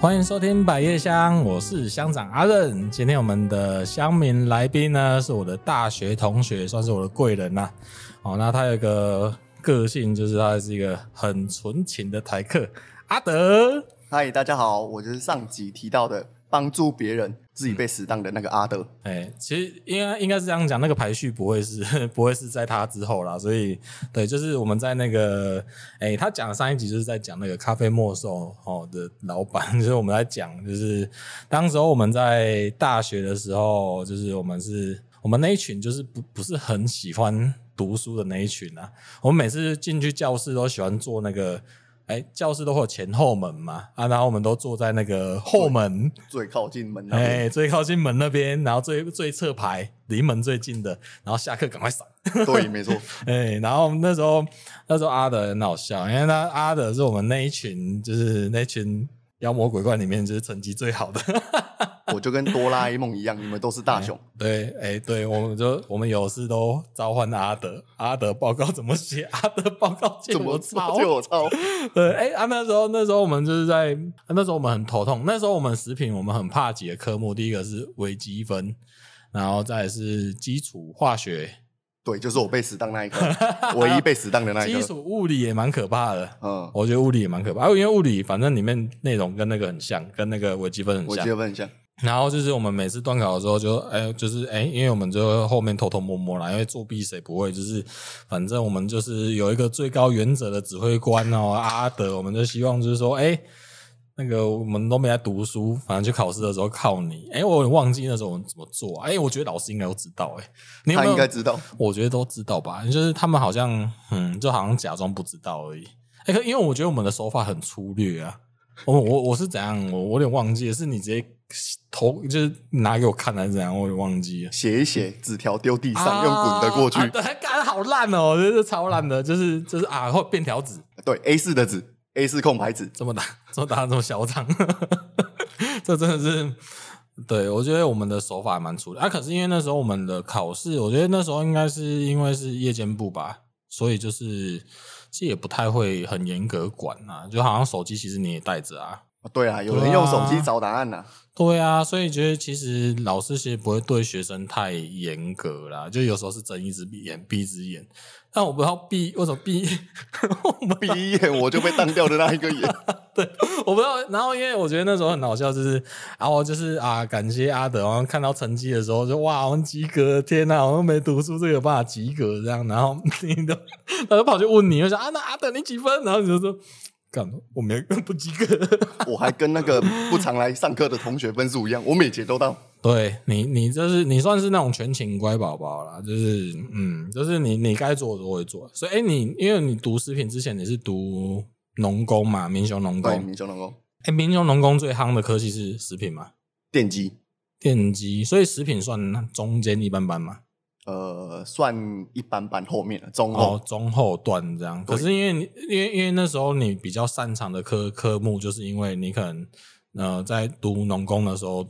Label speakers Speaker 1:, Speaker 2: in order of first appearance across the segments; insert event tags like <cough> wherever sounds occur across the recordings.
Speaker 1: 欢迎收听百叶香，我是乡长阿任。今天我们的乡民来宾呢，是我的大学同学，算是我的贵人呐、哦，那他有一个个性，就是他是一个很纯情的台客阿德。
Speaker 2: 嗨，大家好，我就是上集提到的帮助别人自己被死当的那个阿德。
Speaker 1: 哎、其实应该应该是这样讲，那个排序不会是 <laughs> 不会是在他之后啦，所以对，就是我们在那个哎、他讲的上一集就是在讲那个咖啡莫兽哦的老板， <laughs> 就是我们在讲，就是当时候我们在大学的时候，就是我们是我们那一群就是不不是很喜欢读书的那一群啊，我们每次进去教室都喜欢坐那个。哎，教室都会有前后门嘛，啊，然后我们都坐在那个后门，
Speaker 2: 最靠近门那边，
Speaker 1: 哎，最靠近门那边，然后最最侧排，离门最近的，然后下课赶快闪。
Speaker 2: 对，没 <laughs> 错，
Speaker 1: 哎，然后那时候那时候阿德很好笑，因为他阿德是我们那一群就是那群妖魔鬼怪里面就是成绩最好的。 <laughs>
Speaker 2: 我就跟哆啦 A 梦一样，你们都是大雄。
Speaker 1: 对，哎，对，我们就我们有事都召唤阿德，阿德报告怎么写？阿德报告借
Speaker 2: 怎
Speaker 1: 我
Speaker 2: 么
Speaker 1: 抄，
Speaker 2: 哎就我操！
Speaker 1: <laughs> 对，哎、啊，那时候那时候我们就是在、啊那时候我们很头痛，那时候我们食品我们很怕几个科目，第一个是微积分，然后再来是基础化学，
Speaker 2: 对，就是我被死当那一 <laughs> 刻，唯一被死当的那一
Speaker 1: 基
Speaker 2: 刻。
Speaker 1: 础物理也蛮可怕的，
Speaker 2: 嗯，
Speaker 1: 我觉得物理也蛮可怕，啊因为物理反正里面内容跟那个很像，跟那个微积分很
Speaker 2: 我记
Speaker 1: 像。
Speaker 2: 得问一下，
Speaker 1: 然后就是我们每次断考的时候就，哎，就是哎，因为我们就后面偷偷摸摸啦，因为作弊谁不会？就是反正我们就是有一个最高原则的指挥官哦，阿德，我们就希望就是说，哎，那个我们都没在读书，反正去考试的时候靠你。哎，我有点忘记那时候我们怎么做、啊，哎，我觉得老师应该都知道、哎，你有
Speaker 2: 他
Speaker 1: 没有
Speaker 2: 应该知道。
Speaker 1: 我觉得都知道吧，就是他们好像嗯，就好像假装不知道而已。哎、可因为我觉得我们的手法很粗略啊。我我我是怎样？我我有点忘记了，是你直接投，就是拿给我看还是怎样？我有点忘记了。
Speaker 2: 写一写，纸条丢地上，用滚的过去
Speaker 1: 啊。对，干好烂哦、我觉得超烂的，就是就是啊，或便条纸
Speaker 2: 对，A 四的纸，A 四空白纸，
Speaker 1: 这么大， <laughs> 这么大，这么嚣张， <laughs> 这真的是。对，我觉得我们的手法蛮粗的啊。可是因为那时候我们的考试，我觉得那时候应该是因为是夜间部吧，所以就是其实也不太会很严格管啊，就好像手机其实你也带着啊。
Speaker 2: 对啊，有人用手机找答案 <laughs> 呐、
Speaker 1: 对啊，所以觉得其实老师其实不会对学生太严格啦，就有时候是睁一只眼闭一只眼。但我不知道闭为什么闭，我们
Speaker 2: 第一眼我就被当掉的那一个眼，
Speaker 1: <laughs> 我不知道。然后因为我觉得那时候很好笑，就是然后就是啊，感谢阿德，然后看到成绩的时候就哇，我们及格，天哪，我们没读书这个有办法及格这样。然后你都 <laughs> 他就跑去问你，就说啊，那阿德你几分？然后你就说。干，我没不及格。
Speaker 2: 我还跟那个不常来上课的同学分数一样，我每节都到。
Speaker 1: <laughs> 对你，你这是你算是那种全勤乖宝宝啦，就是嗯，就是你你该做的都会做。所以，哎、你因为你读食品之前你是读农工嘛，民雄农工。
Speaker 2: 对，
Speaker 1: 哎、
Speaker 2: 民雄能够
Speaker 1: 民雄农工最夯的科系是食品嘛？
Speaker 2: 电机。
Speaker 1: 电机，所以食品算中间一般般嘛，
Speaker 2: 呃，算一般般，后面了，中后、
Speaker 1: 哦，中后段这样。可是因为你，因为因为那时候你比较擅长的科科目，就是因为你可能呃在读农工的时候，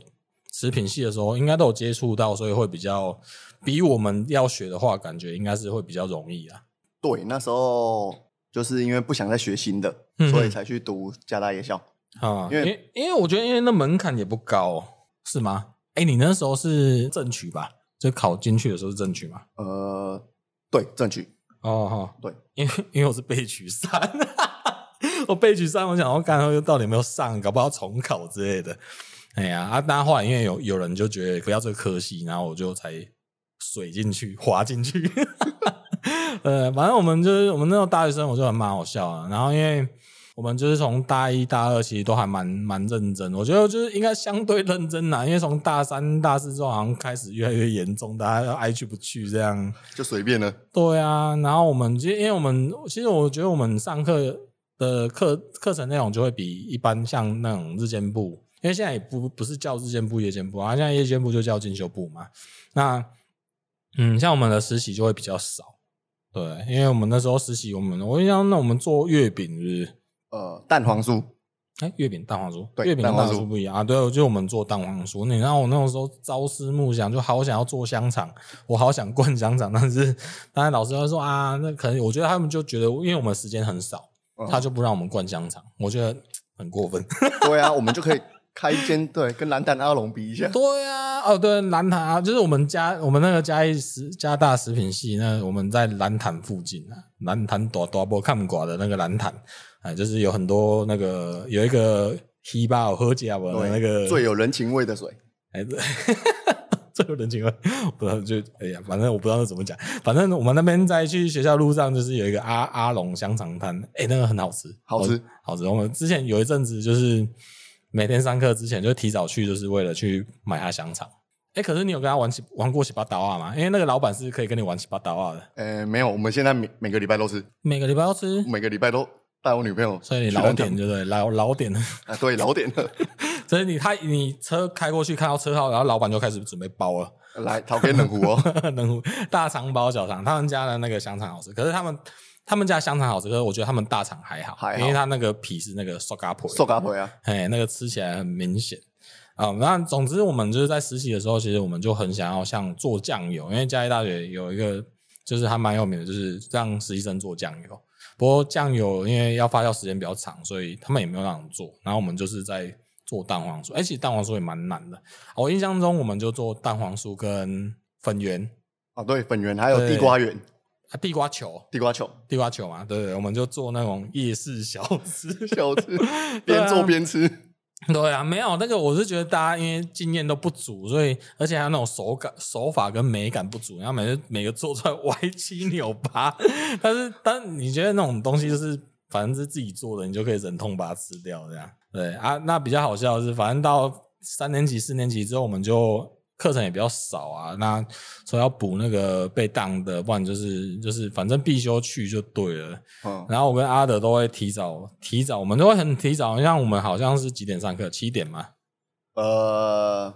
Speaker 1: 食品系的时候应该都有接触到，所以会比较比我们要学的话，感觉应该是会比较容易啊。
Speaker 2: 对，那时候就是因为不想再学新的，
Speaker 1: 嗯
Speaker 2: 所以才去读加大夜校。
Speaker 1: 啊，因
Speaker 2: 因为
Speaker 1: 为因为我觉得因为那门槛也不高、是吗？哎、你那时候是正取吧？就考进去的时候是正取嘛？
Speaker 2: 呃，对，正取，
Speaker 1: 哦哦，
Speaker 2: 对，
Speaker 1: 因为 <laughs> 因为我是被取三， <laughs> 我被取三，我想要看他到底有没有上，搞不好重考之类的。哎呀，啊，但后来因为有有人就觉得不要这个科系，然后我就才水进去，滑进去。 <laughs> 呃，反正我们就是我们那种大学生，我就还蛮好笑啊。然后因为我们就是从大一、大二其实都还蛮蛮认真，我觉得就是应该相对认真啦，因为从大三、大四之后好像开始越来越严重，大家要爱去不去这样。
Speaker 2: 就随便了。
Speaker 1: 对啊，然后我们其实因为我们其实我觉得我们上课的课课程内容就会比一般像那种日间部，因为现在也不不是叫日间部、夜间部啊，现在夜间部就叫进修部嘛。那嗯，像我们的实习就会比较少，对，因为我们那时候实习，我们我印象那我们做月饼是不是？
Speaker 2: 呃，蛋
Speaker 1: <laughs>
Speaker 2: 黄酥，
Speaker 1: 哎，月饼蛋黄酥，
Speaker 2: 对
Speaker 1: 月饼跟
Speaker 2: 蛋
Speaker 1: 蛋
Speaker 2: 黄
Speaker 1: 黄
Speaker 2: 酥
Speaker 1: 酥不一样啊。对，就我们做蛋黄酥，你知道我那种时候朝思暮想，就好想要做香肠，我好想灌香肠，但是当然老师会说啊，那可能我觉得他们就觉得，因为我们时间很少，
Speaker 2: 嗯
Speaker 1: 他就不让我们灌香肠。我觉得很过分。 <laughs>
Speaker 2: 对啊，我们就可以开一间对，跟蓝蛋阿龙比一下。
Speaker 1: 对啊，哦对，蓝潭啊，就是我们家我们那个嘉义食加大食品系，那我们在蓝潭附近啊，蓝潭多多波看寡的那个蓝潭，哎，就是有很多那个有一个希巴尔喝加我的
Speaker 2: 对，
Speaker 1: 那个
Speaker 2: 最有人情味的水，
Speaker 1: 哎，对 <laughs> 最有人情味， <laughs> 不知道就哎呀，反正我不知道那怎么讲，反正我们那边在去学校路上就是有一个阿阿龙香肠摊，哎，那个很好吃，
Speaker 2: 好吃
Speaker 1: 我好吃。我们之前有一阵子就是每天上课之前就提早去，就是为了去买他香肠。哎，可是你有跟他玩起玩过洗八刀啊吗？因为那个老板是可以跟你玩洗八刀啊的，
Speaker 2: 呃，没有，我们现在每每个礼拜都吃，
Speaker 1: 每个礼拜要吃，
Speaker 2: 每个礼拜都带我女朋友去
Speaker 1: 所以你
Speaker 2: 南
Speaker 1: 老
Speaker 2: 港，
Speaker 1: 点就对，老老点， <laughs>
Speaker 2: 啊，对，老点了，
Speaker 1: 所以你他你车开过去看到车号，然后老板就开始准备包了。
Speaker 2: 来桃园冷湖
Speaker 1: <laughs>
Speaker 2: 哦，
Speaker 1: 能乎大肠包小肠，他们家的那个香肠好吃，可是他们他们家香肠好吃，可是我觉得他们大肠还好，
Speaker 2: 还好
Speaker 1: 因为它那个皮是那个塑胶皮，
Speaker 2: 受嘎婆啊，
Speaker 1: 哎，那个吃起来很明显。啊、那总之我们就是在实习的时候，其实我们就很想要像做酱油，因为嘉义大学有一个就是还蛮有名的，就是让实习生做酱油。不过酱油因为要发酵时间比较长，所以他们也没有让人做。然后我们就是在做蛋黄酥，哎、其实蛋黄酥也蛮难的。我印象中我们就做蛋黄酥跟粉圆，
Speaker 2: 啊，对，粉圆还有
Speaker 1: 对
Speaker 2: 地瓜圆、
Speaker 1: 啊，地瓜球，
Speaker 2: 地瓜球，
Speaker 1: 地瓜球嘛，对对，我们就做那种夜市小吃。 <laughs>
Speaker 2: 小吃，
Speaker 1: 啊
Speaker 2: 边做边吃，
Speaker 1: 对啊，没有那个，我是觉得大家因为经验都不足，所以而且还有那种手感、手法跟美感不足，然后每次每个做出来 <laughs> 歪七扭八。但是，但是你觉得那种东西就是反正是自己做的，你就可以忍痛把它吃掉这样。对啊，那比较好笑的是，反正到三年级、四年级之后，我们就课程也比较少啊，那所以要补那个被当的，不然就是就是反正必修去就对了。
Speaker 2: 嗯，
Speaker 1: 然后我跟阿德都会提早提早，我们都会很提早，像我们好像是几点上课？七点嘛，
Speaker 2: 呃，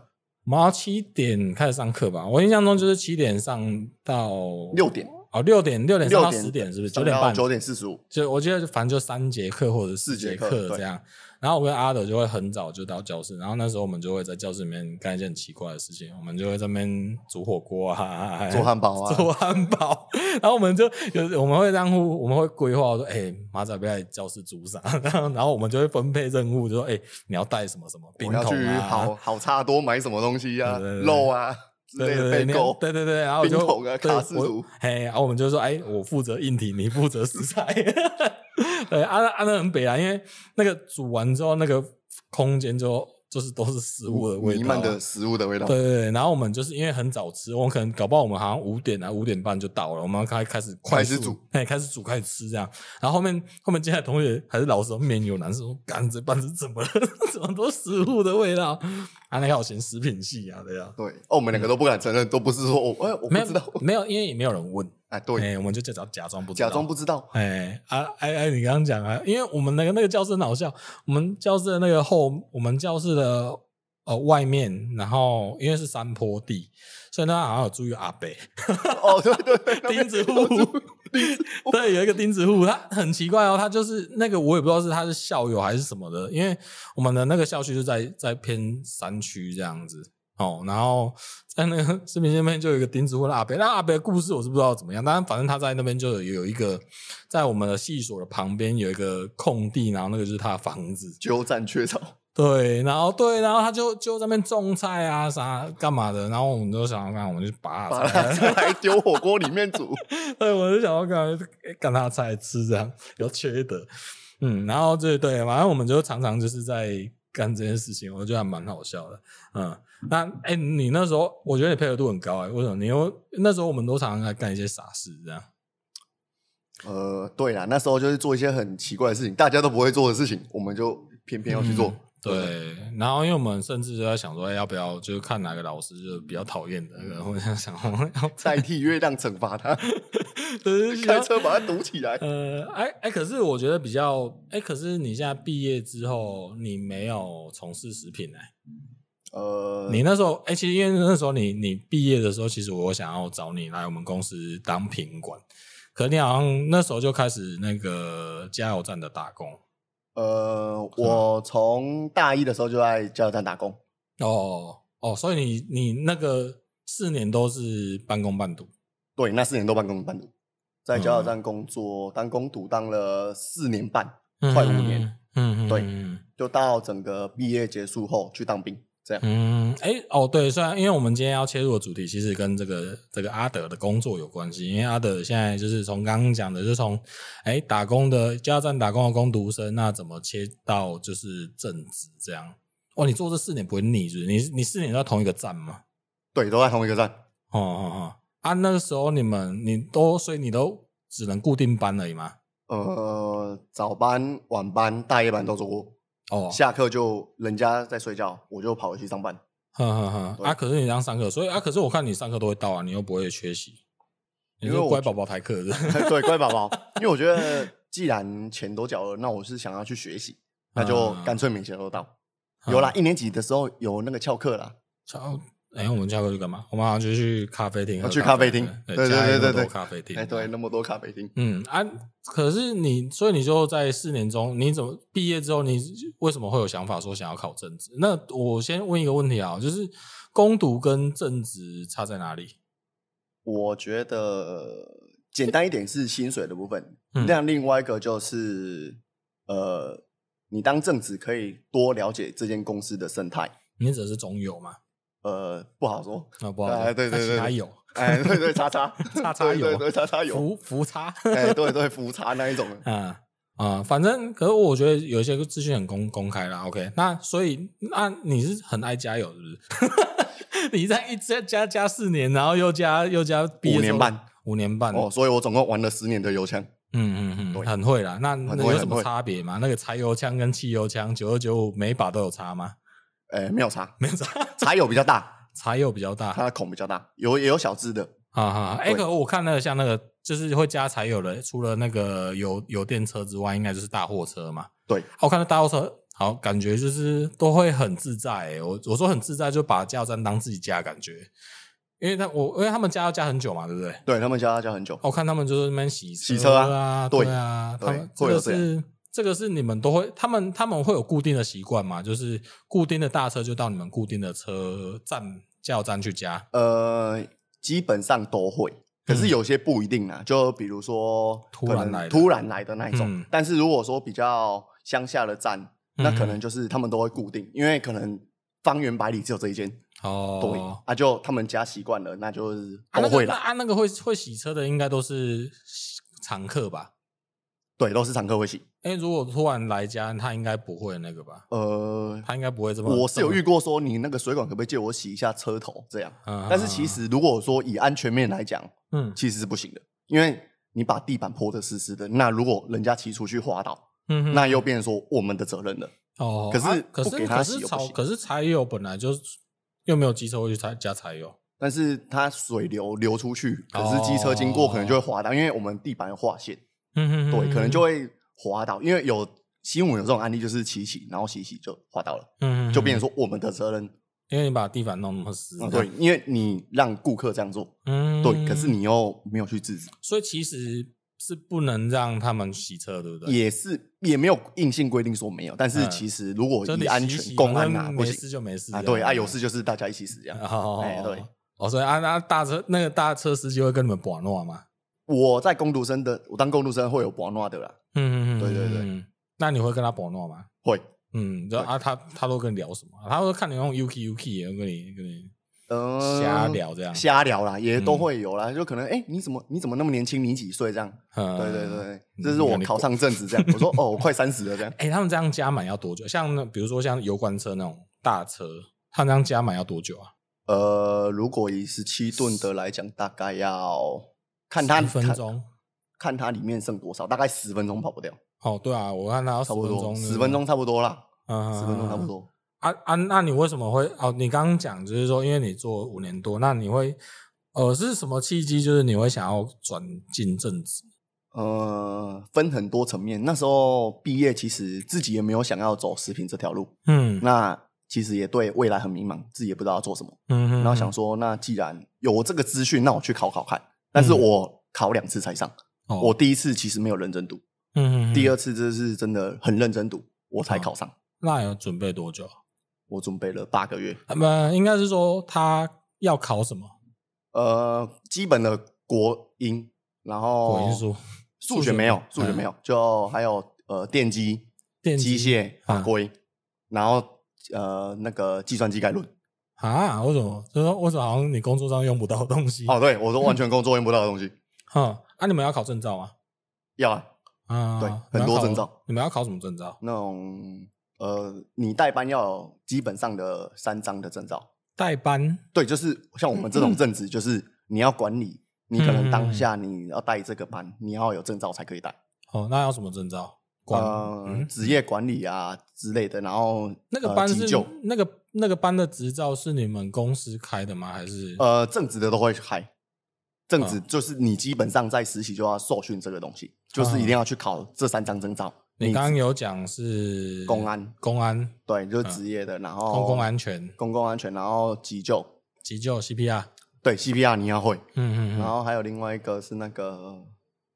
Speaker 1: 我们要七点开始上课吧？我印象中就是七点上到
Speaker 2: 六点，
Speaker 1: 哦，六点六点上到
Speaker 2: 6点
Speaker 1: 十点是不是？九
Speaker 2: 上
Speaker 1: 点
Speaker 2: 到
Speaker 1: 半
Speaker 2: 九点四十五，
Speaker 1: 就我记得反正就三节课或者四节
Speaker 2: 四节课对
Speaker 1: 这样。然后我跟阿德就会很早就到教室，然后那时候我们就会在教室里面干一件很奇怪的事情，我们就会在那边煮火锅啊， <laughs>
Speaker 2: 做汉堡啊
Speaker 1: 做汉堡。然后我们就有我们会让互我们会规划说，哎、马仔不要来教室煮啥，然后然后我们就会分配任务，就说，哎、你要带什么什么冰
Speaker 2: 我
Speaker 1: 桶
Speaker 2: 要去
Speaker 1: 啊，
Speaker 2: 好好差多买什么东西啊，
Speaker 1: 对对对
Speaker 2: 肉啊之类
Speaker 1: 对
Speaker 2: 的
Speaker 1: 对
Speaker 2: 备
Speaker 1: 对，
Speaker 2: 购，
Speaker 1: 对对对，然后我就
Speaker 2: 冰桶啊
Speaker 1: 对
Speaker 2: 卡式
Speaker 1: 我
Speaker 2: 炉
Speaker 1: 嘿，然后我们就说，哎，我负责硬体，你负责食材， <laughs> 对，啊那啊那很北啊，因为那个煮完之后，那个空间就就是都是食物的味道，
Speaker 2: 嗯
Speaker 1: 啊
Speaker 2: 弥漫的食物的味道，
Speaker 1: 对对对，然后我们就是因为很早吃，我们可能搞不好我们好像五点啊五点半就到了，我们开开始快速
Speaker 2: 开始煮，
Speaker 1: 哎，开始煮开始吃这样，然后后面后面进来同学还是老师面有男生说，干这班是怎么了？ <laughs> 怎么都食物的味道？啊，那个好嫌食品系啊，对啊。
Speaker 2: 对，哦，我们两个都不敢承认，都不是说我，哎，我不
Speaker 1: 没有 <laughs>
Speaker 2: 知道，
Speaker 1: 没有，因为也没有人问，
Speaker 2: 哎，对，
Speaker 1: 哎，我们就假装假装不知道
Speaker 2: 假装不知道，
Speaker 1: 哎啊哎哎，你刚刚讲啊，因为我们那个那个教室很好笑，我们教室的那个后，我们教室的呃外面，然后因为是山坡地，所以那好像有注意阿北
Speaker 2: 哦，对对对，那
Speaker 1: <laughs> 钉
Speaker 2: 边
Speaker 1: 子户， <laughs> 对，有一个钉子户，他很奇怪哦，他就是那个我也不知道是他是校友还是什么的，因为我们的那个校区就在在偏山区这样子。哦，然后在那个视频下面就有一个钉子户的阿北，那阿北的故事我是不知道怎么样，但反正他在那边就有有一个，在我们的系所的旁边有一个空地，然后那个就是他的房子，
Speaker 2: 鸠占
Speaker 1: <laughs>
Speaker 2: 鹊巢，
Speaker 1: 对，然后对，然后他就就在那边种菜啊啥干嘛的，然后我们就想要干，我们就拔
Speaker 2: 把
Speaker 1: 他
Speaker 2: 它
Speaker 1: 菜，
Speaker 2: 拿来丢火锅里面煮，
Speaker 1: 对，我就想要干干他菜吃这样，有缺德，嗯，然后对对，反正我们就常常就是在干这件事情，我觉得还蛮好笑的，嗯，那哎、你那时候我觉得你配合度很高哎、为什么？你又那时候我们都常常在干一些傻事这样，
Speaker 2: 呃，对啦，那时候就是做一些很奇怪的事情，大家都不会做的事情，我们就偏偏要去做
Speaker 1: 嗯，对，然后因为我们甚至就在想说，哎要不要就是看哪个老师就是比较讨厌的，然后我想想，要
Speaker 2: 代替月亮惩罚他，
Speaker 1: 对
Speaker 2: <laughs>
Speaker 1: 就是
Speaker 2: 开
Speaker 1: 要
Speaker 2: 车把它堵起来。
Speaker 1: 呃，哎哎，可是我觉得比较哎，可是你现在毕业之后，你没有从事食品哎、
Speaker 2: <laughs> 呃，
Speaker 1: 你那时候哎，其实因为那时候你你毕业的时候，其实我想要找你来我们公司当品管，可你好像那时候就开始那个加油站的打工
Speaker 2: 呃，我从大一的时候就在加油站打工，
Speaker 1: 哦哦，所以你你那个四年都是半工半读。
Speaker 2: 对，那四年都半工嗯半读，在加油站工作、当工读当了四年半，快五年
Speaker 1: 嗯。嗯，
Speaker 2: 对
Speaker 1: 嗯
Speaker 2: 就到整个毕业结束后去当兵，这样。
Speaker 1: 嗯，哎、哦，对，虽然因为我们今天要切入的主题，其实跟这个这个阿德的工作有关系，因为阿德现在就是从刚刚讲的，就是从哎、打工的加油站打工的工读生，那怎么切到就是正职这样？哦，你做这四年不会腻，是不是？你你四年都在同一个站吗？
Speaker 2: 对，都在同一个站。
Speaker 1: 哦哦哦，啊，那个时候你们你都所以你都只能固定班而已吗？
Speaker 2: 呃，早班、晚班、大夜班都做过，
Speaker 1: 哦，
Speaker 2: 下课就人家在睡觉，我就跑回去上 <laughs> 班。
Speaker 1: 哼哼哼，啊，可是你这样上课，所以啊，可是我看你上课都会到啊，你又不会缺席，你
Speaker 2: 因为
Speaker 1: 是
Speaker 2: 我
Speaker 1: 乖宝宝排课 <laughs> 是不是？
Speaker 2: 对，乖宝宝，因为我觉得既然钱都缴了，那我是想要去学习，那就干脆每节都到。 <laughs> 有
Speaker 1: 嗯
Speaker 2: 啦，一年级的时候有那个翘课啦，
Speaker 1: 敲，哎、我们下课去干嘛？我们好像就去咖啡厅喝
Speaker 2: 哦
Speaker 1: 啡，
Speaker 2: 去咖啡厅
Speaker 1: 对
Speaker 2: 对对
Speaker 1: 家里
Speaker 2: 对对
Speaker 1: 那么多
Speaker 2: 对
Speaker 1: 咖啡厅。
Speaker 2: 哎，对，，那么多咖啡厅。
Speaker 1: 嗯啊，可是你，所以你就在四年中，你怎么毕业之后，你为什么会有想法说想要考政治？那我先问一个问题啊，就是攻读跟政治差在哪里？
Speaker 2: 我觉得简单一点是薪水的部分，
Speaker 1: 嗯
Speaker 2: 那、另外一个就是呃，你当正职可以多了解这间公司的生态，
Speaker 1: 你只是中友嘛？
Speaker 2: 呃，不
Speaker 1: <laughs>
Speaker 2: 好说。
Speaker 1: 啊，不好说，
Speaker 2: 哎对对
Speaker 1: 那
Speaker 2: 对
Speaker 1: 其他
Speaker 2: 对
Speaker 1: 友
Speaker 2: 哎，对对，叉叉
Speaker 1: <laughs> 叉叉啊有
Speaker 2: 对对对，叉叉有，
Speaker 1: 福福差。
Speaker 2: 哎，对对，福叉那一种，
Speaker 1: 啊啊，反正可是我觉得有一些资讯很公公开啦。OK，那所以那你是很爱加油是不是？ <laughs> 你在一加加加四年，然后又加又加 <laughs> 毕业
Speaker 2: 五年
Speaker 1: 之后
Speaker 2: 半，
Speaker 1: 五年半
Speaker 2: 哦，所以我总共玩了十年的油枪。
Speaker 1: 嗯嗯嗯，
Speaker 2: 对
Speaker 1: 很会啦。那
Speaker 2: 很
Speaker 1: 那
Speaker 2: 会
Speaker 1: 有什
Speaker 2: 很
Speaker 1: 么
Speaker 2: 会
Speaker 1: 差别吗？那个柴油枪跟汽油枪九二九五每一把都有差吗？ <laughs>
Speaker 2: 哎，没有差，
Speaker 1: 没有差，
Speaker 2: 柴油比较大，
Speaker 1: 柴油比较大
Speaker 2: 它
Speaker 1: 啊
Speaker 2: 的孔比较大，有也有小只的，
Speaker 1: 哈。哎，
Speaker 2: 对
Speaker 1: 可我看那个像那个就是会加柴油的，除了那个油油电车之外，应该就是大货车嘛。
Speaker 2: 对，
Speaker 1: 啊我看到大货车，好感觉就是都会很自在、欸。我我说很自在，就把加油站当自己家的感觉，因为他我因为他们家要加很久嘛，对不对？
Speaker 2: 对他们加加很久。
Speaker 1: 我看他们就是那边洗
Speaker 2: 洗
Speaker 1: 车
Speaker 2: 车
Speaker 1: 啊，
Speaker 2: 啊
Speaker 1: 对
Speaker 2: 对
Speaker 1: 啊，他们
Speaker 2: 对
Speaker 1: 这
Speaker 2: 会
Speaker 1: 个
Speaker 2: 有这样
Speaker 1: 是这个是你们都会，他们他们会有固定的习惯嘛，就是固定的大车就到你们固定的车站加油站去加。
Speaker 2: 呃，基本上都会，可
Speaker 1: 嗯
Speaker 2: 是有些不一定啊。就比如说
Speaker 1: 突
Speaker 2: 可
Speaker 1: 然
Speaker 2: 能
Speaker 1: 来的
Speaker 2: 突然来的那一种。
Speaker 1: 嗯
Speaker 2: 但是如果说比较乡下的站，那可
Speaker 1: 嗯
Speaker 2: 能就是他们都会固定，因为可能方圆百里只有这一间。对、
Speaker 1: 哦，
Speaker 2: 啊，就他们家习惯了，那就是
Speaker 1: 啊
Speaker 2: 都会
Speaker 1: 那个那
Speaker 2: 啦。
Speaker 1: 啊，那个会会洗车的应该都是常客吧？
Speaker 2: 对，都是常客会洗。
Speaker 1: 哎、如果突然来家，他应该不会那个吧？
Speaker 2: 呃，
Speaker 1: 他应该不会这么。
Speaker 2: 我是
Speaker 1: 这
Speaker 2: 有
Speaker 1: 么
Speaker 2: 遇过说你那个水管可不可以借我洗一下车头这样，
Speaker 1: 嗯
Speaker 2: 但是其实如果说以安全面来讲，
Speaker 1: 嗯
Speaker 2: 其实是不行的，因为你把地板泼得湿湿的，那如果人家骑出去滑倒，
Speaker 1: 嗯哼
Speaker 2: 那又变成说我们的责任了。
Speaker 1: 哦，
Speaker 2: 可是
Speaker 1: 啊可
Speaker 2: 不
Speaker 1: 是
Speaker 2: 给他
Speaker 1: 可
Speaker 2: 洗
Speaker 1: 是
Speaker 2: 又不
Speaker 1: 草
Speaker 2: 行
Speaker 1: 可是柴油本来就是又没有机车会去柴加柴油，
Speaker 2: 但是它水流流出去，可是机车经过可能就会滑倒，因为我们地板有划线，
Speaker 1: 哦嗯
Speaker 2: 对，可能就会滑倒。因为有新闻有这种案例，就是骑骑，然后骑骑就滑倒了，
Speaker 1: 嗯
Speaker 2: 就变成说我们的责任。
Speaker 1: 因为你把地板弄那么湿，
Speaker 2: 嗯对，，因为你让顾客这样做，
Speaker 1: 嗯
Speaker 2: 对，可是你又没有去制止，
Speaker 1: 所以其实是不能让他们洗车，对不对？
Speaker 2: 也是也没有硬性规定说没有，但是
Speaker 1: 嗯
Speaker 2: 其实如果
Speaker 1: 就
Speaker 2: 以
Speaker 1: 你
Speaker 2: 安
Speaker 1: 洗一
Speaker 2: 全
Speaker 1: 洗
Speaker 2: 公
Speaker 1: 反
Speaker 2: 安啊
Speaker 1: 正
Speaker 2: 不
Speaker 1: 没事
Speaker 2: 行
Speaker 1: 就没事
Speaker 2: 啊，对啊，有
Speaker 1: 事
Speaker 2: 事就是大家一起死这样。
Speaker 1: 哦，
Speaker 2: 哎对，
Speaker 1: 哦，所以啊，那大车那个大车司机会跟你们玩闹嘛？
Speaker 2: 我在工读生的，我当工读生会有博诺的啦，
Speaker 1: 嗯嗯嗯，
Speaker 2: 对对对
Speaker 1: 对，那你会跟他玩闹吗？
Speaker 2: 会。
Speaker 1: 嗯，然后啊，他他都跟你聊什么？他说看你用 UK UK，跟你跟你
Speaker 2: 嗯，
Speaker 1: 瞎聊这样，嗯
Speaker 2: 瞎聊啦，也都会有啦，就可能哎、诶你怎么你怎么那么年轻？你几岁这样？
Speaker 1: 嗯
Speaker 2: 对对对，
Speaker 1: 嗯
Speaker 2: 这是我考上正职这样。
Speaker 1: <laughs>
Speaker 2: 我说哦，我快三十了这样。
Speaker 1: 哎、他们这样加满要多久？像那比如说像油罐车那种大车，他们这样加满要多久啊？
Speaker 2: 呃，如果以十七吨的来讲，大概要看它
Speaker 1: 一分
Speaker 2: 看
Speaker 1: 钟。
Speaker 2: 看它里面剩多少，大概十分钟跑不掉，
Speaker 1: 哦，对啊，我看他要十
Speaker 2: 差不
Speaker 1: 分
Speaker 2: 多
Speaker 1: 钟，
Speaker 2: 十分钟差不多啦，
Speaker 1: 嗯，嗯
Speaker 2: 十分钟差不。
Speaker 1: 嗯嗯
Speaker 2: 多。
Speaker 1: 啊啊，那你为什么会？哦，你刚刚讲就是说，因为你做五年多，那你会呃是什么契机？就是你会想要转进政治？
Speaker 2: 呃，分很多层面。那时候毕业，其实自己也没有想要走食品这条路，
Speaker 1: 嗯
Speaker 2: 那其实也对未来很迷茫，自己也不知道要做什么。
Speaker 1: 嗯，
Speaker 2: 然后想说，那既然有这个资讯，那我去考考看。但
Speaker 1: 嗯
Speaker 2: 是我考两次才上，我第一次其实没有认真读，
Speaker 1: 哦嗯哦
Speaker 2: 第
Speaker 1: 二
Speaker 2: 二次这是真的很认真读，我才考上。
Speaker 1: 那有准备多久？
Speaker 2: 我准备了八个月，
Speaker 1: 啊不、应该是说他要考什么？
Speaker 2: 呃，基本的国音，然后
Speaker 1: 国英数、
Speaker 2: 数学没有，
Speaker 1: 数
Speaker 2: 数
Speaker 1: 学嗯
Speaker 2: 学没有，就还有呃电机，
Speaker 1: 电
Speaker 2: 机
Speaker 1: 机
Speaker 2: 械法
Speaker 1: 啊
Speaker 2: 规，然后呃那个计算机概论。
Speaker 1: 啊？为什么？就是说为什么好像你工作上用不到的东西？
Speaker 2: 哦，对，我说完全工作用不到的东西，
Speaker 1: 哼，啊，你们要考证照吗？
Speaker 2: 要啊，
Speaker 1: 啊，
Speaker 2: 对
Speaker 1: 你们
Speaker 2: 很
Speaker 1: 要
Speaker 2: 多
Speaker 1: 考
Speaker 2: 证照。
Speaker 1: 你们要考什么证照？
Speaker 2: 那种呃，你代班要有基本上的三张的证照。
Speaker 1: 代班
Speaker 2: 对，就是像我们这种正职，就是你要管理，你可能当
Speaker 1: 嗯
Speaker 2: 下你要带这个班，你要有证照才可以带。
Speaker 1: 哦，那要什么证照？管
Speaker 2: 呃，
Speaker 1: 嗯
Speaker 2: 职业管理啊之类的，然后
Speaker 1: 那个
Speaker 2: 呃
Speaker 1: 班
Speaker 2: 急
Speaker 1: 是
Speaker 2: 救
Speaker 1: 那个那个班的执照是你们公司开的吗？还是
Speaker 2: 呃正职的都会开，正职
Speaker 1: 嗯
Speaker 2: 就是你基本上在实习就要受训这个东西，就是
Speaker 1: 嗯
Speaker 2: 一定要去考这三张证照。
Speaker 1: 你刚刚有讲是
Speaker 2: 公安哦
Speaker 1: 公安、
Speaker 2: 对，就是职业的，然后
Speaker 1: 嗯公共安全、
Speaker 2: 公共安全，然后急救，
Speaker 1: 急救、CPR，
Speaker 2: 对 CPR 你要会，
Speaker 1: 嗯嗯
Speaker 2: 然
Speaker 1: 嗯，
Speaker 2: 后还有另外一个是那个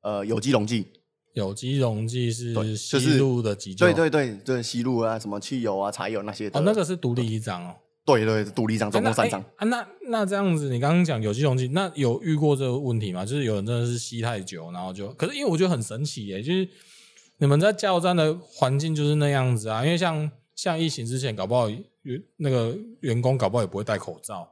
Speaker 2: 呃有机溶剂，
Speaker 1: 有机溶剂
Speaker 2: 对
Speaker 1: 是
Speaker 2: 就
Speaker 1: 吸
Speaker 2: 是
Speaker 1: 入的急救，
Speaker 2: 对对对，就是吸入啊，什么汽油啊、柴油那些的。
Speaker 1: 哦，那个是独立一张哦，
Speaker 2: 对对，独立章总
Speaker 1: 哎那
Speaker 2: 共三张
Speaker 1: 哎。啊。那那这样子，你刚刚讲有机溶剂，那有遇过这个问题吗？就是有人真的是吸太久，然后就，可是因为我觉得很神奇耶、就是你们在加油站的环境就是那样子啊。因为像像疫情之前，搞不好员那个员工搞不好也不会戴口罩，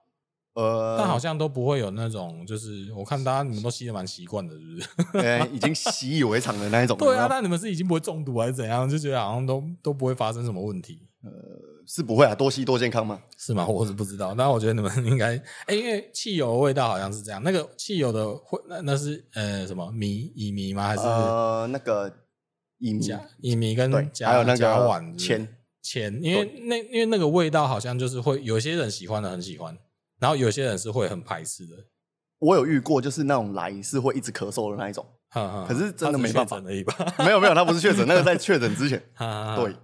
Speaker 1: 哎
Speaker 2: 呃，
Speaker 1: 但好像都不会有那种，就是我看大家你们都吸的蛮习惯的，是
Speaker 2: <laughs>
Speaker 1: 不是？。
Speaker 2: 呃已经习以为常的那一
Speaker 1: <laughs>
Speaker 2: 种
Speaker 1: 对啊
Speaker 2: 有，没
Speaker 1: 那
Speaker 2: 有
Speaker 1: 你们是已经不会中毒还是怎样？就觉得好像都都不会发生什么问题。
Speaker 2: 是不会啊，多吸多健康嘛。
Speaker 1: 是吗？我是不知道，但我觉得你们应 <laughs> 该，哎、因为汽油的味道好像是这样，那个汽油的会那那是呃什么米乙醚吗？还是啊
Speaker 2: 呃，那个乙醚
Speaker 1: 甲，乙醚跟
Speaker 2: 对，
Speaker 1: 甲
Speaker 2: 还有那
Speaker 1: 甲烷
Speaker 2: 个
Speaker 1: 是不是
Speaker 2: 铅，
Speaker 1: 铅？因为那因为那个味道好像就是会有些人喜欢的很喜欢，然后有些人是会很排斥的。
Speaker 2: 我有遇过，就是那种来是会一直咳嗽的那一种。 <laughs>
Speaker 1: 哈哈
Speaker 2: 可是真的没办法
Speaker 1: 他只是确诊而已吧？
Speaker 2: 没有没有，他不是确诊，那个在确诊
Speaker 1: <laughs>
Speaker 2: 之前，
Speaker 1: 哈哈
Speaker 2: <laughs> 对，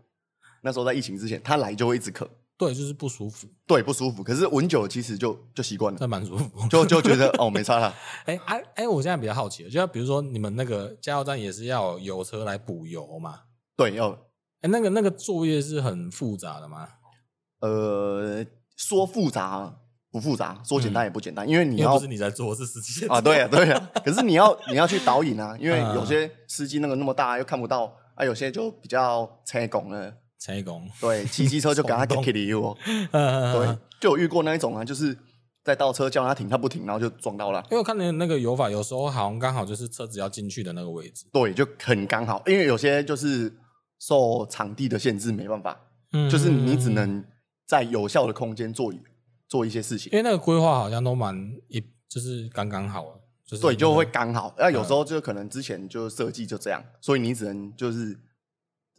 Speaker 2: 那时候在疫情之前，他来就会一直咳，
Speaker 1: 对，就是不舒服，
Speaker 2: 对，不舒服。可是闻久了其实就就习惯了，
Speaker 1: 但蛮舒服。
Speaker 2: 就就觉得哦没差了。
Speaker 1: 哎哎哎，我现在比较好奇了，就像比如说你们那个加油站也是要有油车来补油嘛？
Speaker 2: 对，哦要
Speaker 1: 哎、那个那个作业是很复杂的吗？
Speaker 2: 呃，说复杂不复杂，说简单也不简单，因为你
Speaker 1: 嗯因为
Speaker 2: 要
Speaker 1: 不是你在做，是司机在做
Speaker 2: 啊，
Speaker 1: <laughs>
Speaker 2: 对啊，对啊。可是你要你要去导引啊，因为
Speaker 1: 嗯
Speaker 2: 有些司机那个那么大又看不到，啊，有些就比较菜拱了。
Speaker 1: 陈一公，
Speaker 2: 对，骑机车就给他
Speaker 1: 冲动嗯
Speaker 2: kick 里哦。
Speaker 1: <laughs>
Speaker 2: 对
Speaker 1: 对，，
Speaker 2: 就有遇过那一种啊，就是在倒车叫他停，他不停，然后就撞到了。
Speaker 1: 因为我看你那个油法，有时候好像刚好就是车子要进去的那个位置，
Speaker 2: 对，就很刚好，因为有些就是受场地的限制，没办法，
Speaker 1: 嗯
Speaker 2: 就是你只，能在有效的空间做做一些事情
Speaker 1: 因。为那个规划好像都蛮一，就是刚刚好了，就是
Speaker 2: 对，就会刚好。
Speaker 1: 嗯
Speaker 2: 那有时候就可能之前就设计就这样，所以你只能就是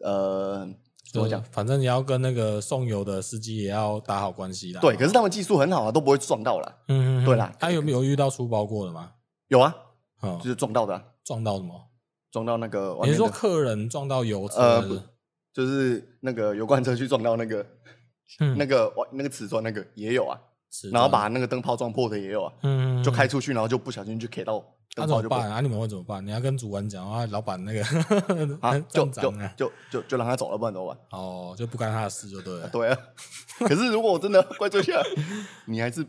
Speaker 2: 呃怎
Speaker 1: 就
Speaker 2: 么
Speaker 1: 是
Speaker 2: 讲？
Speaker 1: 反正你要跟那个送油的司机也要打好关系啦。
Speaker 2: 对，可是他们技术很好啊，都不会撞到啦。
Speaker 1: 嗯，嗯，嗯
Speaker 2: 对啦
Speaker 1: 他有没有遇到粗包过的吗？
Speaker 2: 有啊，
Speaker 1: 哦
Speaker 2: 就，是撞到的啊、
Speaker 1: 撞到什么？
Speaker 2: 撞到那个
Speaker 1: 你
Speaker 2: 外面
Speaker 1: 是说
Speaker 2: 的，
Speaker 1: 客人撞到油
Speaker 2: 呃
Speaker 1: 车是不是？
Speaker 2: 就是那个油罐车去撞到那个
Speaker 1: 嗯
Speaker 2: 那个外那个瓷砖那个也有啊，
Speaker 1: 是
Speaker 2: 然后把那个灯泡撞破的也有啊，
Speaker 1: 嗯
Speaker 2: 就开出去，然后就不小心就 K 到
Speaker 1: 那、怎
Speaker 2: 灯泡
Speaker 1: 么
Speaker 2: 就破
Speaker 1: 办。啊？你们会怎么办？你要跟主管讲啊，老板那个 <laughs>
Speaker 2: 啊，就
Speaker 1: 站
Speaker 2: 就
Speaker 1: 长啊，
Speaker 2: 就就就让他走了，不然怎么办？
Speaker 1: 哦，就不干他的事就对了。
Speaker 2: 对
Speaker 1: <laughs>
Speaker 2: 啊，可是如果我真的怪罪下来，你还是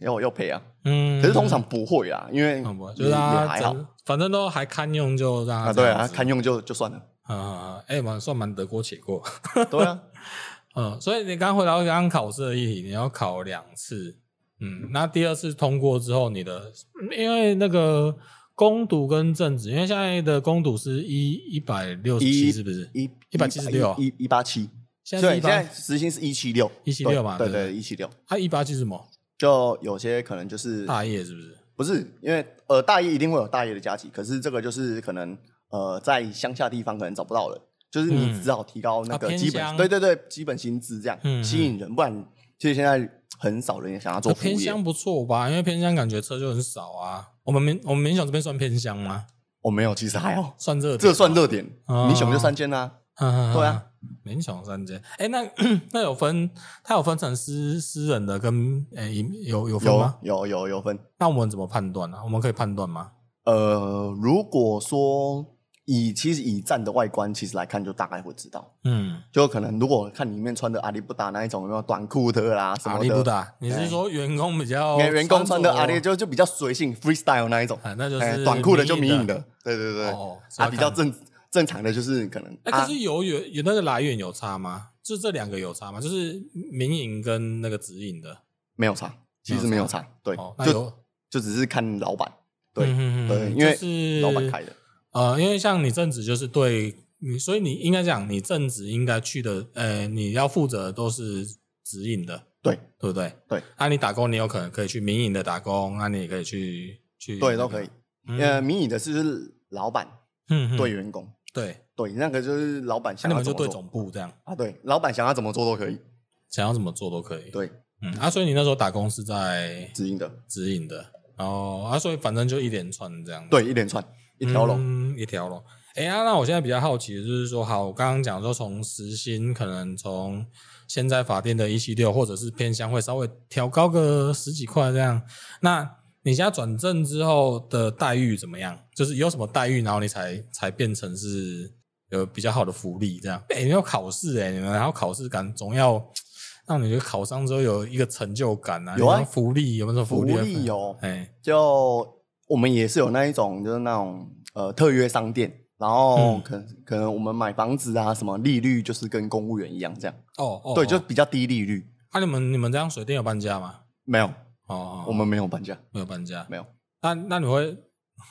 Speaker 2: 要要赔啊。
Speaker 1: 嗯，
Speaker 2: 可是通常不会啊，因为
Speaker 1: 嗯不
Speaker 2: 也
Speaker 1: 就
Speaker 2: 也
Speaker 1: 是他
Speaker 2: 还好
Speaker 1: 整反正都还堪用，就让他
Speaker 2: 啊，对
Speaker 1: 这
Speaker 2: 啊，
Speaker 1: 样子
Speaker 2: 堪用就就
Speaker 1: <laughs>
Speaker 2: 算了，
Speaker 1: 啊啊，啊哎，蛮算蛮得过且过。 <laughs>
Speaker 2: 对啊，
Speaker 1: 嗯，所以你刚回到刚刚考试的议题，你要考两次。嗯，那第二次通过之后，你的因为那个攻读跟正职，因为现在的攻读是一一百六十七，
Speaker 2: 一
Speaker 1: 是不是？
Speaker 2: 一
Speaker 1: 176
Speaker 2: 一一八七，
Speaker 1: 现在是
Speaker 2: 对，现
Speaker 1: 一
Speaker 2: 在
Speaker 1: 八，
Speaker 2: 时薪是一七六，
Speaker 1: 176嘛
Speaker 2: 对
Speaker 1: 对
Speaker 2: 对，一七六，
Speaker 1: 啊，一八是什么？
Speaker 2: 就有些可能就是
Speaker 1: 大业是不是？
Speaker 2: 不是因为呃大一一定会有大一的加急，可是这个就是可能呃在乡下地方可能找不到人，就是你
Speaker 1: 嗯
Speaker 2: 只好提高那
Speaker 1: 啊
Speaker 2: 个
Speaker 1: 偏
Speaker 2: 基本，
Speaker 1: 乡
Speaker 2: 对对对，基本薪资这样
Speaker 1: 嗯嗯
Speaker 2: 吸引人，不然其实现在很少人想要做
Speaker 1: 那
Speaker 2: 服务
Speaker 1: 偏
Speaker 2: 业
Speaker 1: 乡。不错吧？因为偏乡感觉车就很少啊。我们民我们民雄这边算偏乡吗？
Speaker 2: 我哦没有，其实还好，
Speaker 1: 算热点吗，
Speaker 2: 这算热点，
Speaker 1: 啊
Speaker 2: 你熊就三千啦，对
Speaker 1: 对
Speaker 2: 啊，
Speaker 1: 勉强三间。哎、那 <coughs> 那有分，它有分成私私人的跟哎、有有分
Speaker 2: 有啊
Speaker 1: 吗？
Speaker 2: 有有有分。
Speaker 1: 那我们怎么判断呢、啊？我们可以判断吗？
Speaker 2: 呃，如果说以其实以站的外观其实来看，就大概会知道，
Speaker 1: 嗯，
Speaker 2: 就可能如果看里面穿的阿迪布达那一种有没有短裤的啦什么
Speaker 1: 阿
Speaker 2: 的，
Speaker 1: 力不打，你
Speaker 2: 哎
Speaker 1: 是说员工比较
Speaker 2: 给员工
Speaker 1: 着哎
Speaker 2: 穿的阿迪就就比较随性 freestyle 那一种，哎
Speaker 1: 啊，那就是、
Speaker 2: 哎短裤的就迷你，的，对对对，
Speaker 1: 哦，
Speaker 2: 啊比较正正常的就是可能
Speaker 1: 哎、
Speaker 2: 啊
Speaker 1: 可是有有有那个来源有差吗？就这两个有差吗？就是民营跟那个直营的，
Speaker 2: 没有差，其实没有差，对
Speaker 1: 哦，，那
Speaker 2: 就
Speaker 1: 有
Speaker 2: 就只是看老板，对
Speaker 1: 嗯嗯嗯
Speaker 2: 对，因
Speaker 1: 就
Speaker 2: 为
Speaker 1: 是
Speaker 2: 老板开的，
Speaker 1: 呃，因为像你正职就是对你，所以你应该讲你正职应该去的，呃，你要负责的都是直营的，
Speaker 2: 对
Speaker 1: 对不对？
Speaker 2: 对，
Speaker 1: 那、你打工，你有可能可以去民营的打工，那、你也可以去去、
Speaker 2: 对都可以。。
Speaker 1: 嗯
Speaker 2: 呃，民以的是就是老板
Speaker 1: 嗯，
Speaker 2: 对
Speaker 1: 对
Speaker 2: 员工，
Speaker 1: 对，
Speaker 2: 对，那个就是老板
Speaker 1: 那
Speaker 2: 想
Speaker 1: 你
Speaker 2: 要
Speaker 1: 们
Speaker 2: 怎
Speaker 1: 就
Speaker 2: 么
Speaker 1: 对
Speaker 2: 做
Speaker 1: 总部这样，
Speaker 2: 啊，对，老板想要怎么做都可以，
Speaker 1: 想要怎么做都可以。，
Speaker 2: 对，
Speaker 1: 嗯，啊，所以你那时候打工是在
Speaker 2: 直营的，
Speaker 1: 直营的，然后啊，所以反正就一连串这样。
Speaker 2: 对，一连串一条龙，
Speaker 1: 嗯、一条龙。哎、呀、那我现在比较好奇的就是说，好，我刚刚讲说从时薪可能从现在法定的一七六，或者是偏乡会稍微调高个十几块这样。那你现在转正之后的待遇怎么样？就是有什么待遇，然后你才才变成是有比较好的福利这样？哎、你要考试哎、你们然后考试感总要让你觉得考上之后有一个成就感啊，
Speaker 2: 有啊
Speaker 1: 你福利有没有什么
Speaker 2: 福
Speaker 1: 利啊？
Speaker 2: 利哦，
Speaker 1: 哎、
Speaker 2: 就我们也是有那一种，就是那种呃特约商店，然后
Speaker 1: 嗯
Speaker 2: 可能、可能我们买房子啊什么，利率就是跟公务员一样这样，
Speaker 1: 哦哦，
Speaker 2: 对，就
Speaker 1: 哦
Speaker 2: 比较低利率。
Speaker 1: 啊，你们你们这样水电有搬家吗？
Speaker 2: 没有，
Speaker 1: 哦，
Speaker 2: 我们没有搬家，
Speaker 1: 没有搬家， <laughs>
Speaker 2: 没有，
Speaker 1: 那那你会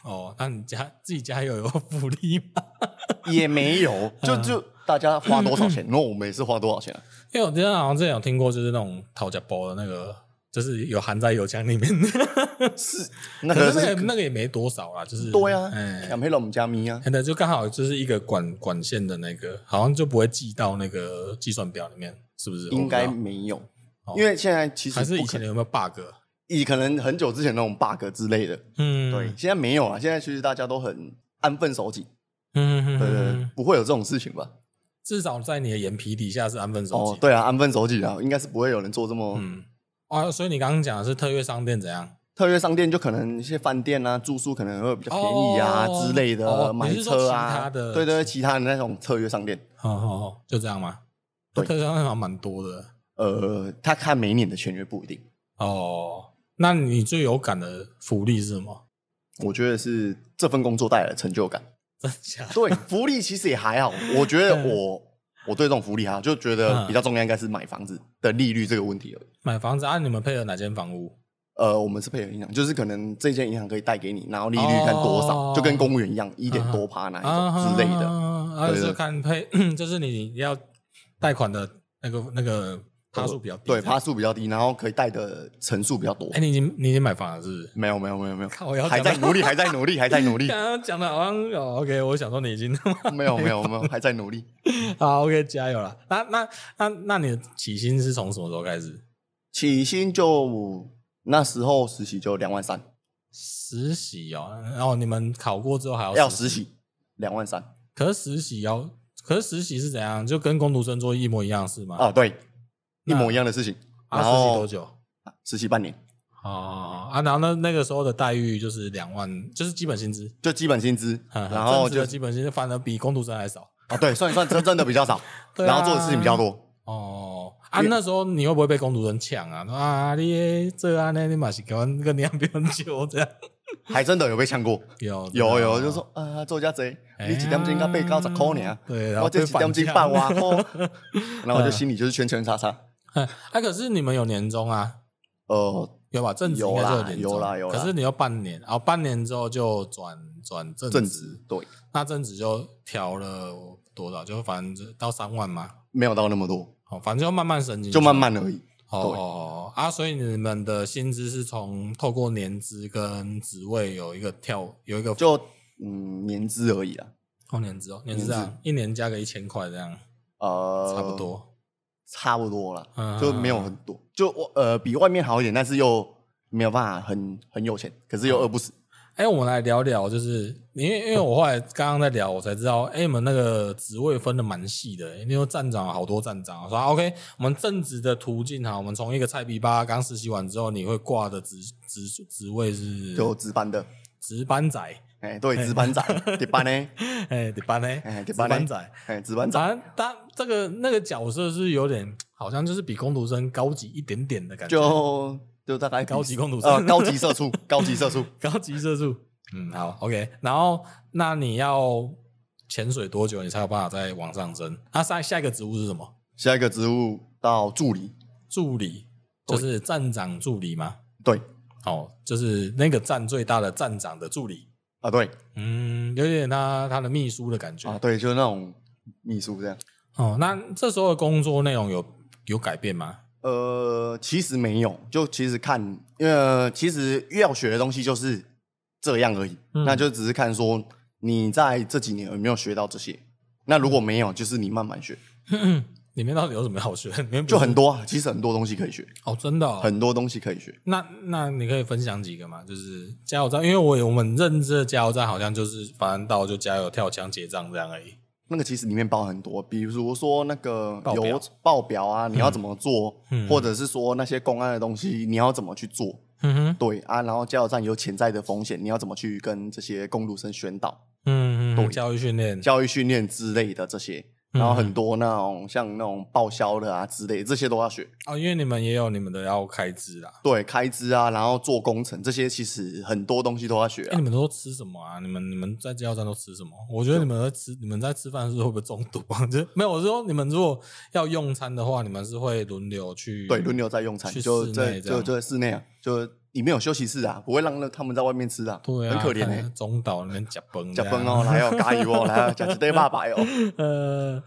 Speaker 1: 哦？那你家自己家有有福利吗？ <laughs>
Speaker 2: 也没有， <laughs> 就就大家花多少钱，
Speaker 1: 嗯
Speaker 2: 然后我们也是花多少钱啊。
Speaker 1: 因为我之前好像之前有听过，就是那种讨价包的那个，就是有含在油浆里面的，
Speaker 2: 那
Speaker 1: 可
Speaker 2: 个
Speaker 1: 是
Speaker 2: 是
Speaker 1: 那个那个也没多少啦，就是
Speaker 2: 对啊
Speaker 1: 哎，
Speaker 2: 两配了我们家咪啊，
Speaker 1: 可能就刚好就是一个管管线的那个，好像就不会记到那个计算表里面，是不是？
Speaker 2: 应该
Speaker 1: 我不知
Speaker 2: 没有
Speaker 1: 啊哦，
Speaker 2: 因为现在其
Speaker 1: 道
Speaker 2: 实
Speaker 1: 还是
Speaker 2: 不
Speaker 1: 以
Speaker 2: 可
Speaker 1: 前
Speaker 2: 能，
Speaker 1: 有没有 bug？
Speaker 2: 以可能很久之前那种 bug 之类的，
Speaker 1: 嗯，
Speaker 2: 对，现在没有啊，现在其实大家都很安分守己，
Speaker 1: 嗯，嗯嗯
Speaker 2: 对对对
Speaker 1: 嗯，
Speaker 2: 不会有这种事情吧？
Speaker 1: 至少在你的眼皮底下是安分守己
Speaker 2: 哦
Speaker 1: 的，，
Speaker 2: 对啊，哦安分守己啊，应该是不会有人做这么、
Speaker 1: 嗯，啊，所以你刚刚讲的是特约商店怎样？
Speaker 2: 特约商店，就可能一些饭店啊、住宿可能会比较便宜啊、
Speaker 1: 哦
Speaker 2: 之类的，
Speaker 1: 哦
Speaker 2: 买
Speaker 1: 你是说
Speaker 2: 车
Speaker 1: 其
Speaker 2: 啊，
Speaker 1: 他的
Speaker 2: 对对，其他的那种特约商店，
Speaker 1: 哦哦哦，就这样吗？
Speaker 2: 对
Speaker 1: 特效好像蛮多的
Speaker 2: 呃，他看每年的签约不一定，
Speaker 1: 哦。那你最有感的福利是什么？
Speaker 2: 我觉得是这份工作带来的成
Speaker 1: <laughs>
Speaker 2: 就感。
Speaker 1: 真假的？
Speaker 2: 对，福利其实也还好，我觉得
Speaker 1: 嗯
Speaker 2: 我我对这种福利哈，就觉得比较重要应该是买房子的利率这个问题而已。
Speaker 1: 买房子啊？你们配合哪间房屋？
Speaker 2: 呃，我们是配合银行，就是可能这间银行可以贷给你，然后利率看多少，
Speaker 1: 哦
Speaker 2: 就跟公务员一样，一点多趴那一种之类的。
Speaker 1: 啊，
Speaker 2: 对
Speaker 1: 就是
Speaker 2: 对
Speaker 1: 看配，就是你要贷款的那个那个趴数比较低。
Speaker 2: 对，
Speaker 1: 这样
Speaker 2: 趴。数比较低，然后可以贷的层数比较多。
Speaker 1: 哎，你已经你已经买房了是不是？
Speaker 2: 没有没有没有没有，
Speaker 1: 靠我要
Speaker 2: 还
Speaker 1: 讲到
Speaker 2: 在努力，还在努力，还在
Speaker 1: <laughs>
Speaker 2: 努力
Speaker 1: 刚，刚讲的好像哦，OK，我想说你已经
Speaker 2: 没有没有没有，还在努力。
Speaker 1: 好 OK，加油了。那那那那你的起薪是从什么时候开始？
Speaker 2: 起薪就那时候实习就两万三，
Speaker 1: 实习哦，然后你们考过之后还要
Speaker 2: 要
Speaker 1: 哦习
Speaker 2: 实习两万三
Speaker 1: 可是实习要，可是实习是怎样？就跟工读生做一模一样是吗？
Speaker 2: 啊，对，一
Speaker 1: 那
Speaker 2: 模一样的事情。
Speaker 1: 啊，
Speaker 2: 然
Speaker 1: 实习
Speaker 2: 后
Speaker 1: 多久？
Speaker 2: 实习半年，
Speaker 1: 哦啊，然后那那个时候的待遇就是两万，就是基本薪资， <laughs>
Speaker 2: 就基本薪资，
Speaker 1: 呵呵
Speaker 2: 然后
Speaker 1: 正职
Speaker 2: 就
Speaker 1: 的基本薪资反而比工读生还少。
Speaker 2: 啊，对，算一算真真的比较少，
Speaker 1: <laughs> 对啊
Speaker 2: 然后做的事情比
Speaker 1: <laughs>
Speaker 2: 较多。
Speaker 1: 哦啊，那时候你会不会被工读生抢啊？说啊，你这啊那你马是给我跟你两边揪这样？
Speaker 2: 还真的有被呛过，
Speaker 1: 有哦
Speaker 2: 有有，就
Speaker 1: 就是
Speaker 2: 说啊，做家贼，
Speaker 1: 哎呀
Speaker 2: 你几点钟该被告十块呢？
Speaker 1: 对，然后
Speaker 2: 我啊这
Speaker 1: 哎被
Speaker 2: 几点
Speaker 1: 反
Speaker 2: 钟
Speaker 1: 呛嗯
Speaker 2: 办瓦块， <laughs> 然后我就心里就是圈圈叉叉。
Speaker 1: <laughs> 啊，可是你们有年终啊？
Speaker 2: 呃，
Speaker 1: 有吧，正职
Speaker 2: 有
Speaker 1: 应该是
Speaker 2: 啦
Speaker 1: 有年
Speaker 2: 有
Speaker 1: 终
Speaker 2: 啦有啦
Speaker 1: 可是你要半年，然后半年之后就转转正
Speaker 2: 正职对，
Speaker 1: 那正职就调了多少？就反正就到三万嘛，
Speaker 2: 没有到那么多，
Speaker 1: 哦，反正就慢慢升进去，
Speaker 2: 就慢慢而已。
Speaker 1: 哦哦
Speaker 2: 对
Speaker 1: 哦啊，所以你们的薪资是从透过年资跟职位有一个跳，有一个
Speaker 2: 就嗯年资而已啊，
Speaker 1: 哦年资哦，年资
Speaker 2: 年资
Speaker 1: 啊，一年加个一千块这样，
Speaker 2: 呃，
Speaker 1: 差不，多。
Speaker 2: 差不多了，
Speaker 1: 嗯
Speaker 2: 就没有很多，就我呃比外面好一点，但是又没有办法很很有钱，可是又饿不死。
Speaker 1: 哎、我们来聊聊，就是因为因为我后来刚刚在聊，我才知道，哎、你们那个职位分的蛮细的、因为站长好多站长，我说啊 OK，我们正职的途径哈，我们从一个菜逼吧刚实习完之后，你会挂的职职职位是
Speaker 2: 就值班的，
Speaker 1: 值班仔，
Speaker 2: 哎、对，
Speaker 1: <laughs>
Speaker 2: 值班长，值班呢，
Speaker 1: 哎，值班呢，
Speaker 2: 哎
Speaker 1: 值
Speaker 2: 值班呢
Speaker 1: 班仔，
Speaker 2: 哎、值班长，
Speaker 1: 反正他这个那个角色是有点，好像就是比工读生高级一点点的感觉，
Speaker 2: 就就大概比
Speaker 1: 高级控毒
Speaker 2: 呃，
Speaker 1: 者
Speaker 2: 高级社畜，高级社畜，
Speaker 1: 高级色素。嗯，好，OK。然后，那你要潜水多久，你才有办法再往上升？那、下下一个职务是什么？
Speaker 2: 下一个职务到助理，
Speaker 1: 助理，就是站长助理吗？
Speaker 2: 对
Speaker 1: 哦，就是那个站最大的站长的助理，
Speaker 2: 啊，对
Speaker 1: 嗯，有点他他的秘书的感觉。
Speaker 2: 啊，对，就是那种秘书这样。
Speaker 1: 哦，那这时候的工作内容有有改变吗？
Speaker 2: 呃，其实没有，就其实看，呃，其实要学的东西就是这样而已，
Speaker 1: 嗯
Speaker 2: 那就只是看说你在这几年有没有学到这些。那如果没有，就是你慢慢学，
Speaker 1: 嗯里面到底有什么好学？里面不是
Speaker 2: 嗯就很多啊，其实很多东西可以学，
Speaker 1: 哦，真的、哦、
Speaker 2: 很多东西可以学。
Speaker 1: 那那你可以分享几个嘛？就是加油站，因为我我们认知的加油站好像就是反正到就加油、跳枪、结账这样而已。
Speaker 2: 那个其实里面包含很多，比如说那个
Speaker 1: 报表
Speaker 2: 有报表啊，你要怎么做，
Speaker 1: 嗯
Speaker 2: 或者是说那些公安的东西你要怎么去做，
Speaker 1: 嗯哼，
Speaker 2: 对啊，然后加油站有潜在的风险，你要怎么去跟这些公路生宣导？
Speaker 1: 嗯嗯，
Speaker 2: 对
Speaker 1: 教育训练，
Speaker 2: 教育训练之类的这些，然后
Speaker 1: 嗯
Speaker 2: 很多那种像那种报销的啊之类，这些都要学。
Speaker 1: 哦，因为你们也有你们的要开支啦。
Speaker 2: 对，开支啊，然后做工程这些，其实很多东西都要学
Speaker 1: 哎、
Speaker 2: 啊
Speaker 1: 你。们都吃什么啊？你们你们在加油站都吃什么？我觉得你们在吃你们在吃饭的时候会不会中毒啊？ <laughs> 就是没有，我是说你们如果要用餐的话，你们是会轮流去
Speaker 2: 对，轮流在用餐，
Speaker 1: 去
Speaker 2: 就
Speaker 1: 室
Speaker 2: 在
Speaker 1: 内这
Speaker 2: 就
Speaker 1: 样
Speaker 2: 就在室内啊，就里面有休息室啊，不会让那他们在外面吃啊，
Speaker 1: 对啊，啊
Speaker 2: 很可怜
Speaker 1: 看
Speaker 2: 哎、欸。
Speaker 1: 中岛那边夹崩
Speaker 2: 加
Speaker 1: 夹
Speaker 2: 班哦，来哦，加油哦，来哦，加一对爸爸哦。
Speaker 1: 呃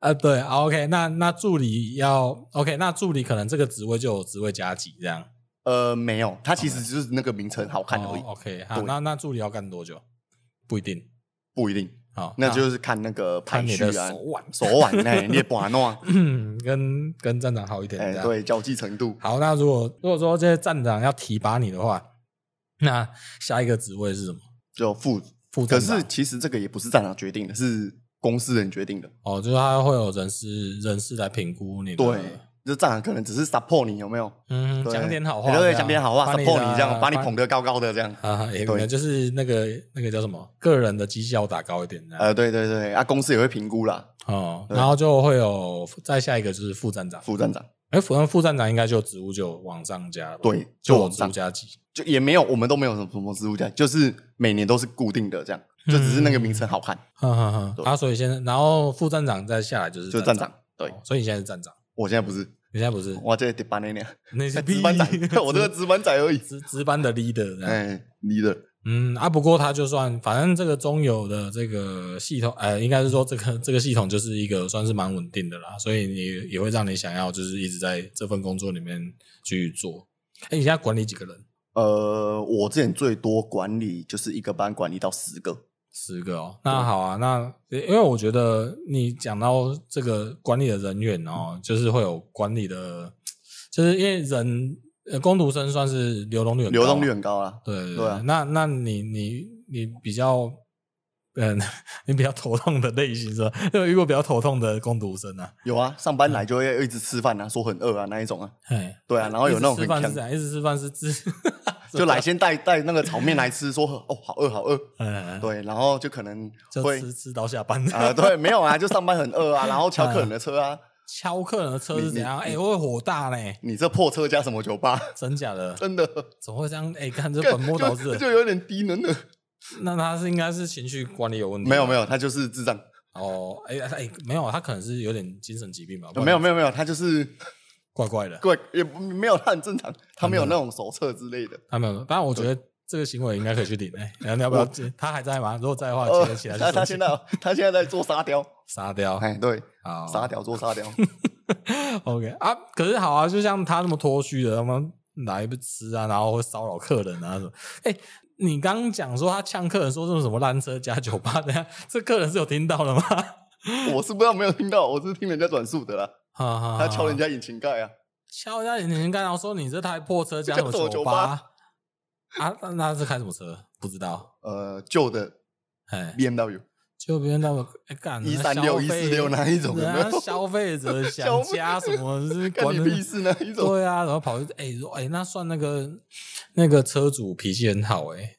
Speaker 1: 啊，对啊，OK，那那助理要 OK，那助理可能这个职位就有职位加级这样，
Speaker 2: 呃，没有，他其实就是那个名称好看而已
Speaker 1: 哦、，OK，好，
Speaker 2: 对
Speaker 1: 那那助理要干多久？不一定，
Speaker 2: 不一定。
Speaker 1: 好，
Speaker 2: 那就是看那个
Speaker 1: 啊
Speaker 2: 排
Speaker 1: 看你
Speaker 2: 序
Speaker 1: 的
Speaker 2: 啊
Speaker 1: 手，腕，
Speaker 2: 手腕呢，你也不安弄啊。
Speaker 1: 跟跟站长好一点，这
Speaker 2: 哎，
Speaker 1: 样。
Speaker 2: <laughs> 对，交际程度。
Speaker 1: 好，那如果如果说这些站长要提拔你的话，那下一个职位是什么？
Speaker 2: 就副
Speaker 1: 副
Speaker 2: 可
Speaker 1: 站长
Speaker 2: 是其实这个也不是站长决定的，是公司人决定的。
Speaker 1: 哦，就是他会有人事人事来评估你的，
Speaker 2: 对，就站长可能只是 support 你有没有？
Speaker 1: 嗯，
Speaker 2: 对
Speaker 1: 讲点好
Speaker 2: 哎
Speaker 1: 话，
Speaker 2: 对，讲点好话
Speaker 1: 把
Speaker 2: ，support 你
Speaker 1: 的
Speaker 2: 这样，把你
Speaker 1: 把
Speaker 2: 捧得高高的这样。
Speaker 1: 啊，也
Speaker 2: 对
Speaker 1: 没有，就是那个那个叫什么，个人的绩效打高一点这样。
Speaker 2: 呃，对对对，啊，公司也会评估啦，
Speaker 1: 哦，然后就会有再下一个就是副站长，
Speaker 2: 副站长。
Speaker 1: 哎，副副站长应该就职务就往上加了吧，
Speaker 2: 对
Speaker 1: 就
Speaker 2: 就
Speaker 1: 有
Speaker 2: 往
Speaker 1: 职务
Speaker 2: 上
Speaker 1: 加级。
Speaker 2: 就也没有，我们都没有什么什么职务奖，就是每年都是固定的这样，就只是那个名称好看，
Speaker 1: 哼哼哼，
Speaker 2: 对
Speaker 1: 啊，所以现在，然后副站长再下来就是
Speaker 2: 就是站长。对
Speaker 1: 哦，所以你现在是站长，
Speaker 2: 我现在不是，
Speaker 1: 你现在不是，
Speaker 2: 我这值班 <laughs> 那年，
Speaker 1: 那是
Speaker 2: 哎值 <laughs> 班
Speaker 1: 屁
Speaker 2: 仔，我这个值班仔而已。
Speaker 1: 值值班的 leader 这样。
Speaker 2: 哎，你的
Speaker 1: 嗯啊，不过他就算，反正这个中油的这个系统，呃，应该是说这个这个系统就是一个算是蛮稳定的啦，所以你也会让你想要就是一直在这份工作里面去做。哎、你现在管理几个人？
Speaker 2: 呃，我之前最多管理就是一个班管理到十个，
Speaker 1: 十个哦。那好啊，那因为我觉得你讲到这个管理的人员哦，就是会有管理的，就是因为人呃，工读生算是流动率很高啊
Speaker 2: 流
Speaker 1: 嘛
Speaker 2: 动率很高啦。
Speaker 1: 对对
Speaker 2: 对啊
Speaker 1: 那那你你你比较，嗯， <laughs> 你比较头痛的类型是吧？ <laughs> 有遇过比较头痛的工读生啊？
Speaker 2: 有啊，上班来就会一直吃饭啊，说很饿啊那一种啊，
Speaker 1: 哎，
Speaker 2: 对啊，然后有那种
Speaker 1: 一直吃饭是
Speaker 2: 很强
Speaker 1: 怎，样？一直吃饭是自，
Speaker 2: <laughs>
Speaker 1: <laughs>
Speaker 2: 就来先带带那个炒面来吃，说哦好饿好饿，
Speaker 1: 嗯，
Speaker 2: 对，然后就可能
Speaker 1: 就
Speaker 2: 会
Speaker 1: 吃嗯吃到下班
Speaker 2: 啊、对，没有啊，就上班很饿啊，
Speaker 1: <laughs>
Speaker 2: 然后敲客人的车啊，
Speaker 1: 敲客人的车是怎样？
Speaker 2: 你
Speaker 1: 哎，
Speaker 2: 你
Speaker 1: 我会火大嘞，
Speaker 2: 你这破车加什么酒吧，
Speaker 1: 真假的？
Speaker 2: 真的
Speaker 1: 怎么会这样？哎，看这
Speaker 2: 干
Speaker 1: 本末倒置
Speaker 2: 就
Speaker 1: 了。嗯
Speaker 2: 就有点低能的，
Speaker 1: 那他是应该是情绪管理有问题？
Speaker 2: 没有没有，他就是智障，
Speaker 1: 哦，哎哎，没有，他可能是有点精神疾病吧？不然
Speaker 2: 没有没有没有，他就是 <laughs>
Speaker 1: 怪怪的。
Speaker 2: 怪也不没有，他很正常，他没有那种手册之类的。
Speaker 1: 啊他没有，当然我觉得这个行为应该可以去领诶、 <laughs> 然后你要不要？他还在吗？如果在的话，
Speaker 2: 哦
Speaker 1: 记得起来去
Speaker 2: 他他
Speaker 1: 申
Speaker 2: 现
Speaker 1: 请
Speaker 2: 在他现在在做沙 <laughs> 雕，
Speaker 1: 杀掉。
Speaker 2: 哎，对，
Speaker 1: 好
Speaker 2: 沙雕做沙雕， <laughs>
Speaker 1: ，OK 啊。可是好啊，就像他那么脱序的，他们来不吃啊，然后会骚扰客人啊什么。哎、你刚刚讲说他呛客人说这种什么烂车加酒吧，等下 <laughs> 这客人是有听到了吗？ <laughs>
Speaker 2: 我是不知道没有听到，我是听人家转述的啦。他
Speaker 1: 他
Speaker 2: 敲人家引擎盖啊，
Speaker 1: 敲人家眼睛干，然后说你这台破车加什么
Speaker 2: 加什么
Speaker 1: 酒
Speaker 2: 酒
Speaker 1: 吧？啊，那那是开什么车？不知道。
Speaker 2: 呃，旧的
Speaker 1: 哎，
Speaker 2: B M W，
Speaker 1: 就别人那么哎干
Speaker 2: 一三六一四六那一种有没
Speaker 1: 人家
Speaker 2: 有？
Speaker 1: 消费者想
Speaker 2: <laughs> 消费
Speaker 1: 加什么是
Speaker 2: <laughs> 干
Speaker 1: 管
Speaker 2: 你
Speaker 1: 的 <laughs>
Speaker 2: 屁事那一种？
Speaker 1: 对啊，然后跑去哎说哎，那算那个那个车主脾气很好哎、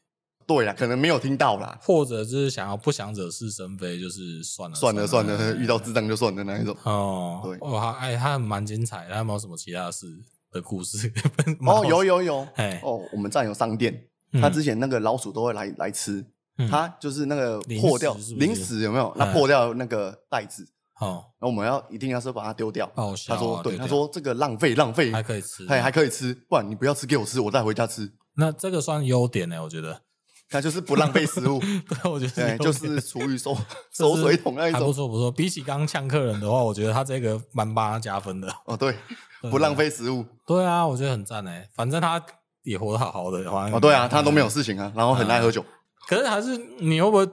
Speaker 2: 对啦，可能没有听到啦，
Speaker 1: 或者就是想要不想惹是生非，就是算了
Speaker 2: 算了算了，遇
Speaker 1: 到
Speaker 2: 到智障就算了那一种。
Speaker 1: 哦，
Speaker 2: 对
Speaker 1: 哦，他哎他很蛮精彩的，他有没有什么其他的事的故事？ <laughs>
Speaker 2: 哦，有有有
Speaker 1: 哎，
Speaker 2: 哦，我们站有商店，
Speaker 1: 嗯
Speaker 2: 他之前那个老鼠都会来来吃，
Speaker 1: 嗯
Speaker 2: 它就是那个
Speaker 1: 零
Speaker 2: 破掉
Speaker 1: 食是不是
Speaker 2: 零食有没有？那
Speaker 1: 嗯
Speaker 2: 破掉那个袋子，
Speaker 1: 哦，
Speaker 2: 然后我们要一定要是把它丢掉。
Speaker 1: 报销
Speaker 2: 他
Speaker 1: 啊
Speaker 2: 说对，
Speaker 1: 对
Speaker 2: 他说这个浪费浪费，
Speaker 1: 还可以吃，
Speaker 2: 还还可以吃，不然你不要吃给我吃，我带回家吃。
Speaker 1: 那这个算优点呢、我觉得， <laughs>
Speaker 2: 他就是不浪费食物，
Speaker 1: 对，我觉得
Speaker 2: 对，
Speaker 1: 优点
Speaker 2: 就是厨
Speaker 1: <laughs>
Speaker 2: 余收
Speaker 1: 这
Speaker 2: 收
Speaker 1: 是
Speaker 2: 水桶那一
Speaker 1: 还不
Speaker 2: 种。
Speaker 1: 错不错。比起刚呛客人的话，我觉得他这个蛮帮他加分的。
Speaker 2: 哦，对，
Speaker 1: 对
Speaker 2: 不浪。费食物。
Speaker 1: <laughs> 对啊，我觉得很赞哎，反正他也活得好好的，好像
Speaker 2: 哦，对啊，他都没有。事情
Speaker 1: 嗯
Speaker 2: 啊，然后很爱喝酒。
Speaker 1: 可是还是你会不会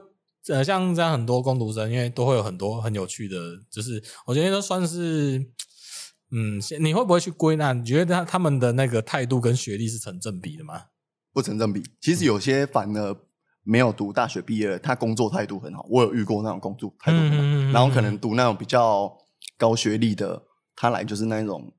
Speaker 1: 呃，像这样很多工读生，因为都会有很多很有趣的，就是我觉得都算是。嗯，先你会不会去归纳？你觉得他他们的那个态度跟学历是成正比的吗？
Speaker 2: 不成正比。其实有些反而没有读大学毕业的，他工作态度很好，我有遇过那种工作态度很好，
Speaker 1: 嗯嗯嗯嗯
Speaker 2: 然后可能读那种比较高学历的，他来就是那一种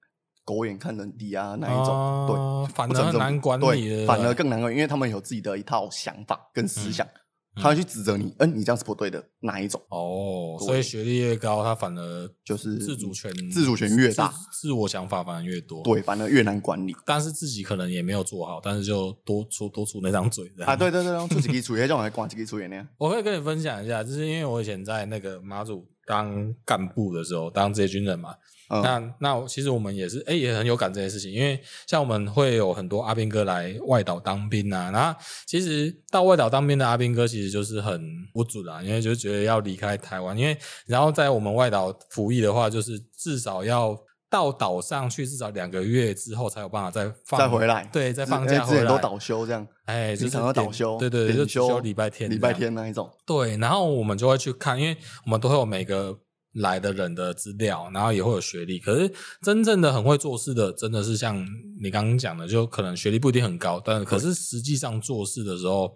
Speaker 2: 狗眼看人低啊那一种，
Speaker 1: 哦
Speaker 2: 对，
Speaker 1: 反
Speaker 2: 不成
Speaker 1: 而
Speaker 2: 正比
Speaker 1: 难管理对
Speaker 2: 对，
Speaker 1: 不
Speaker 2: 反而
Speaker 1: 对
Speaker 2: 更难管，因为他们有自己的一套想法跟思想，
Speaker 1: 嗯
Speaker 2: 他会去指责你，嗯、你这样是不对的，哪一种？
Speaker 1: 哦，
Speaker 2: 对
Speaker 1: 所以学历越高，他反而
Speaker 2: 就是
Speaker 1: 自主权
Speaker 2: 自主权越大
Speaker 1: 自，自我想法反而越多。，
Speaker 2: 对，反而越难管理
Speaker 1: 但是自己可能也没有做好，但是就多出多出那张嘴这样
Speaker 2: 啊！对对对，然后自己给出，那种还管自己出那样。
Speaker 1: 我可以跟你分享一下，就是因为我以前在那个马祖当干部的时候，当职业军人嘛。
Speaker 2: 嗯
Speaker 1: 那那我其实我们也是，哎、也很有感这件事情，因为像我们会有很多阿兵哥来外岛当兵啊，然后其实到外岛当兵的阿兵哥其实就是很无助啦，因为就觉得要离开台湾，因为然后在我们外岛服役的话，就是至少要。到岛上去至少两个月之后才有办法再放
Speaker 2: 再回来
Speaker 1: 对，再
Speaker 2: 之
Speaker 1: 放
Speaker 2: 哎
Speaker 1: 假
Speaker 2: 之
Speaker 1: 回
Speaker 2: 前
Speaker 1: 来。
Speaker 2: 都倒休这样，
Speaker 1: 哎，就
Speaker 2: 平
Speaker 1: 是
Speaker 2: 常都
Speaker 1: 点
Speaker 2: 倒休，
Speaker 1: 对对，对就
Speaker 2: 点
Speaker 1: 只休
Speaker 2: 休
Speaker 1: 礼拜天这样，
Speaker 2: 礼拜天那一种。
Speaker 1: 对，然后我们就会去看，因为我们都会有每个来的人的资料，然后也会有学历。可是真正的很会做事的，真的是像你刚刚讲的，就可能学历不一定很高，但可是实际上做事的时候，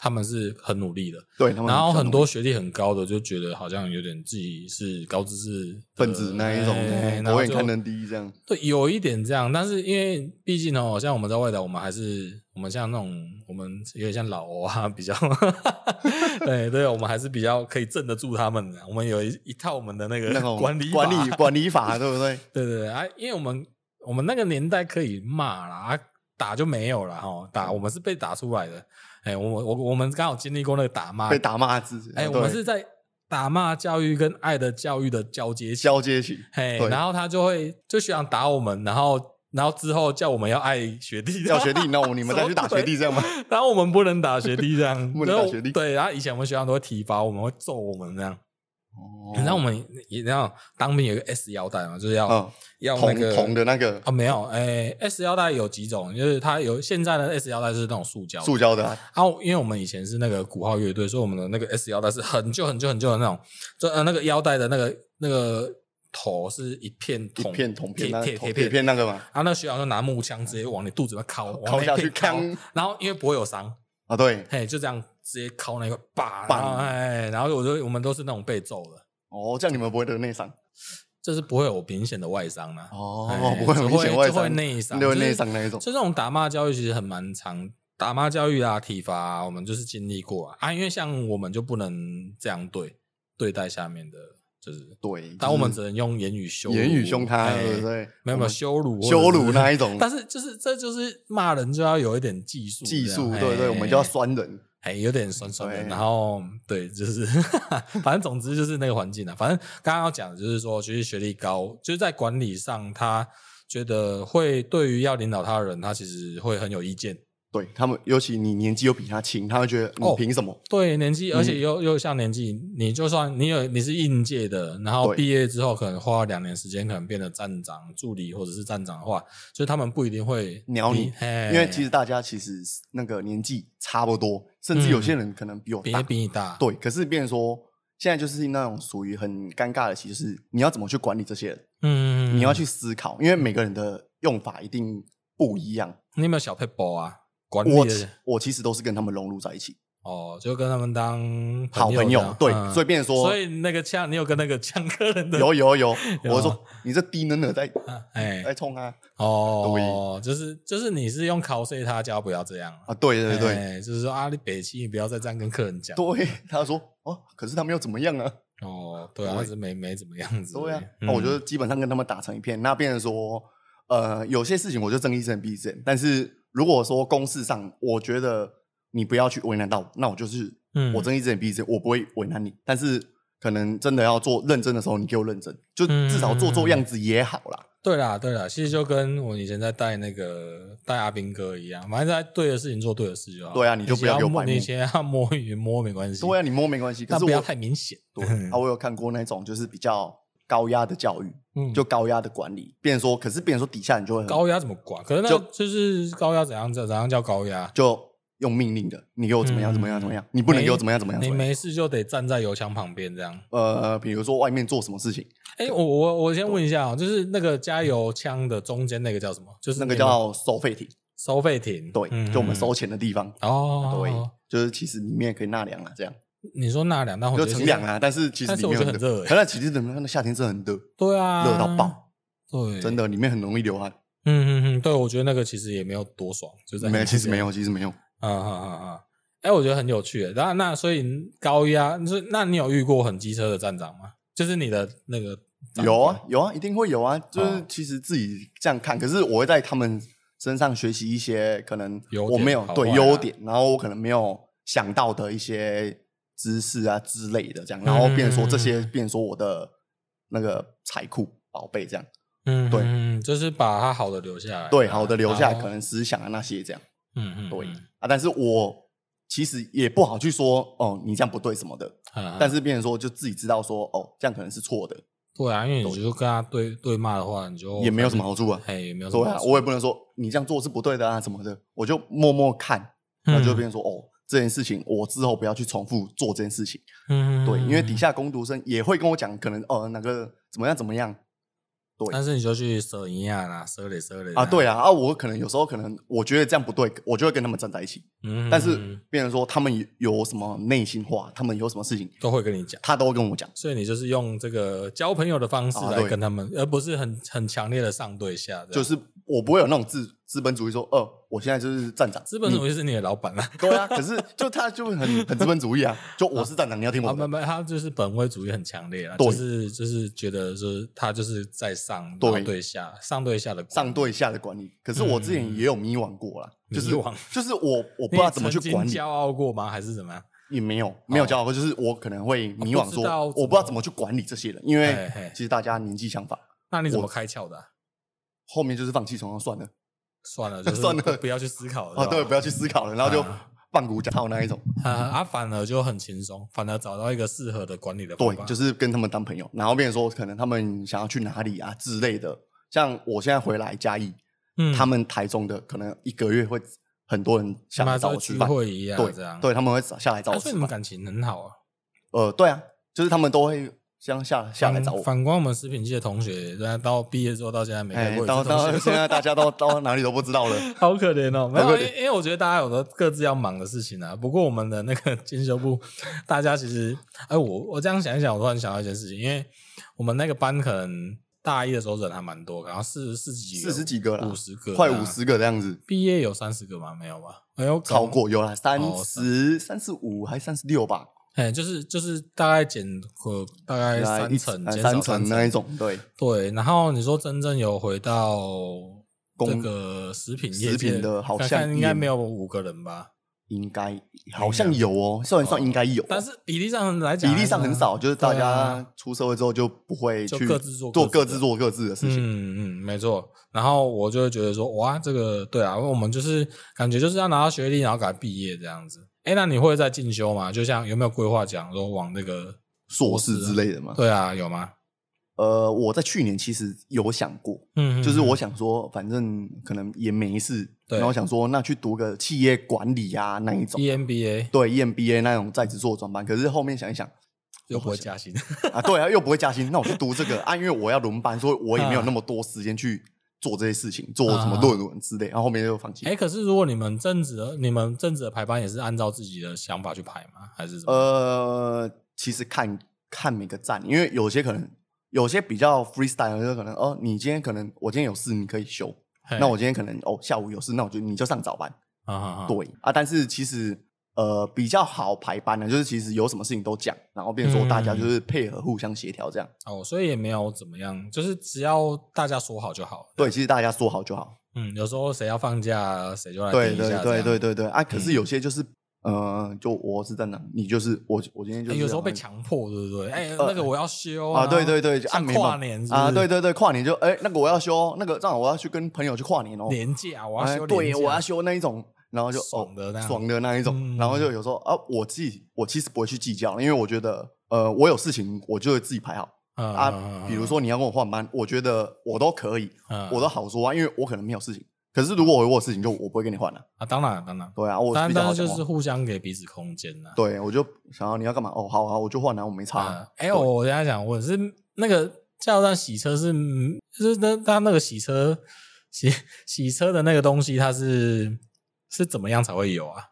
Speaker 1: 他们是很努力的。
Speaker 2: 对，他们
Speaker 1: 然后
Speaker 2: 比较
Speaker 1: 很
Speaker 2: 懂
Speaker 1: 多学历很高的就觉得好像有点自己是高知识的
Speaker 2: 分子那一种
Speaker 1: 哎，然
Speaker 2: 我
Speaker 1: 后
Speaker 2: 眼
Speaker 1: 就
Speaker 2: 看人低这样。
Speaker 1: 对，有一点这样，但是因为毕竟哦，像我们在外岛，我们还是我们像那种我们有点像老欧啊，比较 <laughs> 对对，我们还是比较可以镇得住他们的。我们有一一套我们的那个
Speaker 2: 那
Speaker 1: <laughs>
Speaker 2: 种
Speaker 1: 管理
Speaker 2: 管
Speaker 1: 法
Speaker 2: 理管理法，对不对？
Speaker 1: 对对对啊，因为我们我们那个年代可以骂啦，啊、打就没有了哈，打我们是被打出来的。哎，我我我们刚好经历过那个打骂，
Speaker 2: 被打骂之，
Speaker 1: 哎，
Speaker 2: 对
Speaker 1: 我们是在打骂教育跟爱的教育的交接期。
Speaker 2: 交接起，
Speaker 1: 嘿，
Speaker 2: 对
Speaker 1: 然后他就会就学长打我们，然后然后之后叫我们要爱学弟，
Speaker 2: 要学弟，那我你们再去打学弟这样吗？
Speaker 1: 然后我们不能打学弟这样，
Speaker 2: 不能打学
Speaker 1: 然
Speaker 2: 弟
Speaker 1: 后对，然后以前我们学校都会体罚我们，会揍我们这样。
Speaker 2: 哦
Speaker 1: 你知道我们你知道当兵有一个 S 腰带嘛，就是要、
Speaker 2: 嗯，
Speaker 1: 要那
Speaker 2: 铜
Speaker 1: 个
Speaker 2: 铜的那个
Speaker 1: 啊，没有，哎，S 腰带有几种，就是它有现在的 S 腰带是那种塑胶的，
Speaker 2: 塑胶的啊，
Speaker 1: 然后，因为我们以前是那个鼓号乐队，所以我们的那个 S 腰带是很旧很旧很旧的那种，就呃那个腰带的那个那个头是一片
Speaker 2: 一
Speaker 1: 铜
Speaker 2: 片铜片
Speaker 1: 铁
Speaker 2: 那
Speaker 1: 铁
Speaker 2: 铜
Speaker 1: 铁
Speaker 2: 铁
Speaker 1: 片，
Speaker 2: 片那个嘛，
Speaker 1: 然后那个学长就拿木枪直接往你肚子里面敲，
Speaker 2: 嗯敲
Speaker 1: 往
Speaker 2: 下
Speaker 1: 那
Speaker 2: 去，
Speaker 1: 片敲，
Speaker 2: 锵
Speaker 1: 然后因为不会有伤，
Speaker 2: 啊，对，
Speaker 1: 嘿，就这样直接敲那个把，
Speaker 2: 棒
Speaker 1: 然后哎，然后我就我们都是那种被揍的，
Speaker 2: 哦，这样你们不会得内伤
Speaker 1: 就是不会有明显的外伤啊，
Speaker 2: 哦
Speaker 1: 哎，
Speaker 2: 不会有明显外
Speaker 1: 就会
Speaker 2: 伤，
Speaker 1: 内伤，
Speaker 2: 就会
Speaker 1: 就是
Speaker 2: 内伤那一种，
Speaker 1: 就这种打骂教育其实很蛮长，打骂教育啊、体罚啊，我们就是经历过啊啊因为像我们就不能这样对对待下面的，就是，
Speaker 2: 对，
Speaker 1: 但我们
Speaker 2: 就
Speaker 1: 只能用言语羞
Speaker 2: 是
Speaker 1: 辱
Speaker 2: 言语凶他，
Speaker 1: 哎
Speaker 2: 对不对？
Speaker 1: 没有没
Speaker 2: 我
Speaker 1: 有
Speaker 2: 们
Speaker 1: 羞辱
Speaker 2: 羞辱那
Speaker 1: 呢，
Speaker 2: 一种
Speaker 1: <laughs> 但是就是这就是骂人就要有一点技术这样，
Speaker 2: 技术，
Speaker 1: 哎
Speaker 2: 对对，我们就要酸人，
Speaker 1: 哎，有点酸酸的。
Speaker 2: 对
Speaker 1: 然后对，就是 <laughs> 反正总之就是那个环境啊。反正刚刚要讲的就是说，其实学历高，就是在管理上，他觉得会对于要领导他的人，他其实会很有意见。
Speaker 2: 对他们，尤其你年纪又比他轻，他会觉得你
Speaker 1: 哦
Speaker 2: 凭什么？
Speaker 1: 对年纪，而且
Speaker 2: 嗯
Speaker 1: 又又像年纪，你就算你有你是应届的，然后
Speaker 2: 对
Speaker 1: 毕业之后可能花两年时间，可能变得站长、助理或者是站长的话，就是他们不一定会
Speaker 2: 鸟你
Speaker 1: 因
Speaker 2: 因为其实大家其实那个年纪差不多，甚至有些人可能比我
Speaker 1: 嗯别
Speaker 2: 大。
Speaker 1: 比你大，
Speaker 2: 对，可是变成说，现在就是那种属于很尴尬的，其实是你要怎么去管理这些人，
Speaker 1: 嗯，
Speaker 2: 你要去思考，因为每个人的用法一定不一样。
Speaker 1: 你有没有小 paper 啊？管理
Speaker 2: 我
Speaker 1: 的
Speaker 2: 其我其实都是跟他们融入在一起，
Speaker 1: 哦，就跟他们当
Speaker 2: 好朋
Speaker 1: 这
Speaker 2: 友
Speaker 1: 样。
Speaker 2: 对，
Speaker 1: 嗯
Speaker 2: 所以变成说
Speaker 1: 所，以那个呛，你有跟那个呛客人的
Speaker 2: 有有有，
Speaker 1: <laughs> 有
Speaker 2: 我说你这低能儿在
Speaker 1: 啊哎、
Speaker 2: 在冲啊
Speaker 1: 哦，就是就是你是用 cos 他叫他不要这样
Speaker 2: 啊！对对对 <laughs>
Speaker 1: 哎就是说啊，你北七，你不要再这样跟客人讲。
Speaker 2: 对，他说哦，可是他们又怎么样啊？
Speaker 1: 哦，对啊，
Speaker 2: 对
Speaker 1: 他只是没没怎么样子而已。
Speaker 2: 对啊，
Speaker 1: 嗯
Speaker 2: 那我就基本上跟他们打成一片。那变成说，呃，有些事情我就睁一只眼闭一只眼。但是如果说公事上，我觉得你不要去为难到我，那我就是
Speaker 1: 嗯
Speaker 2: 我睁一只眼闭一只眼，我不会为难你。但是可能真的要做认真的时候，你给我认真，就
Speaker 1: 嗯
Speaker 2: 至少做做样子也好啦。
Speaker 1: 对啦，对啦，其实就跟我以前在带那个带阿兵哥一样，反正在对的事情做对的事就好。
Speaker 2: 对啊你就不要给我
Speaker 1: 摸，
Speaker 2: 白目
Speaker 1: 你先要摸一摸没关系，
Speaker 2: 对啊，你摸没关系，可
Speaker 1: 但
Speaker 2: 是
Speaker 1: 不要
Speaker 2: 我
Speaker 1: 太嗯明显。
Speaker 2: 对啊，我有看过那种就是比较高压的教育，
Speaker 1: 嗯，
Speaker 2: 就高压的管理，变成说，可是变成说底下你就会很
Speaker 1: 高压怎么管？可是那
Speaker 2: 嗯就
Speaker 1: 就是高压怎样怎样叫高压？
Speaker 2: 就用命令的，你给我怎么样
Speaker 1: 嗯
Speaker 2: 怎么样怎么样，你不能给我怎么样怎么样
Speaker 1: 你
Speaker 2: 怎么样。
Speaker 1: 没事就得站在油枪旁边这样。
Speaker 2: 呃，比如说外面做什么事情，
Speaker 1: 哎、我我我先问一下啊、就是那个加油枪的中间那个叫什么？就是
Speaker 2: 那个
Speaker 1: 你们
Speaker 2: 叫收费亭，
Speaker 1: 收费亭，
Speaker 2: 对，
Speaker 1: 嗯
Speaker 2: 就我们收钱的地方，
Speaker 1: 哦
Speaker 2: 对，，就是其实里面也可以纳凉啊，这样
Speaker 1: 你说纳凉，但我觉
Speaker 2: 就
Speaker 1: 得
Speaker 2: 乘
Speaker 1: 是
Speaker 2: 凉，啊，但是其实
Speaker 1: 哦但是
Speaker 2: 里
Speaker 1: 我
Speaker 2: 面
Speaker 1: 觉得很
Speaker 2: 热，
Speaker 1: 热、欸，
Speaker 2: 那其实怎么样？那夏天真的很热，
Speaker 1: 对啊，
Speaker 2: 热到爆，
Speaker 1: 对，
Speaker 2: 真的里面很容易流汗。
Speaker 1: 嗯嗯嗯，对，我觉得那个其实也没有多爽，就在
Speaker 2: 没有，其实没，有，其实没有。
Speaker 1: 啊啊啊啊！哎、我觉得很有趣耶。然后那所以高压，就是那你有遇过很机车的站长吗？就是你的那个长官
Speaker 2: 有啊，，有啊，一定会有啊。就是
Speaker 1: 哦
Speaker 2: 其实自己这样看，可是我会在他们身上学习一些可能
Speaker 1: 优
Speaker 2: 我
Speaker 1: 点
Speaker 2: 没有
Speaker 1: 好
Speaker 2: 对
Speaker 1: 坏啊
Speaker 2: 优点，然后我可能没有想到的一些知识啊之类的，这
Speaker 1: 嗯
Speaker 2: 样，然后变成说这些，变成说我的那个财库宝贝这样，
Speaker 1: 嗯，
Speaker 2: 对
Speaker 1: 嗯，嗯就是把他好的留下来，啊
Speaker 2: 对，好的留下
Speaker 1: 哎然
Speaker 2: 来，
Speaker 1: 后
Speaker 2: 可能思想啊那些这样，
Speaker 1: 嗯嗯，
Speaker 2: 对
Speaker 1: 嗯
Speaker 2: 啊，但是我其实也不好去说哦，你这样不对什么的，
Speaker 1: 嗯
Speaker 2: 但是变成说就自己知道说哦，这样可能是错的，
Speaker 1: 对啊，因为你就跟他对对骂的话，你就
Speaker 2: 也没有什么好处啊。
Speaker 1: 哎，也没有什么
Speaker 2: 对啊
Speaker 1: 好，处
Speaker 2: 我也不能说你这样做是不对的啊什么的，我就默默看，
Speaker 1: 嗯
Speaker 2: 然后就变成说、哦，这件事情我之后不要去重复做这件事情。
Speaker 1: 嗯，嗯
Speaker 2: 对，因为
Speaker 1: 嗯
Speaker 2: 底，
Speaker 1: 嗯
Speaker 2: 下工读生也会跟我讲，可能哦哪个怎么样怎么样
Speaker 1: 嗯但是你就去蛇一样啦，蛇嘞蛇嘞
Speaker 2: 啊，对
Speaker 1: 啊，
Speaker 2: 啊啊，我可能有时候可能我觉得这样不对，我就会跟他们站在一起。
Speaker 1: 嗯，
Speaker 2: 但
Speaker 1: 嗯嗯
Speaker 2: 是变成说他们有什么内心话，他们有什么事情，
Speaker 1: 都会跟你讲。
Speaker 2: 他都会跟我讲。
Speaker 1: 所以你就是用这个交朋友的方式
Speaker 2: 啊
Speaker 1: 来
Speaker 2: 对
Speaker 1: 跟他们，而不是很很强烈的上对啊下这样。
Speaker 2: 就是我不会有那种资资本主义说，哦、我现在就是站长，
Speaker 1: 资本主
Speaker 2: 义
Speaker 1: 义是你的老板啦、
Speaker 2: 对啊，可是就他就很
Speaker 1: <laughs>
Speaker 2: 很资本主义啊，就我是站长，你要听
Speaker 1: 啊，
Speaker 2: 我
Speaker 1: 不
Speaker 2: 的，
Speaker 1: 不，他就是本位主义很强烈啊，
Speaker 2: 嗯对
Speaker 1: 就是就是觉得就是他就是在上
Speaker 2: 对
Speaker 1: 然后对下上对下的管
Speaker 2: 上对下的管理。可是我之前也有迷惘过啦，
Speaker 1: 嗯
Speaker 2: 就是
Speaker 1: 迷惘
Speaker 2: 就是我我不
Speaker 1: 你
Speaker 2: 知道怎么去
Speaker 1: 曾经
Speaker 2: 管理
Speaker 1: 骄，傲过吗？还是怎么样？
Speaker 2: 也没有没有教过，就是我可能会迷
Speaker 1: 哦
Speaker 2: 惘
Speaker 1: 不
Speaker 2: 说
Speaker 1: 知道，怎么
Speaker 2: 我不知道怎么去管理这些人，因
Speaker 1: 嘿嘿
Speaker 2: 为其实大家年纪相仿，
Speaker 1: 那你怎么开窍的啊、
Speaker 2: 后面就是放弃床上算了
Speaker 1: 算
Speaker 2: <laughs>
Speaker 1: 了，就是
Speaker 2: 算了
Speaker 1: 不不要去思考了
Speaker 2: 啊，对，不要去思考了，然后就
Speaker 1: 哦啊
Speaker 2: 放骨脚套那一种，
Speaker 1: 啊啊，反而就很轻松，反而找到一个适合的管理的方
Speaker 2: 对
Speaker 1: 法，，
Speaker 2: 就是是跟他们当朋友，然后变成说可能他们想要去哪里啊之类的，像我现在回来嘉义，
Speaker 1: 嗯
Speaker 2: 他们台中的可能一个月会很多人
Speaker 1: 他
Speaker 2: 想
Speaker 1: 们还
Speaker 2: 来
Speaker 1: 是
Speaker 2: 找
Speaker 1: 会
Speaker 2: 我吃
Speaker 1: 聚
Speaker 2: 饭，
Speaker 1: 会一样，
Speaker 2: 对
Speaker 1: 这样
Speaker 2: 对，他们会下来找
Speaker 1: 啊
Speaker 2: 我
Speaker 1: 所以
Speaker 2: 吃
Speaker 1: 你们
Speaker 2: 饭。
Speaker 1: 感情很好啊。
Speaker 2: 呃，对啊，就是他们都会相下下来找我。
Speaker 1: 反反观我们食品系的同学，然后到毕业之后到现在没
Speaker 2: 哎
Speaker 1: 开，过一
Speaker 2: 到
Speaker 1: 次
Speaker 2: 到
Speaker 1: 同
Speaker 2: 现
Speaker 1: 学，
Speaker 2: 在大
Speaker 1: <laughs>
Speaker 2: 家都到哪里都不知道了。
Speaker 1: 好可怜哦。没
Speaker 2: 好
Speaker 1: 有，
Speaker 2: 可
Speaker 1: 因
Speaker 2: 怜
Speaker 1: 为因为我觉得大家有的各自要忙的事情啊。不过我们的那个进修部， <laughs> 大家其实，哎，我我这样想一想，我突然想到一件事情，因为我们那个班可能大一的时候人还蛮多，然后四四十几个、
Speaker 2: 四十几个啦
Speaker 1: 五十个，啊
Speaker 2: 快五。十个这样子，
Speaker 1: 毕业有三十个吗？没有吧？哎没有
Speaker 2: 超。过有啦，三
Speaker 1: 哦
Speaker 2: 十三十五还三十六吧，
Speaker 1: 哎，就是就是大概减呃大概
Speaker 2: 来
Speaker 1: 三
Speaker 2: 一
Speaker 1: 成，
Speaker 2: 呃
Speaker 1: 减
Speaker 2: 三
Speaker 1: 少
Speaker 2: 层那一种，对，
Speaker 1: 对，然后你说真正有回到这
Speaker 2: 工
Speaker 1: 个食品业
Speaker 2: 食
Speaker 1: 界
Speaker 2: 品的好
Speaker 1: 看
Speaker 2: 像
Speaker 1: 看应
Speaker 2: 也
Speaker 1: 该没有五个人吧，
Speaker 2: 应该好像有哦，算一算应该有，
Speaker 1: 哎但是比例上来
Speaker 2: 比
Speaker 1: 讲，
Speaker 2: 例上很少，就是大
Speaker 1: 对啊
Speaker 2: 家出社会之后就不会
Speaker 1: 就
Speaker 2: 去
Speaker 1: 各自做
Speaker 2: 做
Speaker 1: 各
Speaker 2: 各
Speaker 1: 自的
Speaker 2: 自做各自的事情，
Speaker 1: 嗯嗯，没错。然后我就会觉得说，哇，这个对啊，因为我们就是感觉就是要拿到学历，然后赶快毕业这样子。哎，那你会在进修吗？就像有没有规划讲说往那个？啊
Speaker 2: 硕士之类的嘛。
Speaker 1: 对啊，有吗？
Speaker 2: 呃，我在去年其实有想过，
Speaker 1: 嗯，
Speaker 2: 就是我想说，反正可能也没事，
Speaker 1: 对
Speaker 2: 然后想说那去读个企业管理啊那一种，
Speaker 1: E EMBA
Speaker 2: 对，E EMBA 那种在职做专班。可是后面想一想
Speaker 1: 又不会加薪，
Speaker 2: 啊，对啊，又不会加薪，那我就读这个啊，因为我要轮班，所以我也没有那么多时间去做这些事情，做什么
Speaker 1: 啊
Speaker 2: 论文之类。然后后面就放弃。
Speaker 1: 哎、可是如果你们正职的，你们正职的排班也是按照自己的想法去排吗？还是什么？
Speaker 2: 呃，其实看看每个站，因为有些可能有些比较 freestyle，就可能哦，你今天可能我今天有事，你可以休。
Speaker 1: 嘿
Speaker 2: 那我今天可能哦下午有事，那我就你就上早班。
Speaker 1: 啊啊啊
Speaker 2: 对啊，但是其实呃比较好排班的，就是其实有什么事情都讲，然后变成说大家就是配合互相协调这样。
Speaker 1: 哦，所以也没有怎么样，就是只要大家说好就好。
Speaker 2: 对，其实大家说好就好。
Speaker 1: 嗯，有时候谁要放假，谁就来
Speaker 2: 对
Speaker 1: 盯一
Speaker 2: 对
Speaker 1: 下
Speaker 2: 对
Speaker 1: 这
Speaker 2: 对
Speaker 1: 样嗯
Speaker 2: 对对啊！可是有些就是呃，就我是在哪，你就是我，我今天就是、
Speaker 1: 哎有时候被强迫，对不对？哎、那个我要修
Speaker 2: 呃啊，对对对，就按
Speaker 1: 像
Speaker 2: 明白
Speaker 1: 跨年是不是
Speaker 2: 啊，对对对，跨年就哎、那个我要休，那个正好我要去跟朋友去跨年哦，
Speaker 1: 年假我要
Speaker 2: 哎
Speaker 1: 修、
Speaker 2: 对，我要休那一种，然后就
Speaker 1: 爽的那
Speaker 2: 哦
Speaker 1: 样
Speaker 2: 爽的那一种，
Speaker 1: 嗯
Speaker 2: 然后就有时候啊，我自己我其实不会去计较，因为我觉得呃，我有事情我就会自己排好
Speaker 1: 嗯
Speaker 2: 啊，比如，说你要跟我换班，我觉得我都可以，
Speaker 1: 嗯
Speaker 2: 我都好说啊，因为我可能没有事情。可是如果我有事情，就我不会跟你换了、
Speaker 1: 啊，当然当然，
Speaker 2: 对啊，我
Speaker 1: 当然
Speaker 2: 比较
Speaker 1: 当
Speaker 2: 好
Speaker 1: 然
Speaker 2: 讲
Speaker 1: 就
Speaker 2: 话
Speaker 1: 是互相给彼此空间呐。
Speaker 2: 对，我就想要你要干嘛？哦，好啊，我就换啊，我没差啊。
Speaker 1: 哎、我我跟他讲，我是那个加油站洗车是，嗯就是那他那个洗车洗洗车的那个东西，它是是怎么样才会有啊？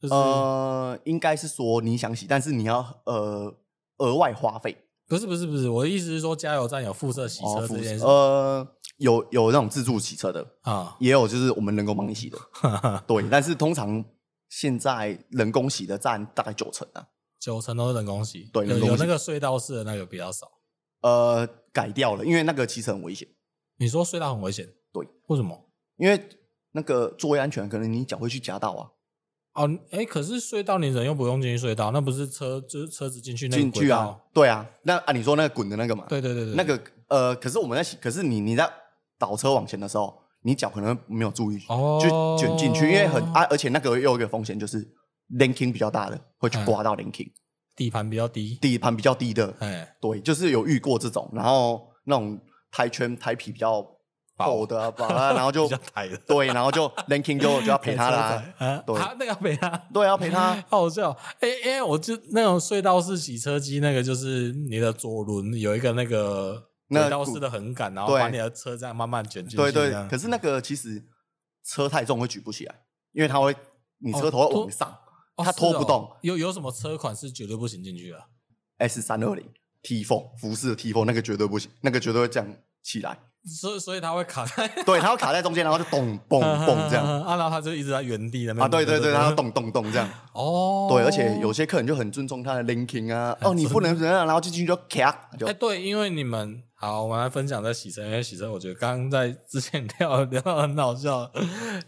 Speaker 1: 就是、
Speaker 2: 呃，应该是说你想洗，但是你要呃额外花费
Speaker 1: 不是不是不是，我的意思是说加油站有附设洗
Speaker 2: 哦
Speaker 1: 车
Speaker 2: 付
Speaker 1: 这件事
Speaker 2: 呃，有有那种自助洗车的，
Speaker 1: 啊，
Speaker 2: 也有就是我们人工帮你洗的。对，但是通常现在人工洗的占大概九成啊。
Speaker 1: 九成都是人工洗，
Speaker 2: 对
Speaker 1: 有
Speaker 2: 人工洗
Speaker 1: 有那个隧道式的那个比较少。
Speaker 2: 呃，改掉了，因为那个其实很危险，
Speaker 1: 你说隧道很危险，
Speaker 2: 对，
Speaker 1: 为什么？
Speaker 2: 因为那个座位安全可能你脚会去夹到啊，
Speaker 1: 哦，哎，可是隧道你人又不用进去隧道，那不是车就是车子进去那个
Speaker 2: 进
Speaker 1: 轨
Speaker 2: 去啊
Speaker 1: 道？，
Speaker 2: 对啊。那按你说那个滚的那个嘛，
Speaker 1: 对对对对，
Speaker 2: 那个呃，可是我们在洗，可是你你在倒车往前的时候，你脚可能没有注意，
Speaker 1: 哦
Speaker 2: 就卷进去，因为很啊，而且那个又有一个风险就是 linking 比较大的会去刮
Speaker 1: 嗯
Speaker 2: 到 linking，、
Speaker 1: 底盘比较低，
Speaker 2: 底盘比较低的，
Speaker 1: 哎，
Speaker 2: 对，就是有遇过这种，然后那种胎圈胎皮比较厚的啊，把它然后
Speaker 1: <laughs>
Speaker 2: 就
Speaker 1: 比较抬的，
Speaker 2: 对，然后就 linking 就就要赔
Speaker 1: <laughs>
Speaker 2: 他啦，
Speaker 1: 啊，
Speaker 2: 对
Speaker 1: 他那个要陪他。
Speaker 2: 对，要赔他，
Speaker 1: <laughs> 好笑，哎、哎、我就那种隧道式洗车机，那个就是你的左轮有一个那个
Speaker 2: 那
Speaker 1: 轨道式的横杆，然后
Speaker 2: 对
Speaker 1: 把你的车这样慢慢卷进去。
Speaker 2: 对对
Speaker 1: 这样，
Speaker 2: 可是那个其实车太重会举不起来，因为它会你车头
Speaker 1: 哦
Speaker 2: 会
Speaker 1: 拖
Speaker 2: 往上
Speaker 1: 哦
Speaker 2: 它
Speaker 1: 是
Speaker 2: 拖不
Speaker 1: 哦
Speaker 2: 动
Speaker 1: 有有什么车款是绝对不行进去啊的？
Speaker 2: ，S 三二零 T four 服饰的 T four 那个绝对不行，那个绝对会这样起来，
Speaker 1: 所以所以它会卡
Speaker 2: <laughs>
Speaker 1: 在
Speaker 2: 对，它会卡在中间，然后就
Speaker 1: <laughs>
Speaker 2: 咚嘣嘣这样
Speaker 1: 啊，然后它就一直在原地那边
Speaker 2: 啊，对对对，然后咚咚咚这样。
Speaker 1: 嗯哦，
Speaker 2: 对，而且有些客人就很尊重他的 linking 啊，哦，你不能这样，然后就进去就咔，就
Speaker 1: 哎、对，因为你们好，我们来分享在洗车，因为洗车，我觉得刚刚在之前聊 <laughs> 聊到很好笑，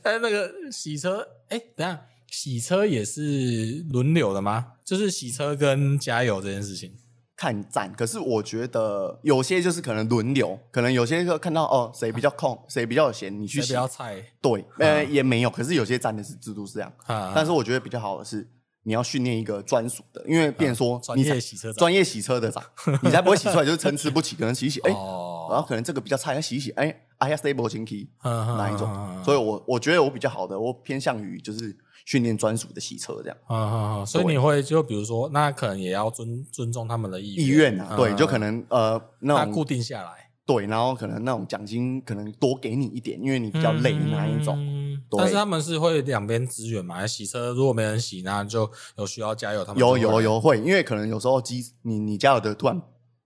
Speaker 1: 但是那个洗车，哎、等一下洗车也是轮流的吗？就是洗车跟加油这件事情，
Speaker 2: 看站，可是我觉得有些就是可能轮流，可能有些就看到哦谁比较空，谁比较有闲，你去
Speaker 1: 谁比
Speaker 2: 洗。
Speaker 1: 较菜
Speaker 2: 对，呃、
Speaker 1: 嗯
Speaker 2: 也没有，可是有些站的是制度是这样。
Speaker 1: 啊？
Speaker 2: 但是我觉得比较好的是，你要训练一个专属的，因为变成说
Speaker 1: 嗯专
Speaker 2: 你
Speaker 1: 业
Speaker 2: 才
Speaker 1: 洗车长
Speaker 2: 专业洗车的长，你才不会洗出来就是参差不齐，可能洗一洗，哎、然
Speaker 1: 哦，
Speaker 2: 后可能这个比较菜，洗一洗，哎，哎呀，stable 清 key
Speaker 1: 哪
Speaker 2: 哪一种？所以我我觉得我比较好的，我偏向于就是训练专属的洗车这样。
Speaker 1: 啊啊啊！所以你会就比如说，那可能也要尊尊重他们的意
Speaker 2: 意愿啊，
Speaker 1: 嗯
Speaker 2: 对，就可能呃那
Speaker 1: 那
Speaker 2: 种
Speaker 1: 固定下来
Speaker 2: 对，然后可能那种奖金可能多给你一点，因为你比较累那一种。
Speaker 1: 嗯
Speaker 2: 对
Speaker 1: 但是他们是会两边支援嘛？洗车如果没人洗，那就有需要加油，他们
Speaker 2: 有
Speaker 1: 就会
Speaker 2: 有有会，因为可能有时候机你你家有的突然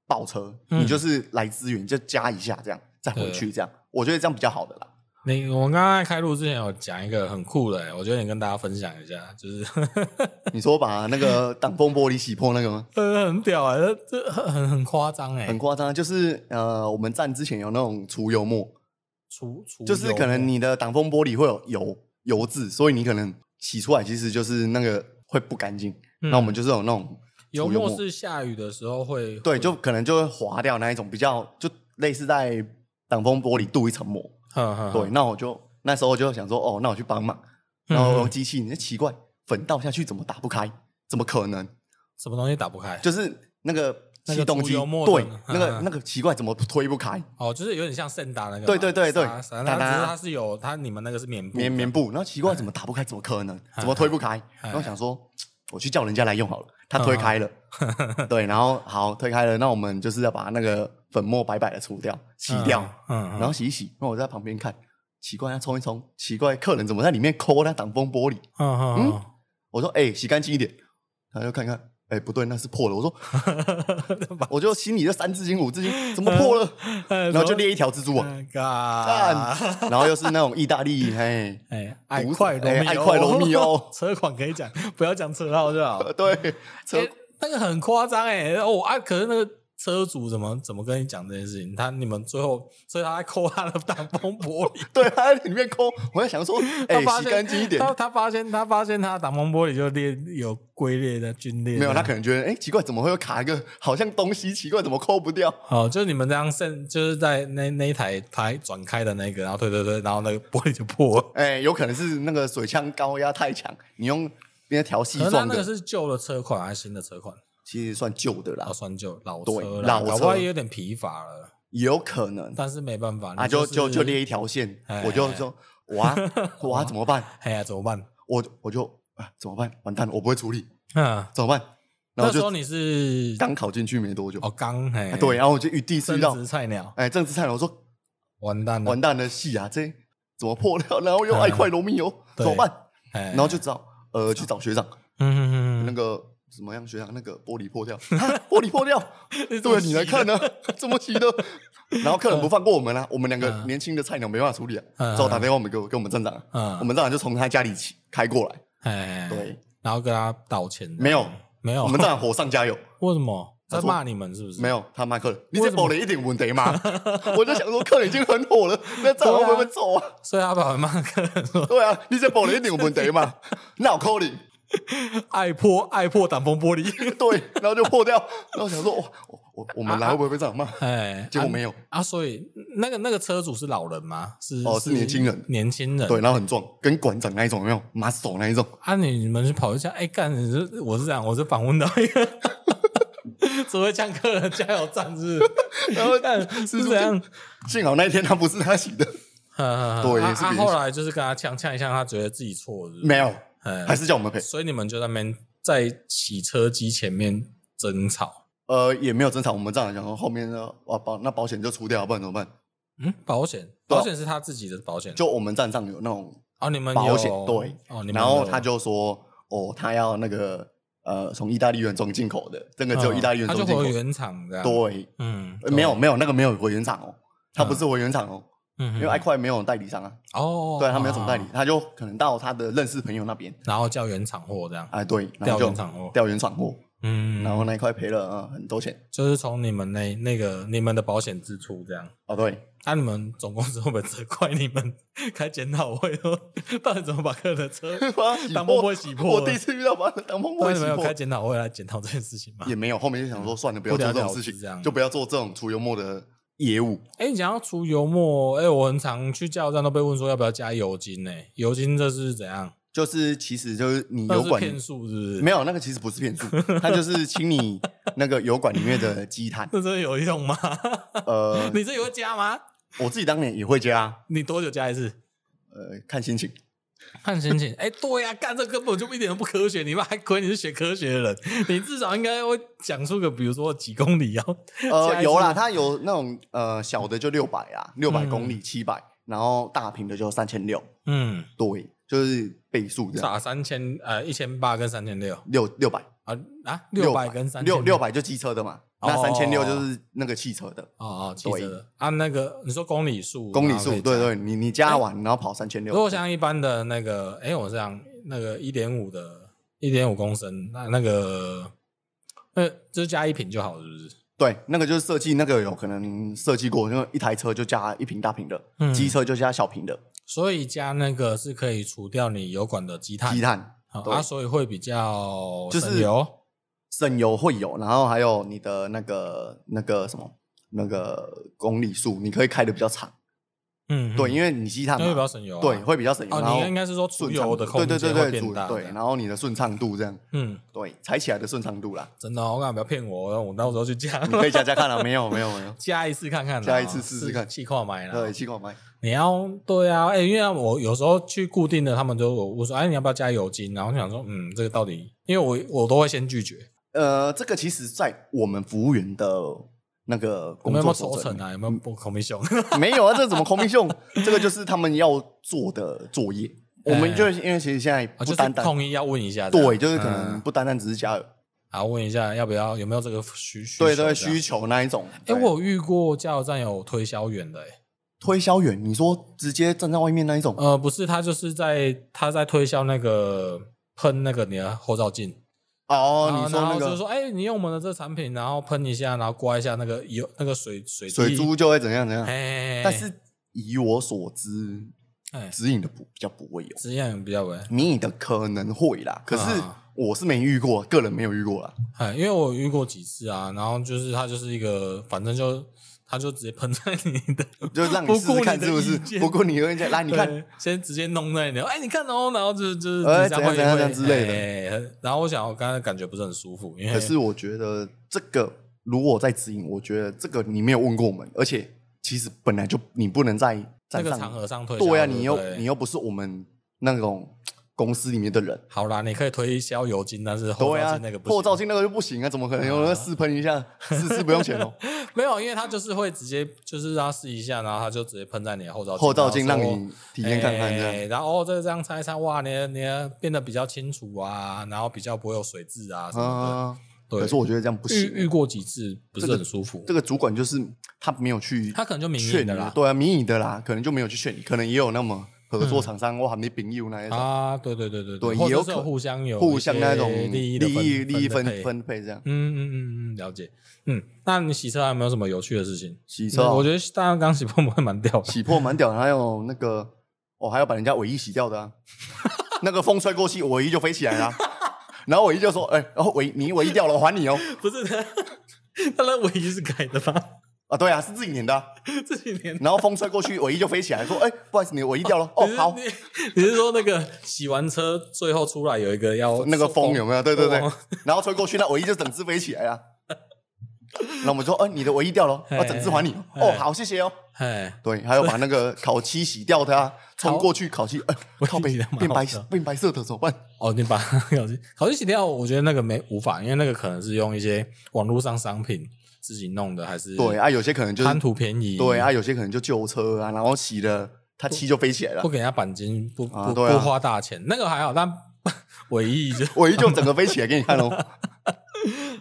Speaker 2: 爆车，
Speaker 1: 嗯
Speaker 2: 你就是来支援，就加一下这样，再回去这样，我觉得这样比较好的啦。
Speaker 1: 你我们刚刚在开录之前有讲一个很酷的、我觉得你跟大家分享一下，就是 <laughs>
Speaker 2: 你说把那个挡风玻璃洗破那个吗？
Speaker 1: 呃很屌哎、这这很很很夸张哎，
Speaker 2: 很夸张，就是呃，我们站之前有那种除油墨，
Speaker 1: 除除
Speaker 2: 就是可能你的挡风玻璃会有油油渍，所以你可能洗出来其实就是那个会不干净。
Speaker 1: 嗯
Speaker 2: 那我们就是有那种
Speaker 1: 油
Speaker 2: 除油
Speaker 1: 墨
Speaker 2: 墨
Speaker 1: 是下雨的时候会
Speaker 2: 对，就可能就会滑掉那一种，比较就类似在挡风玻璃镀一层膜。
Speaker 1: 呵呵
Speaker 2: 对，那我就那时候就想说，哦，那我去帮忙。
Speaker 1: 嗯
Speaker 2: 然后用机器，你就奇怪，粉倒下去怎么打不开？怎么可能？
Speaker 1: 什么东西打不开？
Speaker 2: 就是那个
Speaker 1: 那个
Speaker 2: 气动
Speaker 1: 除
Speaker 2: 机，
Speaker 1: 油墨
Speaker 2: 对
Speaker 1: 的呢，
Speaker 2: 那个
Speaker 1: 嗯
Speaker 2: 那个奇怪，怎么推不开？
Speaker 1: 哦，就是有点像圣达那个嘛，
Speaker 2: 对对对对
Speaker 1: 撒撒
Speaker 2: 哒哒
Speaker 1: 那只是它是有它你们那个是棉布的嗯
Speaker 2: 棉棉布，然后奇怪怎么打不开？怎么可能？怎么推不开？然后想说，我去叫人家来用好了。
Speaker 1: 嗯
Speaker 2: 他推
Speaker 1: <laughs>
Speaker 2: 开了，对，然后好推开了，那我们就是要把那个粉末白白的除掉、洗掉，，
Speaker 1: 嗯嗯
Speaker 2: 然后洗一洗。那我在旁边看，奇怪，他冲一冲，奇怪，客人怎么在里面抠那挡风玻璃？
Speaker 1: 嗯嗯嗯
Speaker 2: 我说，哎、洗干净一点。他就看看，哎、不对，那是破了。我说，
Speaker 1: <laughs>
Speaker 2: 我就心里就三字经五字经，怎么破了？
Speaker 1: 嗯，
Speaker 2: 然后就裂一条蜘蛛网，
Speaker 1: 嗯干，
Speaker 2: 干，然后又是那种意大利，嘿， <laughs>
Speaker 1: 哎，爱
Speaker 2: 毒
Speaker 1: 快罗
Speaker 2: 哎
Speaker 1: 密欧，
Speaker 2: 爱快哦罗密欧
Speaker 1: <laughs> 车款可以讲，不要讲车号就好。
Speaker 2: <laughs> 呃对，车
Speaker 1: 哎欸那个很夸张哎，哦啊，可是那个车主怎么怎么跟你讲这件事情？他你们最后，所以他在抠他的挡风玻璃，
Speaker 2: 对，他在里面抠，我在想说， <laughs> 哎、
Speaker 1: 他发
Speaker 2: 洗
Speaker 1: 现
Speaker 2: 干净一点。
Speaker 1: 他他发现他发现他的挡风玻璃就裂有龟裂的皲裂，
Speaker 2: 没有，他可能觉得，哎、奇怪，怎么会有卡一个好像东西？奇怪，怎么抠不掉？
Speaker 1: 哦，就是你们这样剩，就是在那那一台台转开的那个，然后推推推，然后那个玻璃就破
Speaker 2: <laughs>
Speaker 1: 了。
Speaker 2: 哎、有可能是那个水枪高压太强，你用那调细
Speaker 1: 可是它
Speaker 2: 状
Speaker 1: 那个
Speaker 2: 的，
Speaker 1: 是旧的车款还是新的车款？
Speaker 2: 其实算旧的啦
Speaker 1: 啊，，算旧老
Speaker 2: 对
Speaker 1: 车啦，
Speaker 2: 老
Speaker 1: 搞不好
Speaker 2: 车
Speaker 1: 也有点疲乏了，
Speaker 2: 也有可能
Speaker 1: 但是没办法，
Speaker 2: 啊，
Speaker 1: 你
Speaker 2: 就是就就列一条线
Speaker 1: 哎，
Speaker 2: 我就说，
Speaker 1: <laughs>
Speaker 2: 哇哇，怎么办？
Speaker 1: 哎呀，怎么办？
Speaker 2: 我我就啊，怎么办？完蛋了，我不会处理，
Speaker 1: 嗯，
Speaker 2: 怎么办？
Speaker 1: 那
Speaker 2: 然后
Speaker 1: 时候
Speaker 2: 就
Speaker 1: 你是
Speaker 2: 刚考进去没多久，
Speaker 1: 哦刚哎
Speaker 2: 啊，对，然后我就遇第一次
Speaker 1: 生
Speaker 2: 遇到，
Speaker 1: 殖菜鸟，
Speaker 2: 哎，政治菜鸟，我说
Speaker 1: 完蛋了
Speaker 2: 完，蛋了，戏啊，这怎么破掉？然后又爱快罗密欧，
Speaker 1: 嗯对
Speaker 2: 怎么办？
Speaker 1: 哎，
Speaker 2: 然后就找呃去找学长，
Speaker 1: 嗯
Speaker 2: 那
Speaker 1: 嗯
Speaker 2: 个什么样学长，那个玻璃
Speaker 1: <laughs>
Speaker 2: 破掉，啊玻璃破掉，
Speaker 1: 嗯，
Speaker 2: <laughs> 对，啊你来看呢， <laughs> 这么急的。然后客人不放过我们啊，我们两个
Speaker 1: 嗯
Speaker 2: 年轻的菜鸟没办法处理啊，
Speaker 1: 嗯
Speaker 2: 之后打电话我们给我给我们站长啊，
Speaker 1: 嗯
Speaker 2: 我们站长就从他家里起开过来，
Speaker 1: 哎，
Speaker 2: 对，
Speaker 1: 然后跟他道歉，
Speaker 2: 没有
Speaker 1: 没有
Speaker 2: 我，们站长火上加油，
Speaker 1: 为什么
Speaker 2: 他
Speaker 1: 在
Speaker 2: 说
Speaker 1: 骂你们是不是？
Speaker 2: 没有他骂客人，
Speaker 1: 嗯
Speaker 2: 你
Speaker 1: 为
Speaker 2: 这
Speaker 1: 什么
Speaker 2: 保了一点问题嘛， <laughs> 我就想说客人已经很火了，那站长会不会走啊？
Speaker 1: 所以他把我骂客人说
Speaker 2: 对啊，你这保了一点问题嘛，那我扣你，
Speaker 1: 爱破爱破挡风玻璃，
Speaker 2: <laughs> 对，然后就破掉，然后想说哇，我我我们来会不会被站长骂？
Speaker 1: 哎，
Speaker 2: <laughs> 结果
Speaker 1: 啊
Speaker 2: 没有，
Speaker 1: 啊，所以那个那个车主是老人吗？是
Speaker 2: 哦是年轻人
Speaker 1: 年轻人。
Speaker 2: 对，然后很壮，跟馆长那一种有没有？马手那
Speaker 1: <laughs>
Speaker 2: 一种，
Speaker 1: 啊，你们去跑一下，哎、干，你是我是这样，我是访问到 <laughs> 一个只会呛客人加油站是
Speaker 2: <laughs>
Speaker 1: 不是，
Speaker 2: 然后
Speaker 1: 干
Speaker 2: 是
Speaker 1: 是这样，
Speaker 2: 幸好那一天他不是他洗的，对
Speaker 1: 啊
Speaker 2: 是
Speaker 1: 啊
Speaker 2: 别人
Speaker 1: 后来就是跟他呛呛一下，他觉得自己错了是不是
Speaker 2: 没有，
Speaker 1: 哎
Speaker 2: 还是叫我们赔。
Speaker 1: 所以你们就在那边在洗车机前面争吵，
Speaker 2: 呃，也没有争吵，我们这样讲，后面呢，啊保那保险就出掉，不然怎么办？
Speaker 1: 嗯，保险，
Speaker 2: 对啊
Speaker 1: 保险是他自己的保险，
Speaker 2: 就我们站上有那种
Speaker 1: 哦，你们有
Speaker 2: 保险，对，
Speaker 1: 哦，你们
Speaker 2: 然后
Speaker 1: 有
Speaker 2: 他就说，哦，他要那个呃，从意大利原装进口的，这个只有意大利原
Speaker 1: 嗯他
Speaker 2: 装
Speaker 1: 就
Speaker 2: 进口
Speaker 1: 回
Speaker 2: 的，
Speaker 1: 原厂的，，
Speaker 2: 对，
Speaker 1: 嗯，
Speaker 2: 呃没有
Speaker 1: 懂，
Speaker 2: 没有，那个没有回原厂哦，他不是回原厂哦，
Speaker 1: 嗯，
Speaker 2: 因为爱快没有代理商啊，
Speaker 1: 哦，
Speaker 2: 对他没有总代理
Speaker 1: 啊，，
Speaker 2: 他就可能到他的认识朋友那边，
Speaker 1: 然后叫原厂货这样，
Speaker 2: 哎，对，然
Speaker 1: 调
Speaker 2: 后就
Speaker 1: 原厂货，
Speaker 2: 调原厂货，
Speaker 1: 嗯，
Speaker 2: 然后那一块赔了呃很多钱，
Speaker 1: 就是从你们那那个你们的保险支出这样。
Speaker 2: 哦，对，
Speaker 1: <laughs> 那、你们总公司会不会责怪你们 <laughs> 开检讨会说，到底怎么把客人的车
Speaker 2: <laughs> 把它洗
Speaker 1: 挡风
Speaker 2: 破
Speaker 1: 玻璃洗破
Speaker 2: 我
Speaker 1: 了？
Speaker 2: 第一次遇到把 <laughs> 挡风玻
Speaker 1: 那
Speaker 2: 璃
Speaker 1: 你们
Speaker 2: 洗
Speaker 1: 有开
Speaker 2: 破，
Speaker 1: 检讨会来检讨这件事情吗？
Speaker 2: 也没有。后面就想说，算了，不要
Speaker 1: 不了
Speaker 2: 做这
Speaker 1: 了
Speaker 2: 种事
Speaker 1: 之这样
Speaker 2: 情，就不要做这种除油墨的业务。
Speaker 1: 哎、你讲要除油墨，哎、我很常去加油站都被问说要不要加油精呢、油精这是怎样？
Speaker 2: 就是其实就是你
Speaker 1: 那
Speaker 2: 油
Speaker 1: 是
Speaker 2: 管
Speaker 1: 骗术是不是？
Speaker 2: 没有那个，其实不是
Speaker 1: <laughs>
Speaker 2: 骗术，它就是请你那个油管里面的积碳。
Speaker 1: 那真的有用吗？
Speaker 2: <laughs> 呃，
Speaker 1: 你这有会加吗？
Speaker 2: 我自己当年也会加，
Speaker 1: 你多久加一次？
Speaker 2: 呃，看心情。
Speaker 1: 看心 <laughs> 情。哎、对呀、干这根本就一点都不科学。你妈还亏你是学科学的人， <laughs> 你至少应该会讲出个，比如说几公里要加 <laughs>
Speaker 2: 呃，
Speaker 1: 一次
Speaker 2: 有啦，它有那种呃小的就六百啊，六百公里七百，然后大屏的就三千六，
Speaker 1: 嗯，
Speaker 2: 对，就是倍数这样，
Speaker 1: 打三千呃一千八跟三千六
Speaker 2: 六六百。
Speaker 1: 啊啊六百跟三
Speaker 2: 六六百就机车的嘛，那
Speaker 1: 哦
Speaker 2: 三千六就是那个汽车的
Speaker 1: 哦哦，汽车的啊那个你说公里数
Speaker 2: 公里
Speaker 1: 然后
Speaker 2: 数
Speaker 1: 可以，
Speaker 2: 对
Speaker 1: 加哎
Speaker 2: 对，你你加完然后跑三千六，
Speaker 1: 如果像一般的那个，哎、我是想那个一点五的，一点五公升，那那个，那就是加一瓶就好，是不是？
Speaker 2: 对那个就是设计那个有可能设计过，因为一台车就加一瓶大瓶的
Speaker 1: 嗯，
Speaker 2: 机车就加小瓶的
Speaker 1: 所以加那个是可以除掉你油管的积碳，
Speaker 2: 积碳，
Speaker 1: 好
Speaker 2: 对
Speaker 1: 啊，所以会比较
Speaker 2: 就是
Speaker 1: 省油
Speaker 2: 省油会有，然后还有你的那个那个什么那个公里数，你可以开的比较长，
Speaker 1: 嗯，
Speaker 2: 对，
Speaker 1: 嗯
Speaker 2: 因为你积碳
Speaker 1: 那会比
Speaker 2: 嘛
Speaker 1: 较，省油、啊，
Speaker 2: 对，会比较省油，然
Speaker 1: 哦，你应
Speaker 2: 后
Speaker 1: 该是说除
Speaker 2: 顺
Speaker 1: 油
Speaker 2: 畅
Speaker 1: 的
Speaker 2: 度，
Speaker 1: 空
Speaker 2: 对对
Speaker 1: 间
Speaker 2: 对
Speaker 1: 会
Speaker 2: 对，
Speaker 1: 变
Speaker 2: 主
Speaker 1: 大，
Speaker 2: 对，
Speaker 1: 这样
Speaker 2: 然后你的顺畅度这样，
Speaker 1: 嗯，
Speaker 2: 对，踩起来的顺畅度啦，
Speaker 1: 真的、哦，我干嘛不要骗我？我到时候去加
Speaker 2: 你可以加加看了，啊没有没有没有，
Speaker 1: <laughs> 加一次看看啦，
Speaker 2: 嗯加一次试试看
Speaker 1: 气矿买了，
Speaker 2: 对，气管麦。
Speaker 1: 你要对啊，哎、因为我有时候去固定的，他们就我我说哎，你要不要加油精？然后就想说，嗯，这个到底，因为我我都会先拒绝，
Speaker 2: 呃，这个其实，在我们服务员的那个
Speaker 1: 我
Speaker 2: 工
Speaker 1: 们有没
Speaker 2: 作嗯
Speaker 1: 有抽
Speaker 2: 守则
Speaker 1: 成
Speaker 2: 里
Speaker 1: 啊？有没有不 commission？ <laughs>
Speaker 2: 面没有啊，这怎么 commission？这个就是他们要做的作业。我们就是因为其实现在
Speaker 1: 啊，
Speaker 2: 不
Speaker 1: 哎就
Speaker 2: 单
Speaker 1: 是
Speaker 2: 单
Speaker 1: 统一要问一下这样，
Speaker 2: 对，就是可
Speaker 1: 嗯
Speaker 2: 能不单单只是加油，
Speaker 1: 啊，问一下要不要有没有这个需需
Speaker 2: 对
Speaker 1: 求
Speaker 2: 对，
Speaker 1: 这样
Speaker 2: 需。求那一种。
Speaker 1: 哎、
Speaker 2: 对
Speaker 1: 我有遇过加油站有推销员的、哎，
Speaker 2: 推销员，你说直接站在外面那一种，
Speaker 1: 呃，不是，他就是在他在推销那个喷那个你的后照镜，然
Speaker 2: 哦，
Speaker 1: 后
Speaker 2: 你说
Speaker 1: 然
Speaker 2: 那
Speaker 1: 后就
Speaker 2: 个
Speaker 1: 说，哎、你用我们的这产品，然后喷一下，然后刮一下那个油，那个水水
Speaker 2: 水
Speaker 1: 滴，
Speaker 2: 珠就会怎样怎样，
Speaker 1: 哎，
Speaker 2: 但是以我所知，
Speaker 1: 哎，
Speaker 2: 指引的不比较不会有，
Speaker 1: 这样比较稳。
Speaker 2: 你的可能会啦，可是
Speaker 1: 啊
Speaker 2: 我是没遇过，个人没有遇
Speaker 1: <laughs>
Speaker 2: 过啦。
Speaker 1: 哎，因为我遇过几次啊，然后就是它就是一个，反正就它就直接喷在你的，
Speaker 2: 就让
Speaker 1: 不
Speaker 2: 你试
Speaker 1: 顾
Speaker 2: 试
Speaker 1: 你
Speaker 2: 看
Speaker 1: 的
Speaker 2: 是不
Speaker 1: 意
Speaker 2: 是？
Speaker 1: 见
Speaker 2: 不过你有意见，来你看，
Speaker 1: 对，先直接弄在你的，哎，你看哦，然后就就是
Speaker 2: 哎
Speaker 1: 底下会
Speaker 2: 怎样怎样之类的
Speaker 1: 的。哎然后我想，我刚才感觉不是很舒服，因为
Speaker 2: 可是我觉得这个如果在指引，我觉得这个你没有问过我们，而且其实本来就你不能在
Speaker 1: 这
Speaker 2: 站
Speaker 1: 个场
Speaker 2: 上，
Speaker 1: 合上推销，
Speaker 2: 对呀、啊
Speaker 1: 不
Speaker 2: 你又你又不是我们那种公司里面的人，
Speaker 1: 好啦，你可以推销油精，但是后
Speaker 2: 对啊
Speaker 1: 照
Speaker 2: 呀、
Speaker 1: 镜那个不
Speaker 2: 后
Speaker 1: 行。
Speaker 2: 照镜那个就不行啊，怎么可能有人试喷一下，试试不用钱哦？
Speaker 1: 没有，因为他就是会直接就是让他试一下，然后他就直接喷在你的后照镜，
Speaker 2: 后照镜
Speaker 1: 然
Speaker 2: 让
Speaker 1: 后说
Speaker 2: 你体验看看这样。
Speaker 1: 哦哎然后、哦、这这样擦一擦，哇，你的你的变得比较清楚啊，然后比较不会有水渍啊什么
Speaker 2: 啊，
Speaker 1: 对嗯
Speaker 2: 可是我觉得这样不
Speaker 1: 的。遇遇
Speaker 2: 行。
Speaker 1: 过几次不是很舒服，
Speaker 2: 这个主管就是他没有去
Speaker 1: 他可能就明
Speaker 2: 劝
Speaker 1: 显
Speaker 2: 你
Speaker 1: 的啦。
Speaker 2: 对啊，迷你的啦，可能就没有去劝你，可能也有那么合作厂商哇，没朋友那一种，
Speaker 1: 啊，对对对对
Speaker 2: 对
Speaker 1: 或
Speaker 2: 也有
Speaker 1: 者是有
Speaker 2: 可
Speaker 1: 互相有
Speaker 2: 互相那
Speaker 1: 一
Speaker 2: 种
Speaker 1: 些利益的
Speaker 2: 利益利益
Speaker 1: 分
Speaker 2: 分
Speaker 1: 配。
Speaker 2: 分配这样。
Speaker 1: 嗯嗯嗯嗯，了解。嗯，那你洗车还有没有什么有趣的事情？
Speaker 2: 洗
Speaker 1: 洗
Speaker 2: 车
Speaker 1: 我
Speaker 2: 哦
Speaker 1: 觉得大家刚洗破还蛮
Speaker 2: <laughs>
Speaker 1: 屌的。
Speaker 2: 洗破蛮屌的，还有那个哦，还要把人家尾翼洗
Speaker 1: <laughs>
Speaker 2: 掉的啊，那个风吹过去，尾翼就飞起来啦。啊然后尾翼就说：“哎，然后尾你尾翼掉了，我还你哦。
Speaker 1: 不是他，他的尾翼是改的 <laughs> 吧？”
Speaker 2: 啊，对啊，是自己粘的啊、
Speaker 1: 这几年。
Speaker 2: 然后风吹过去，尾翼就飞起来，说：“哎，不好意思，你的尾翼掉了。”哦，好
Speaker 1: 你，是你是说那个洗完车最后出来有一个要
Speaker 2: 那个风有没有？对对对
Speaker 1: 哦。
Speaker 2: 然后吹过去，那尾翼就整只飞起来啊。那我们说：“哎，你的尾翼掉了，我整只还你。”哦，好，谢谢哦。
Speaker 1: 哎，
Speaker 2: 对，还有把那个烤漆洗掉它，冲过去烤漆，哎、靠
Speaker 1: 我
Speaker 2: 背
Speaker 1: 也觉得蛮
Speaker 2: 变
Speaker 1: 好
Speaker 2: 白
Speaker 1: 笑
Speaker 2: 变白色的怎么办？
Speaker 1: 哦，你把 <laughs> 烤漆烤漆洗掉，我觉得那个没无法，因为那个可能是用一些网络上商品自己弄的，还是
Speaker 2: 对啊，有些可能就是
Speaker 1: 贪图便宜，
Speaker 2: 对啊，有些可能就旧车啊，然后洗了它漆就飞起来
Speaker 1: 不
Speaker 2: 了，
Speaker 1: 给人家钣金，不不、
Speaker 2: 啊对啊
Speaker 1: 不花大钱，那个还好，但 <laughs> 尾翼就
Speaker 2: 尾翼就整个飞起来给你看哦。
Speaker 1: <laughs>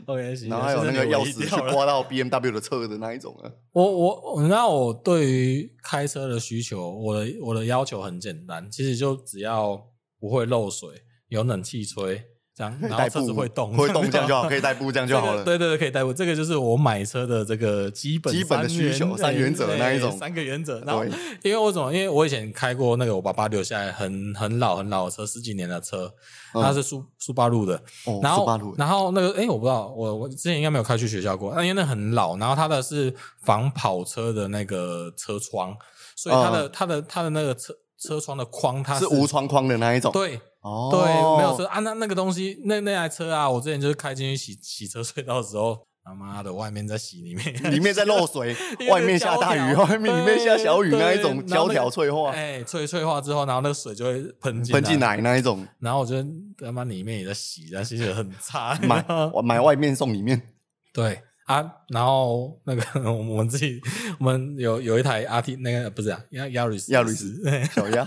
Speaker 1: OK，行
Speaker 2: 然后还有那
Speaker 1: 就
Speaker 2: 个
Speaker 1: 是
Speaker 2: 钥
Speaker 1: 尾翼
Speaker 2: 匙
Speaker 1: 掉了
Speaker 2: 去刮到 B M W 的车的那一种啊。
Speaker 1: 我我我，那我对于开车的需求，我的我的要求很简单，其实就只要不会漏水，有冷气吹，这样，然后
Speaker 2: 代
Speaker 1: 车子
Speaker 2: 步
Speaker 1: 会动，
Speaker 2: 会动这样
Speaker 1: <laughs>
Speaker 2: 就好，可以代步这样
Speaker 1: 这
Speaker 2: 就
Speaker 1: 样
Speaker 2: 好
Speaker 1: 好
Speaker 2: 了。
Speaker 1: 对对对，可以代步，这个就是我买车的这个基本
Speaker 2: 基本的
Speaker 1: 三原
Speaker 2: 需求
Speaker 1: 哎
Speaker 2: 三原则
Speaker 1: 哎
Speaker 2: 那一种
Speaker 1: 三个原则。然后
Speaker 2: 对，
Speaker 1: 因为我怎么？因为我以前开过那个我爸爸留下来很很老很老的车，十几年的车，
Speaker 2: 嗯
Speaker 1: 它是苏苏巴路的。
Speaker 2: 哦
Speaker 1: 然后
Speaker 2: ，Subaru 耶
Speaker 1: 然后那个哎、我不知道，我我之前应该没有开去学校过，那因为那很老，然后它的是防跑车的那个车窗，所以它的、它的它的那个车车窗的框它
Speaker 2: 嗯是无窗框的那一种。
Speaker 1: 对
Speaker 2: 哦，
Speaker 1: 对，没有车啊，那那个东西，那那台车啊，我之前就是开进去洗 <laughs> 洗车隧道的时候，他妈的，外面在洗，里面
Speaker 2: 里面在漏
Speaker 1: <laughs>
Speaker 2: 水，外面下大雨，
Speaker 1: 因为那个胶条
Speaker 2: 外面里面下小雨
Speaker 1: 对
Speaker 2: 那
Speaker 1: 对
Speaker 2: 一种
Speaker 1: 然后那
Speaker 2: 胶
Speaker 1: 个
Speaker 2: 条脆
Speaker 1: <laughs>
Speaker 2: 化，
Speaker 1: 哎，脆脆化之后，然后那个水就会喷进
Speaker 2: 喷进，来那一
Speaker 1: <laughs>
Speaker 2: 种，
Speaker 1: 然后我觉得他妈里面也在洗，但心情很差，
Speaker 2: 买
Speaker 1: 然后
Speaker 2: 我买外面送里面。
Speaker 1: <laughs> 对啊，然后那个 <laughs> 我们自己，我们有有一台 R T 那个不是啊，亚亚瑞斯
Speaker 2: 亚瑞斯
Speaker 1: 对 <laughs>
Speaker 2: 小鸭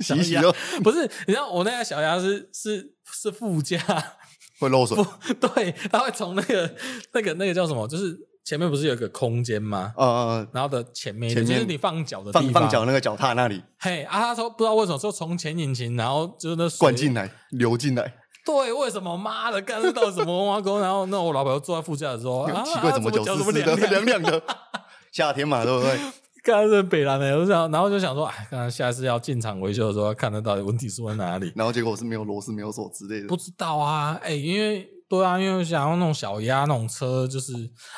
Speaker 2: 洗一洗
Speaker 1: 小鸭
Speaker 2: 就
Speaker 1: 不是，你知道我那台小鸭是是是副驾。
Speaker 2: 会漏水。
Speaker 1: 对，它会从那个、那个、那个叫什么，就是前面不是有一个空间吗？
Speaker 2: 呃，
Speaker 1: 然后的前面一点，
Speaker 2: 前面
Speaker 1: 就是你放脚的地
Speaker 2: 放
Speaker 1: 方。
Speaker 2: 放脚。那个脚踏那里
Speaker 1: 嘿，啊，他说不知道为什么说从前引擎，然后就是那水
Speaker 2: 灌进。来流进来，
Speaker 1: 对，为什么妈的干到底什么挖沟？然后那我老婆坐在副驾的时候，啊，
Speaker 2: <laughs> 奇怪
Speaker 1: 啊
Speaker 2: 怎么
Speaker 1: 脚
Speaker 2: 脚
Speaker 1: 怎
Speaker 2: 湿
Speaker 1: 么
Speaker 2: 湿
Speaker 1: 凉
Speaker 2: 的
Speaker 1: 凉
Speaker 2: 凉凉的。夏天嘛，对不对？
Speaker 1: <laughs> 干这北兰的，我就想，然后就想说，哎，看下次要进厂维修的时候，要看它到底问题出在哪里。
Speaker 2: 然后结果是没有螺丝、没有锁之类
Speaker 1: 不
Speaker 2: 的。
Speaker 1: 知道啊，哎、因为对啊，因为我想要那种小鸭那种车，就是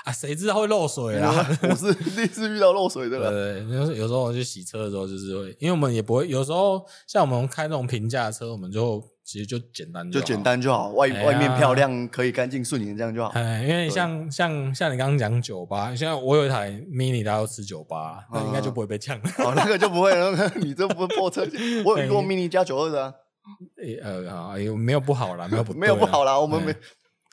Speaker 1: 啊，谁知道会漏水啊？
Speaker 2: 我是 <laughs> 第一次遇到漏水的了。
Speaker 1: 对，有时有时候我去洗车的时候，就是会，因为我们也不会，有时候像我们开那种平价的车，我们就其实就简单
Speaker 2: 就
Speaker 1: 好
Speaker 2: 简。单就好，外
Speaker 1: 哎呀
Speaker 2: 外面漂亮，可以干净顺眼，这样就好。
Speaker 1: 哎，因为像像像你刚刚讲酒吧，现在我有一台 mini，它要吃酒吧，那应该就不会被呛。
Speaker 2: <laughs> 哦，那个就不会了， <laughs> 那个你这不破车。我有遇过 mini 加九二的啊，
Speaker 1: <laughs> 诶呃，好，也没有不好啦，没有不
Speaker 2: <laughs> 没有不好
Speaker 1: 啦。
Speaker 2: 啦，我们没
Speaker 1: 哎。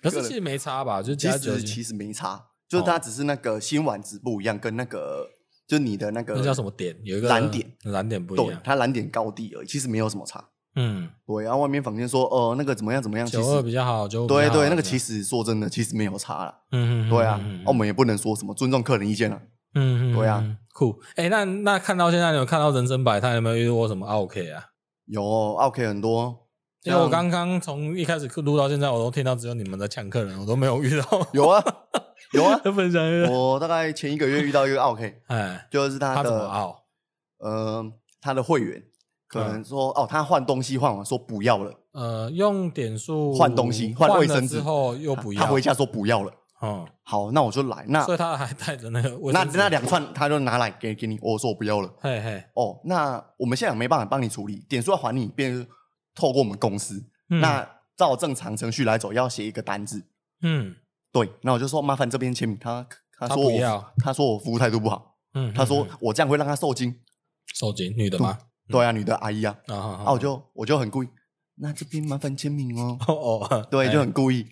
Speaker 1: 可是其实没差吧，就
Speaker 2: 其
Speaker 1: 加酒
Speaker 2: 实其实没差，就是它只是那个新丸子不一样，跟那个就你的那个
Speaker 1: 那叫什么点？有一个
Speaker 2: 蓝点，
Speaker 1: 蓝点不一
Speaker 2: 对
Speaker 1: 样，。
Speaker 2: 它蓝点高低而已，其实没有什么差。
Speaker 1: 嗯，
Speaker 2: 对，然后外面房间说，哦，那个怎么样怎么样，其
Speaker 1: 九二
Speaker 2: 实
Speaker 1: 比较好，九
Speaker 2: 对对，那个其
Speaker 1: 实
Speaker 2: 实说真的，其实没有差啦。
Speaker 1: 嗯嗯，嗯
Speaker 2: 对啊
Speaker 1: 嗯嗯，
Speaker 2: 我们也不能说什么尊重客人意见了。
Speaker 1: 嗯，嗯
Speaker 2: 对啊，
Speaker 1: 嗯酷。哎、那那看到现在，你有看到人生百态，有没有遇过什么 OK 啊？
Speaker 2: 有 OK 很多，
Speaker 1: 因为我刚刚从一开始录到现在，我都听到只有你们在呛客人，我都没有遇到。
Speaker 2: 有啊， <laughs> 有啊
Speaker 1: 分享 <laughs> 一下。
Speaker 2: 我大概前一个月遇到一个啊 OK，
Speaker 1: 哎，
Speaker 2: 就是他
Speaker 1: 他怎么啊
Speaker 2: 的
Speaker 1: 傲？
Speaker 2: 呃他的会员可能说
Speaker 1: 嗯
Speaker 2: 哦，他换东西换完说不要了，
Speaker 1: 呃，用点数
Speaker 2: 换东西换
Speaker 1: 换
Speaker 2: 卫生纸
Speaker 1: 了之后又不要，
Speaker 2: 他回家说不要了。
Speaker 1: 嗯，
Speaker 2: 好，那我就来，那
Speaker 1: 所以他还带着那个卫
Speaker 2: 那
Speaker 1: 生纸
Speaker 2: 那两串他就拿来给给你，我说我不要了。
Speaker 1: 嘿嘿，
Speaker 2: 哦，那我们现在没办法帮你处理，点数要还你，便是透过我们公司。
Speaker 1: 嗯
Speaker 2: 那照正常程序来走，要写一个单子。
Speaker 1: 嗯
Speaker 2: 对，那我就说麻烦这边签名。他他
Speaker 1: 他
Speaker 2: 说
Speaker 1: 不
Speaker 2: 我
Speaker 1: 要
Speaker 2: 他说我服务态度不好，
Speaker 1: 嗯，
Speaker 2: 他说
Speaker 1: 嗯嗯嗯
Speaker 2: 我这样会让他受惊。
Speaker 1: 手机女的吗？
Speaker 2: 对啊，女的阿姨啊，
Speaker 1: 啊啊
Speaker 2: 啊我就我就很故意，那这边麻烦签名哦。
Speaker 1: 哦哦，
Speaker 2: 对，就
Speaker 1: 哎
Speaker 2: 很故意，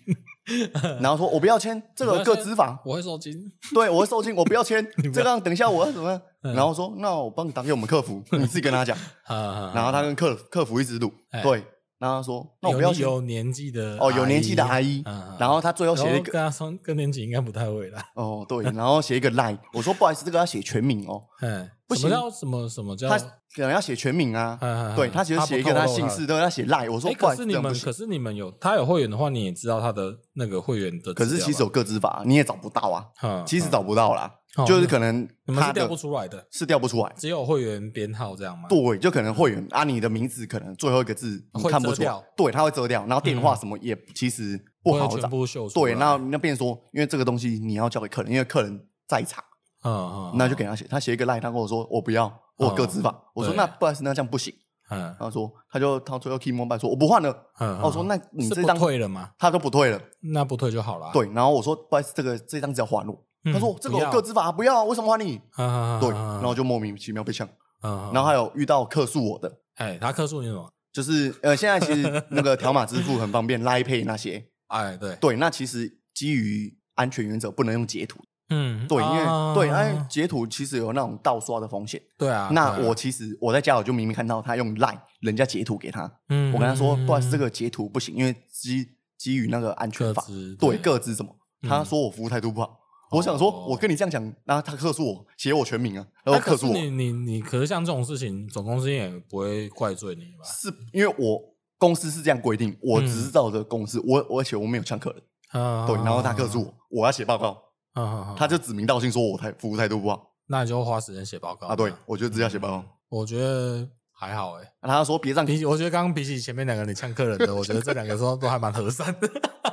Speaker 2: <laughs> 然后说我不要签，这
Speaker 1: 你
Speaker 2: 个
Speaker 1: 不要
Speaker 2: 个
Speaker 1: 签
Speaker 2: 资法，
Speaker 1: 我会受惊，
Speaker 2: 对我会受惊，我不要签
Speaker 1: 你，不
Speaker 2: 这
Speaker 1: 要
Speaker 2: 样等一下我要怎么样？
Speaker 1: <laughs> 嗯
Speaker 2: 然后说那我帮你打给我们客服，你自己跟
Speaker 1: <laughs>
Speaker 2: 他讲。然
Speaker 1: 然
Speaker 2: 后他跟客客服一直赌，
Speaker 1: 啊哎
Speaker 2: 对，然后他说那我不要签。
Speaker 1: 有年纪的
Speaker 2: 哦，有年纪的阿姨，然后他最后
Speaker 1: 我
Speaker 2: 写了一个
Speaker 1: 跟他说更年期应该不太会啦，
Speaker 2: 哦，对，然后写一个 line，我说不好意思，这个要写全名哦，
Speaker 1: 嗯，
Speaker 2: 不
Speaker 1: 什么
Speaker 2: 行
Speaker 1: 叫什么什么叫
Speaker 2: 他可能要写全名啊，
Speaker 1: 嗯嗯嗯
Speaker 2: 对他其实
Speaker 1: 他不
Speaker 2: 写一个他
Speaker 1: 透露
Speaker 2: 姓
Speaker 1: 他
Speaker 2: 氏，对，他写 line，我说
Speaker 1: 哎，
Speaker 2: 不
Speaker 1: 可
Speaker 2: 好意
Speaker 1: 是
Speaker 2: 思，
Speaker 1: 你
Speaker 2: 这样不
Speaker 1: 们，
Speaker 2: 行
Speaker 1: 可。是你们有他有会员的话，你也知道他的那个会员的资料吧，
Speaker 2: 可是其实有个资法，你也找不到啊，
Speaker 1: 嗯，
Speaker 2: 其实
Speaker 1: 嗯
Speaker 2: 找不到啦
Speaker 1: 哦，
Speaker 2: 就是可能
Speaker 1: 你们
Speaker 2: 他
Speaker 1: 是调
Speaker 2: 的
Speaker 1: 不出来的，
Speaker 2: 是调不出来，
Speaker 1: 只有会员编号这样吗？
Speaker 2: 对，就可能会员啊，你的名字可能最后一个字你
Speaker 1: 会
Speaker 2: 看不
Speaker 1: 遮
Speaker 2: 出来
Speaker 1: 掉，嗯
Speaker 2: 对，他会遮掉，然后电话什么也其实不
Speaker 1: 会
Speaker 2: 好
Speaker 1: 全
Speaker 2: 找，
Speaker 1: 部秀出来，
Speaker 2: 对，那那变成说，因为这个东西你要交给客人，因为客人在场，
Speaker 1: 嗯嗯，
Speaker 2: 那就给他写，他写一个赖，他跟我说我不要，我有个资法，我
Speaker 1: 哦
Speaker 2: 说
Speaker 1: 对
Speaker 2: 那不好意思，那这样不行，
Speaker 1: 嗯
Speaker 2: 他说他就他最后 key mobile 说我不换了，
Speaker 1: 嗯，
Speaker 2: 哦我说那你
Speaker 1: 是
Speaker 2: 这
Speaker 1: 不
Speaker 2: 张
Speaker 1: 退了吗？
Speaker 2: 他都不退了，
Speaker 1: 那不退就好了，啊
Speaker 2: 对，然后我说不好意思，这个这张只要还我，
Speaker 1: 嗯，
Speaker 2: 他说这个
Speaker 1: 不
Speaker 2: 我
Speaker 1: 要
Speaker 2: 个资法不要，为什么还你？
Speaker 1: 嗯，
Speaker 2: 对，
Speaker 1: 然
Speaker 2: 然后就莫名其妙被呛，
Speaker 1: 嗯，
Speaker 2: 然后还有遇到客诉我的，
Speaker 1: 哎，他客诉你什么？
Speaker 2: 就是呃，现在其实那个条码支付很方便，Line Pay 那些，
Speaker 1: 哎，对，
Speaker 2: 对，那其实基于安全原则，不能用截图，
Speaker 1: 嗯，
Speaker 2: 对，因为
Speaker 1: 啊
Speaker 2: 对，哎，截图其实有那种盗刷的风险。
Speaker 1: 对啊，
Speaker 2: 那
Speaker 1: 对啊
Speaker 2: 我其实我在家我就明明看到他用 Line 人家截图给他，
Speaker 1: 嗯
Speaker 2: 我跟他说，不好意思，这
Speaker 1: 个
Speaker 2: 个截图不行，因为基基于那个安全法
Speaker 1: 各自，
Speaker 2: 对，
Speaker 1: 对嗯哦
Speaker 2: 各自怎么？他说我服务态度不好，我想说，我跟你这样讲，然后他克诉我，写我全名啊，然后克
Speaker 1: 可
Speaker 2: 诉
Speaker 1: 是
Speaker 2: 我，
Speaker 1: 你你你，可是像这种事情，总公司也不会怪罪你吧？
Speaker 2: 是因为我公司是这样规定，我
Speaker 1: 嗯
Speaker 2: 只是照着公司，我我而且我没有呛客人，
Speaker 1: 啊
Speaker 2: 对，然后他克诉我，我要写报告，
Speaker 1: 我
Speaker 2: 他就指名道姓说我态服务态度不好
Speaker 1: 嗯那你就花时间写报告
Speaker 2: 啊，对，我就直接写报告。
Speaker 1: 我觉得还好哎，
Speaker 2: 然后他说别让
Speaker 1: 比起我觉得刚刚比起前面两个你呛客人的，我觉得这两个说都还蛮和善的。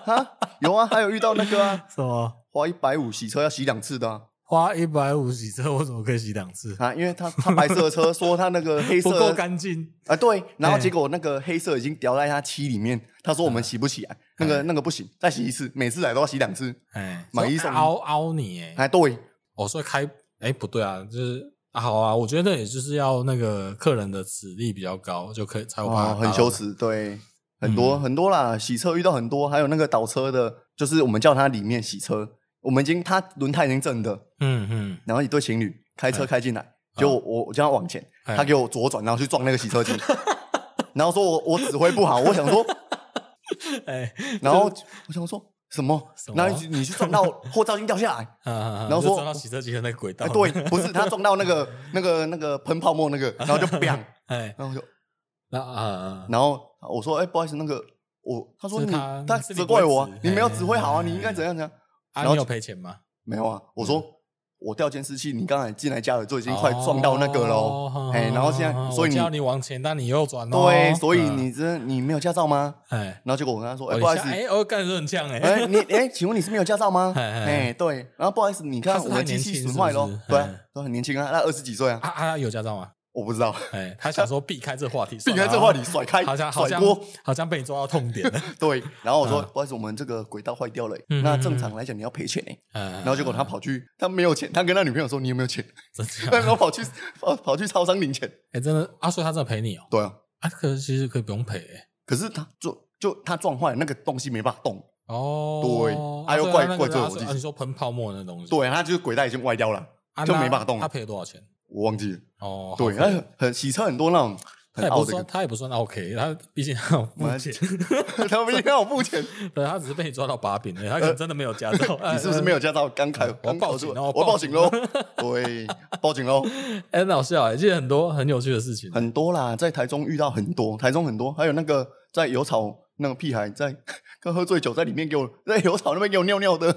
Speaker 2: 哈，有啊，还有遇到那个啊，
Speaker 1: <laughs> 什么？
Speaker 2: 花一百五洗车要洗两次的啊，
Speaker 1: 花一百五洗车，我怎么可以洗两次？
Speaker 2: 啊因为他他白色的车说他那个黑
Speaker 1: 不
Speaker 2: 色
Speaker 1: 够干净。
Speaker 2: 啊，对，然后
Speaker 1: 哎
Speaker 2: 结果那个黑色已经掉在他漆里面，他说我们洗不起来，那个那个不行，再洗一次，每次来都要洗两次，
Speaker 1: 哎，
Speaker 2: 买一送一
Speaker 1: 凹凹你哎，
Speaker 2: 哎，对，
Speaker 1: 哦，所以开哎不对啊，就是、啊好啊，我觉得也就是要那个客人的实力比较高，就可以才有办法、
Speaker 2: 哦，很羞。耻，对，很多、
Speaker 1: 嗯
Speaker 2: 很多啦，洗车遇到很多，还有那个倒车的，就是我们叫他里面洗车，我们已经他轮胎已经正的，
Speaker 1: 嗯嗯，
Speaker 2: 然后一对情侣开车
Speaker 1: 哎
Speaker 2: 开进来，就我我叫他往前，
Speaker 1: 哎
Speaker 2: 他给我左转，然后去撞那个洗
Speaker 1: <laughs>
Speaker 2: 车机，然后说我我指挥不好，我想说，
Speaker 1: <laughs> 哎，
Speaker 2: 然后我想说什么
Speaker 1: 什？么
Speaker 2: 然后你你去撞到后照镜掉下来。
Speaker 1: 然
Speaker 2: 然后说
Speaker 1: 撞到洗车机的那个轨道、 <laughs>
Speaker 2: 哎，对，，不是他撞到那个、那个、那个喷泡沫那个，然后就 <laughs> 砰，
Speaker 1: 哎，
Speaker 2: 然后就，
Speaker 1: 那啊，
Speaker 2: 然后我说，哎、不好意思，那个我，他说
Speaker 1: 是
Speaker 2: 你，
Speaker 1: 他
Speaker 2: 他
Speaker 1: 是你
Speaker 2: 责怪我啊
Speaker 1: 不会，指
Speaker 2: 你没有指挥好啊，
Speaker 1: 哎
Speaker 2: 你应该怎样怎样，
Speaker 1: 啊，
Speaker 2: 然后
Speaker 1: 你有赔钱吗？
Speaker 2: 没有啊，
Speaker 1: 嗯
Speaker 2: 我说。我调监视器，你刚才进来家里就已经快撞到那个喽，
Speaker 1: 哦
Speaker 2: 哎、然后现在，所
Speaker 1: 我
Speaker 2: 以你
Speaker 1: 叫你往前，但你右转哦。
Speaker 2: 对，所以
Speaker 1: 嗯
Speaker 2: 你这你没有驾照吗？
Speaker 1: 哎，
Speaker 2: 然后结果我跟他说，哎、
Speaker 1: 我
Speaker 2: 不好意
Speaker 1: 一
Speaker 2: 思，
Speaker 1: 下
Speaker 2: 哎、
Speaker 1: 哎，我干得很呛哎，
Speaker 2: 你哎、请问你是没有驾照吗？
Speaker 1: 哎
Speaker 2: 哎
Speaker 1: 哎、
Speaker 2: 对，然后不好意思，你
Speaker 1: 他
Speaker 2: 看
Speaker 1: 是
Speaker 2: 我
Speaker 1: 太
Speaker 2: 的机
Speaker 1: 年
Speaker 2: 器
Speaker 1: 轻
Speaker 2: 损
Speaker 1: 是
Speaker 2: 坏
Speaker 1: 不
Speaker 2: 喽
Speaker 1: 是，
Speaker 2: 对、啊
Speaker 1: 哎，
Speaker 2: 都很年轻啊，他二十几岁啊，
Speaker 1: 啊啊，有驾照吗？
Speaker 2: 我不知
Speaker 1: <laughs>
Speaker 2: 道，
Speaker 1: 哎，他想说避开这话题，
Speaker 2: <laughs> 避开这话题甩开，
Speaker 1: 好像好
Speaker 2: 甩
Speaker 1: 像
Speaker 2: 锅，
Speaker 1: 好像被你抓到痛点
Speaker 2: <laughs>
Speaker 1: 了。
Speaker 2: 对，然后我说、不好意思，我们这个轨道坏掉了、
Speaker 1: 嗯
Speaker 2: 那正常来讲你要赔钱哎、
Speaker 1: 然
Speaker 2: 然后结果他跑去，他没有钱，他跟他女朋友说你有没有钱？ <laughs>
Speaker 1: 真的
Speaker 2: 然后跑去跑跑去超商领钱。
Speaker 1: 哎、真的啊，所以他真的赔你哦、
Speaker 2: 对啊，
Speaker 1: 啊，可是其实可以不用赔、欸、
Speaker 2: 可是他就就他撞坏了那个东西没办法动，
Speaker 1: 哦。
Speaker 2: 对
Speaker 1: 啊
Speaker 2: 哎呦
Speaker 1: 所以
Speaker 2: 怪
Speaker 1: 他那个
Speaker 2: 怪罪我
Speaker 1: 啊所以
Speaker 2: 自己
Speaker 1: 啊你说喷泡沫那东西，
Speaker 2: 对、啊，他就是轨道已经歪掉了，
Speaker 1: 啊，
Speaker 2: 就
Speaker 1: 那
Speaker 2: 没办法动
Speaker 1: 他
Speaker 2: 了。
Speaker 1: 赔了多少钱？
Speaker 2: 我忘记了，
Speaker 1: 哦，
Speaker 2: 对，
Speaker 1: 好
Speaker 2: 那
Speaker 1: 可以
Speaker 2: 很很洗车很多那种
Speaker 1: 他
Speaker 2: 很
Speaker 1: 也
Speaker 2: 傲
Speaker 1: 不
Speaker 2: 的
Speaker 1: 算，
Speaker 2: 梗，
Speaker 1: 他也不算 OK，他毕竟还有目前，
Speaker 2: <laughs> 他们一定要我付钱。
Speaker 1: <laughs> 对，他只是被你抓到把柄而已，他可能真的没有驾照。
Speaker 2: 呃 <laughs> 你是不是没有驾照？刚开
Speaker 1: 哎我
Speaker 2: 刚
Speaker 1: 报
Speaker 2: 考
Speaker 1: 警
Speaker 2: 出
Speaker 1: 了
Speaker 2: 我
Speaker 1: 我
Speaker 2: 报
Speaker 1: 报
Speaker 2: 警
Speaker 1: 警 <laughs>
Speaker 2: 喽，对，报警喽。
Speaker 1: 有？哎哎、很好笑哎、欸，其实很多很有趣的事情。
Speaker 2: 很多啦，在台中遇到很多，台中很多，还有那个在油草那个屁孩在 <laughs> 跟喝醉酒在里面给我在油草那边给我尿尿的，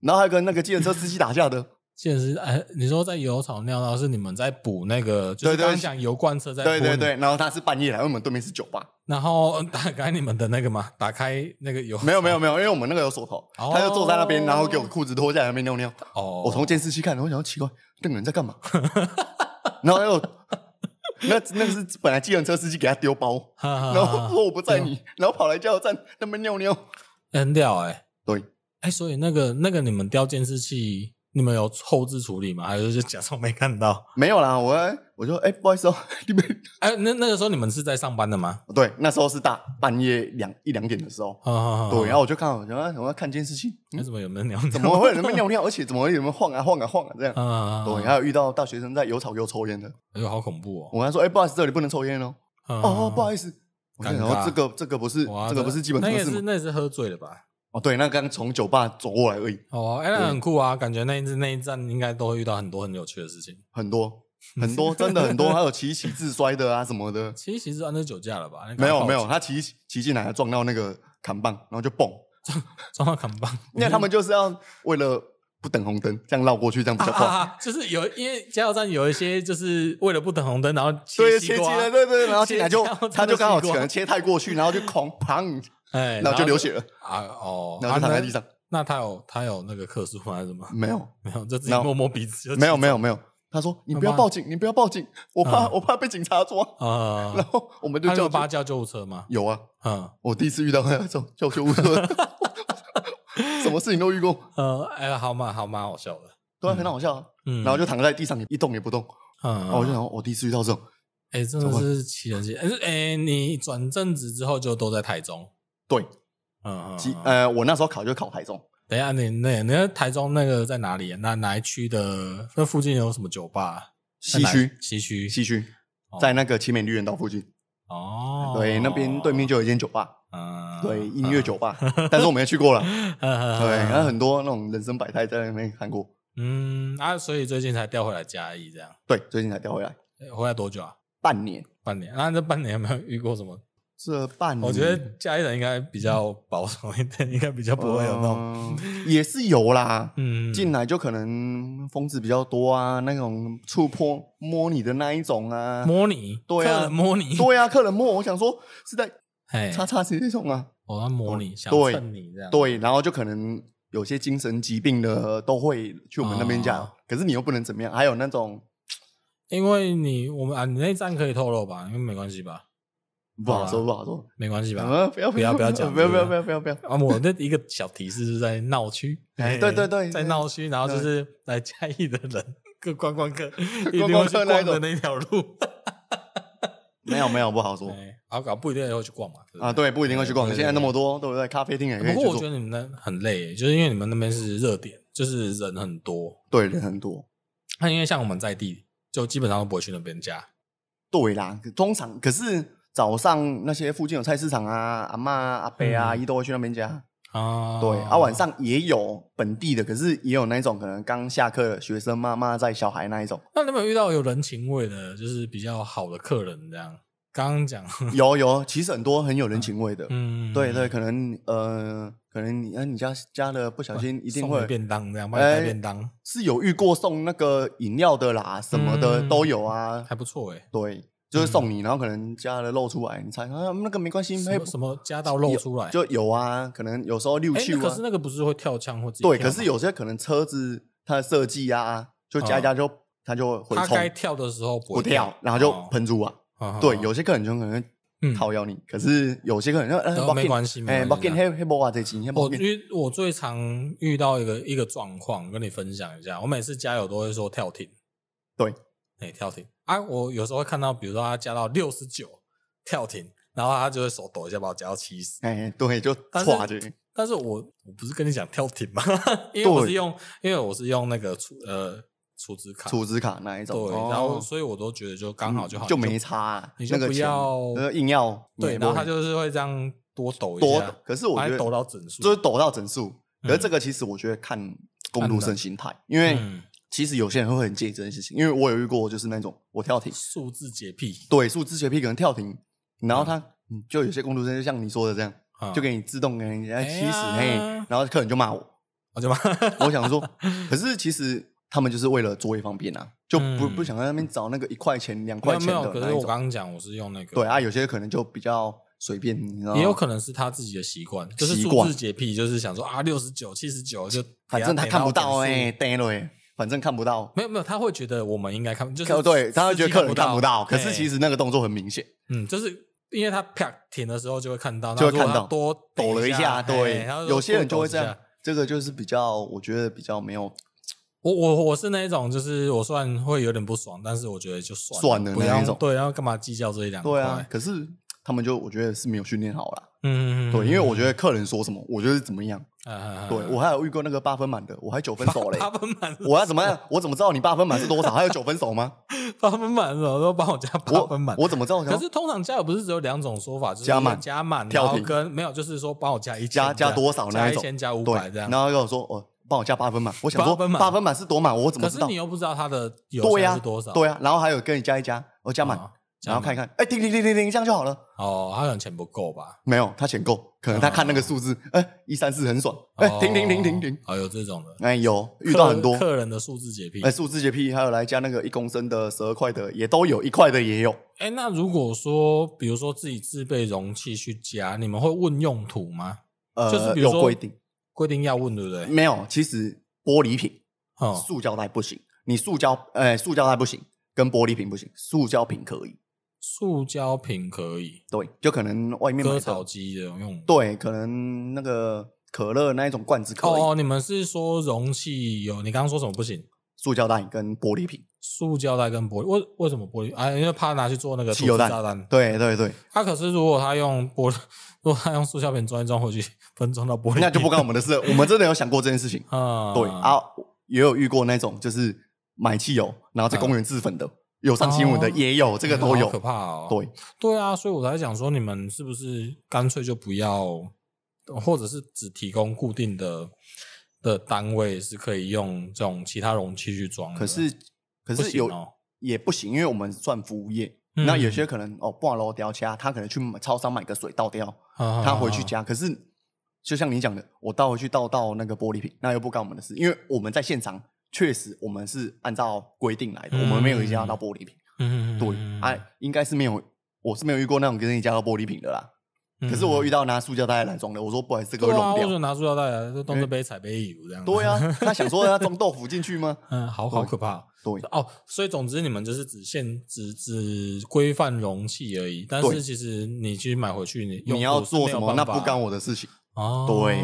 Speaker 2: 然后还跟那个计程车司机打架的，
Speaker 1: 现实哎，你说在油槽尿到是你们在补那个，就是
Speaker 2: 对对
Speaker 1: 刚刚讲油罐车在
Speaker 2: 对
Speaker 1: 补
Speaker 2: 对
Speaker 1: 你，
Speaker 2: 对，然后他是半夜来，因为我们对面是酒吧，
Speaker 1: 然后 <laughs> 打开你们的那个嘛，打开那个油
Speaker 2: 没有没有没有，因为我们那个有锁头，
Speaker 1: 哦
Speaker 2: 他就坐在那边，然后给我裤子脱下来那边尿尿，
Speaker 1: 哦，
Speaker 2: 我从监视器看，我想说奇怪，那个人在干嘛？ <laughs> 然后又 <laughs> 那那个是本来计程车司机给他丢包，
Speaker 1: 哈哈哈
Speaker 2: 然后说我不载你，然后跑来加油站那边尿尿，
Speaker 1: 很屌哎、欸，
Speaker 2: 对
Speaker 1: 哎、所以那个那个你们调监视器，你们有后置处理吗？还是就假装没看到？
Speaker 2: 没有啦，我我就哎、不好意思哦， <laughs> 你们
Speaker 1: 哎、那那个时候你们是在上班的吗？
Speaker 2: 对，那时候是大半夜两一两点的时候，
Speaker 1: 哈哈哈哎
Speaker 2: 对，然后我就看我想说我要看监视器，
Speaker 1: 那怎么有没有鸟鸟？
Speaker 2: 怎么会有人在那边尿尿，而且怎么会有人晃啊晃啊晃啊这样？
Speaker 1: 啊？
Speaker 2: 对，还有遇到大学生在有草给我抽烟的，
Speaker 1: 哎呦，好恐怖哦！
Speaker 2: 我跟他说：“哎、不好意思，这里不能抽烟哦。哦，不好意思，我就想
Speaker 1: 尴
Speaker 2: 说
Speaker 1: 尬
Speaker 2: 哦这个这个不是
Speaker 1: 哇，
Speaker 2: 这个不是基本
Speaker 1: 那
Speaker 2: 常
Speaker 1: 也
Speaker 2: 识
Speaker 1: 是
Speaker 2: 吗？
Speaker 1: 那也是喝醉了吧？
Speaker 2: 哦，对，那刚从酒吧走过来而已，
Speaker 1: 哦，哎、那很酷啊！感觉那一次那一站应该都会遇到很多很有趣的事情。<laughs>
Speaker 2: 很多很多，真的很多，还有骑一骑自摔的啊什
Speaker 1: <laughs>
Speaker 2: 么的。
Speaker 1: 其实其实安是酒驾了吧？那个
Speaker 2: 没有
Speaker 1: 报
Speaker 2: 没有，他骑一骑骑进来撞到那个砍棒，然后就
Speaker 1: 嗯
Speaker 2: 蹦，
Speaker 1: 撞到扛
Speaker 2: <laughs>
Speaker 1: 棒，
Speaker 2: 因为他们就是要为了不等红灯，这样绕过去，这样比
Speaker 1: 啊
Speaker 2: 较
Speaker 1: 啊 <laughs>
Speaker 2: 快。
Speaker 1: 啊就是有因为加油站有一些就是为了不等红灯，然后
Speaker 2: 对，
Speaker 1: 西
Speaker 2: 切
Speaker 1: 瓜
Speaker 2: 进，来，对对，然后进来就
Speaker 1: 切掉
Speaker 2: 他就刚好
Speaker 1: 真的西
Speaker 2: 可
Speaker 1: 瓜
Speaker 2: 能切太过去，然后就狂砰，
Speaker 1: 哎，
Speaker 2: 然后就流血了，
Speaker 1: 啊哦，
Speaker 2: 然后就躺在地
Speaker 1: 啊
Speaker 2: 上。
Speaker 1: 那那他有他有那个克数吗？还是 <laughs> 什么？
Speaker 2: 没有，
Speaker 1: 没有，就自己
Speaker 2: 然后
Speaker 1: 摸摸鼻子就
Speaker 2: 没有没有没有，他说你不要
Speaker 1: 那
Speaker 2: 报警，你不要报警，我怕
Speaker 1: 嗯
Speaker 2: 我怕被警察抓。
Speaker 1: 啊
Speaker 2: 然。后我们 <laughs> 就
Speaker 1: 他
Speaker 2: 叫
Speaker 1: 有
Speaker 2: 救
Speaker 1: 帮他叫救护车吗？
Speaker 2: 有啊，
Speaker 1: 嗯
Speaker 2: 我第一次遇到那种 <laughs> 叫救护车，什么事情都遇过，
Speaker 1: 呃，哎，好嘛好嘛，好笑的。
Speaker 2: 对啊，很好笑啊。
Speaker 1: 嗯，
Speaker 2: 然后就躺在地上也一动也不动，
Speaker 1: 嗯，
Speaker 2: 然后我就想说，我第一次遇到这种，
Speaker 1: 哎，真的是奇人奇哎是哎，你转正职之后就都在台中。
Speaker 2: 对，
Speaker 1: 嗯嗯
Speaker 2: 其
Speaker 1: 嗯。
Speaker 2: 呃，我那时候考就考台中，
Speaker 1: 等一下，你那你那台中那个在哪里？那哪一区的？那附近有什么酒吧？在
Speaker 2: 西
Speaker 1: 哪
Speaker 2: 区，
Speaker 1: 西区，
Speaker 2: 西区
Speaker 1: 哦，
Speaker 2: 在那个奇美绿园道附近，
Speaker 1: 哦，
Speaker 2: 对，那边对面就有一间酒吧，
Speaker 1: 嗯， <laughs>
Speaker 2: 对，音乐酒吧，但是我没去过了，
Speaker 1: 嗯，嗯
Speaker 2: 对，然后很多那种人生百态在那边看过，
Speaker 1: 嗯啊，所以最近才调回来嘉义，这样
Speaker 2: 对，最近才调回来，
Speaker 1: 诶回来多久啊？
Speaker 2: 半年，
Speaker 1: 半年。啊那、这半年有没有遇过什么？
Speaker 2: 这半年，
Speaker 1: 我觉得嘉义人应该比较保守一点，应该比较不会有那种
Speaker 2: 嗯也是有啦，
Speaker 1: 嗯
Speaker 2: 进来就可能疯子比较多啊，那种触碰摸你的那一种啊。
Speaker 1: 摸你，
Speaker 2: 对啊
Speaker 1: 客人摸你，
Speaker 2: 对啊，客人摸我，我想说是在
Speaker 1: 哎，
Speaker 2: 叉叉谁这
Speaker 1: <laughs>
Speaker 2: 种啊？
Speaker 1: 我要摸你，想
Speaker 2: 对
Speaker 1: 蹭你这样，
Speaker 2: 对，然后就可能有些精神疾病的都会去我们那边讲，
Speaker 1: 哦
Speaker 2: 可是你又不能怎么样。还有那种
Speaker 1: 因为你我们啊，你那一站可以透露吧？因为没关系吧，
Speaker 2: 不好
Speaker 1: 啦
Speaker 2: 说，不好说。
Speaker 1: 没关系吧？
Speaker 2: 啊，不要
Speaker 1: 啊不要
Speaker 2: 不
Speaker 1: 不要讲
Speaker 2: 不要不
Speaker 1: 这个
Speaker 2: 要不要不要不要。
Speaker 1: 啊，我那一个小提示是在闹区，
Speaker 2: <laughs> 哎
Speaker 1: 嘿
Speaker 2: 对对对
Speaker 1: 在闹区，然后就是来嘉义的人，各观光
Speaker 2: <laughs>
Speaker 1: 客一定会
Speaker 2: 观光
Speaker 1: 去
Speaker 2: 客
Speaker 1: 逛
Speaker 2: 那一
Speaker 1: 的
Speaker 2: 种
Speaker 1: 那一条路，
Speaker 2: 没有没有，不好说
Speaker 1: 哎，好搞不一定会去逛嘛，不
Speaker 2: 啊。对，不一定会去逛，
Speaker 1: 对对啊
Speaker 2: 现在那么多，对不对？咖啡厅也可以
Speaker 1: 不过
Speaker 2: 去
Speaker 1: 我觉
Speaker 2: 做，
Speaker 1: 得你们那很累耶，就是因为你们那边是热点，就是人很多。
Speaker 2: 对，人很多。
Speaker 1: 那因为像我们在地，就基本上都不会去那边家。
Speaker 2: 对啦，通常可是早上那些附近有菜市场啊，阿嬷啊、阿伯啊、
Speaker 1: 嗯
Speaker 2: 阿姨都会去那边家。
Speaker 1: 啊，
Speaker 2: 对，啊，晚上也有本地的，可是也有那种可能刚下课的学生妈妈带小孩那
Speaker 1: <laughs>
Speaker 2: 一种。
Speaker 1: 那你有没有遇到有人情味的，就是比较好的客人这样？刚刚讲， <laughs>
Speaker 2: 有有，其实很多很有人情味的。
Speaker 1: 嗯，
Speaker 2: 对对，，可能呃，可能你啊，你家家的不小心一定
Speaker 1: 送你
Speaker 2: 会
Speaker 1: 便当这样，帮你带
Speaker 2: 哎
Speaker 1: 便当，
Speaker 2: 是有遇过送那个饮料的啦，什么的
Speaker 1: 嗯
Speaker 2: 都有啊。
Speaker 1: 还不错哎。
Speaker 2: 对，就是送你，然后可能家的露出来，你猜啊，那个没关系，
Speaker 1: 什
Speaker 2: 没
Speaker 1: 么什么加到露出来？
Speaker 2: 就有啊，可能有时候六
Speaker 1: 哎，
Speaker 2: 七
Speaker 1: 那
Speaker 2: 啊。
Speaker 1: 可是那个不是会跳枪或自己
Speaker 2: 对，
Speaker 1: 跳
Speaker 2: 可
Speaker 1: 吗啊
Speaker 2: 是有些可能车子它的设计啊，就加一加就、它就会
Speaker 1: 他嗯
Speaker 2: 冲
Speaker 1: 该跳的时候不
Speaker 2: 不
Speaker 1: 会
Speaker 2: 跳，然后就喷出啊。
Speaker 1: 哦
Speaker 2: 对，有些客人就可能
Speaker 1: 嗯
Speaker 2: 讨厌你，可是有些客人就哎，
Speaker 1: 都
Speaker 2: 不要
Speaker 1: 没
Speaker 2: 紧
Speaker 1: 关系没
Speaker 2: 哎，
Speaker 1: 关
Speaker 2: 不
Speaker 1: 系
Speaker 2: 给
Speaker 1: 这
Speaker 2: 黑黑波啊，这几天
Speaker 1: 我
Speaker 2: 不给
Speaker 1: 遇我最常遇到一个一个状况，跟你分享一下。我每次加油都会说跳停，
Speaker 2: 对，
Speaker 1: 哎、跳停啊！我有时候会看到，比如说他加到六十九跳停，然后他就会手抖一下把我加到七十。
Speaker 2: 哎，对，就
Speaker 1: 但是
Speaker 2: 歘着，
Speaker 1: 但是我我不是跟你讲跳停吗？ <laughs> 因为我
Speaker 2: 对
Speaker 1: 是用，因为我是用那个储呃储值卡，
Speaker 2: 储值卡那一
Speaker 1: 对，
Speaker 2: 种，哦
Speaker 1: 然后所以我都觉得就刚好就好，
Speaker 2: 就没差啊，
Speaker 1: 你就
Speaker 2: 那个
Speaker 1: 不
Speaker 2: 钱
Speaker 1: 要
Speaker 2: 呃硬要
Speaker 1: 对，
Speaker 2: 你
Speaker 1: 然后
Speaker 2: 不
Speaker 1: 他
Speaker 2: 会
Speaker 1: 就是会这样多抖一
Speaker 2: 多
Speaker 1: 下，，
Speaker 2: 可是我
Speaker 1: 把你
Speaker 2: 觉得
Speaker 1: 抖到整数，
Speaker 2: 就是抖到整数，可是这
Speaker 1: 嗯
Speaker 2: 个其实我觉得看公
Speaker 1: 看
Speaker 2: 路
Speaker 1: 的
Speaker 2: 生心态，因为
Speaker 1: 嗯
Speaker 2: 其实有些人会很介意这件事情，因为我有遇过，就是那种我跳停，
Speaker 1: 数字洁癖，
Speaker 2: 对，数字洁癖可能跳停，然后他嗯，就有些工读生就像你说的这样，
Speaker 1: 嗯
Speaker 2: 就给你自动给人家
Speaker 1: 哎
Speaker 2: 七十
Speaker 1: 呀
Speaker 2: 嘿，然后客人就骂我，
Speaker 1: 我
Speaker 2: <laughs>
Speaker 1: 就嘛，
Speaker 2: 我
Speaker 1: <laughs>
Speaker 2: 想说，可是其实他们就是为了作业方便啊，就不
Speaker 1: 嗯
Speaker 2: 不想在那边找那个一块钱两
Speaker 1: 没
Speaker 2: 块
Speaker 1: 有
Speaker 2: 钱
Speaker 1: 没有，
Speaker 2: 的
Speaker 1: 可
Speaker 2: 那
Speaker 1: 是
Speaker 2: 一
Speaker 1: 我
Speaker 2: 种。
Speaker 1: 刚刚讲我是用那个，
Speaker 2: 对啊，有些可能就比较随便，你知道吗
Speaker 1: 也有可能是他自己的习惯，就是
Speaker 2: 习
Speaker 1: 数
Speaker 2: 惯
Speaker 1: 字洁癖，就是想说啊，六十九、七十九
Speaker 2: <laughs>
Speaker 1: 就
Speaker 2: 反正他看不到
Speaker 1: 哎、
Speaker 2: 哎，对了哎，反正看不到。
Speaker 1: 没有没有，他会觉得我们应该看，就是
Speaker 2: 哦，对，他会觉得客人看不到，可
Speaker 1: 哎
Speaker 2: 是其实那个动作很明显，
Speaker 1: 嗯，就是因为他啪停的时候就会看到，
Speaker 2: 就会
Speaker 1: 那如果
Speaker 2: 看
Speaker 1: 他
Speaker 2: 到
Speaker 1: 多
Speaker 2: 抖了一下，对
Speaker 1: 哎他，
Speaker 2: 有些人就会
Speaker 1: 多
Speaker 2: 这
Speaker 1: 抖
Speaker 2: 样
Speaker 1: 一下。
Speaker 2: 这个就是比较，我觉得比较没有
Speaker 1: 我我我是那一种，就是我虽然会有点不爽，但是我觉得就算
Speaker 2: 算了
Speaker 1: 不
Speaker 2: 那
Speaker 1: 要
Speaker 2: 一种
Speaker 1: 对，要干嘛计较这一两块？
Speaker 2: 对啊。可是他们就我觉得是没有训练好啦，
Speaker 1: 嗯，嗯嗯，
Speaker 2: 对，因为我觉得客人说什么，我就是怎么样。
Speaker 1: 嗯，
Speaker 2: 对我还有遇过那个八分满的，我还九分熟嘞，
Speaker 1: 八分满，
Speaker 2: 我要怎
Speaker 1: <laughs>
Speaker 2: 么样？我怎么知道你八分满是多少？还有九分熟吗？
Speaker 1: 八分满，我都帮我加八
Speaker 2: 我
Speaker 1: 分满。
Speaker 2: 我怎么知道？
Speaker 1: 可是通常加油不是只有两种说法，就是
Speaker 2: 加满
Speaker 1: 加满，
Speaker 2: 跳
Speaker 1: 然后
Speaker 2: 停
Speaker 1: 跟没有，就是说帮我加一
Speaker 2: 加加多少
Speaker 1: 加
Speaker 2: 那
Speaker 1: 一
Speaker 2: 一种？
Speaker 1: 千加五
Speaker 2: 对
Speaker 1: 百这样
Speaker 2: 然。后跟我说，哦，帮我加八分满。我想说，
Speaker 1: 八分满
Speaker 2: 八分满是多满？我怎么
Speaker 1: 可
Speaker 2: 知
Speaker 1: 是
Speaker 2: 道
Speaker 1: 你？又不知道它的油
Speaker 2: 对呀
Speaker 1: 箱是多少，哦
Speaker 2: 对呀。然后还有跟你加一加，我加
Speaker 1: 加
Speaker 2: 满，然后看一看，哎，停停停停停，这样就好了。
Speaker 1: 哦，他可能钱不够吧？
Speaker 2: 没有，他钱够，可能他看那个数字，哎，一三四很爽，哎，停停停停停
Speaker 1: 哦哦，，哦有这种的，
Speaker 2: 哎，有遇到很多
Speaker 1: 客，客人的数字洁癖
Speaker 2: 哎，。数字洁癖，还有来加那个一公升的、十二块的，也都有一块的也有。
Speaker 1: 哎，那如果说比如说自己自备容器去加，你们会问用途吗？
Speaker 2: 呃，
Speaker 1: 就是比如
Speaker 2: 有
Speaker 1: 说
Speaker 2: 规定，
Speaker 1: 规定要问，对不对？
Speaker 2: 没有，其实玻璃瓶
Speaker 1: 哦，
Speaker 2: 塑胶袋不行，你塑胶呃塑胶袋不行，跟玻璃瓶不行，塑胶瓶可以。
Speaker 1: 塑胶瓶可以，
Speaker 2: 对，就可能外面买
Speaker 1: 割草
Speaker 2: 的，
Speaker 1: 机的用。
Speaker 2: 对，可能那个可乐那一种罐子可以，
Speaker 1: 哦，哦你们是说容器有？你刚刚说什么不行？
Speaker 2: 塑胶袋跟玻璃瓶，
Speaker 1: 塑胶袋跟玻璃，为为什么玻璃啊？因为怕拿去做那个
Speaker 2: 汽油
Speaker 1: 弹炸
Speaker 2: 弹
Speaker 1: 弹。
Speaker 2: 对
Speaker 1: <laughs>
Speaker 2: 对对，
Speaker 1: 他、可是如果他用玻，如果他用塑胶瓶装一装回去，分装到玻璃瓶，
Speaker 2: 那就不干我们的事了。我们真的有想过这件事情，
Speaker 1: 啊、
Speaker 2: 对啊，也有遇过那种就是买汽油，然后在公园自焚的，有上新闻的
Speaker 1: 嗯哦
Speaker 2: 也有，这个都
Speaker 1: 好可
Speaker 2: 有。
Speaker 1: 怕哦。
Speaker 2: 对，
Speaker 1: 对啊，所以我才讲说，你们是不是干脆就不要，呃或者是只提供固定的的单位是可以用这种其他容器去装的？
Speaker 2: 可是可
Speaker 1: 嗯不
Speaker 2: 是
Speaker 1: 行
Speaker 2: 有
Speaker 1: 哦，
Speaker 2: 也不行，因为我们算服务业。
Speaker 1: 嗯
Speaker 2: 那有些可能哦，挂楼雕掐，他可能去买超商买个水倒掉，他
Speaker 1: 他
Speaker 2: 回去家。可是就像你讲的，我倒回去倒到那个玻璃瓶，那又不干我们的事，因为我们在现场确实我们是按照规定来的，
Speaker 1: 嗯
Speaker 2: 我们没有一加到玻璃瓶。
Speaker 1: 嗯，嗯
Speaker 2: 对，哎、，应该是没有，我是没有遇过那种给你加到玻璃瓶的啦。
Speaker 1: 嗯
Speaker 2: 可是我有遇
Speaker 1: 遇
Speaker 2: 到拿塑胶袋来装的，我说不好意思，这个会
Speaker 1: 对啊，
Speaker 2: 融
Speaker 1: 我
Speaker 2: 掉。
Speaker 1: 就拿塑料袋来，就动这杯踩杯油这样。
Speaker 2: 对，啊，他想说要装豆腐进去吗？
Speaker 1: <laughs> 嗯，好好可怕哦。
Speaker 2: 对，
Speaker 1: 哦，所以总之你们就是只限只只规范容器而已，但
Speaker 2: 对
Speaker 1: 是其实你去买回去，你 <laughs> 用
Speaker 2: 你要
Speaker 1: 途是没有
Speaker 2: 做什么
Speaker 1: 办
Speaker 2: 那
Speaker 1: 法
Speaker 2: 不干我的事情。
Speaker 1: 哦。
Speaker 2: 对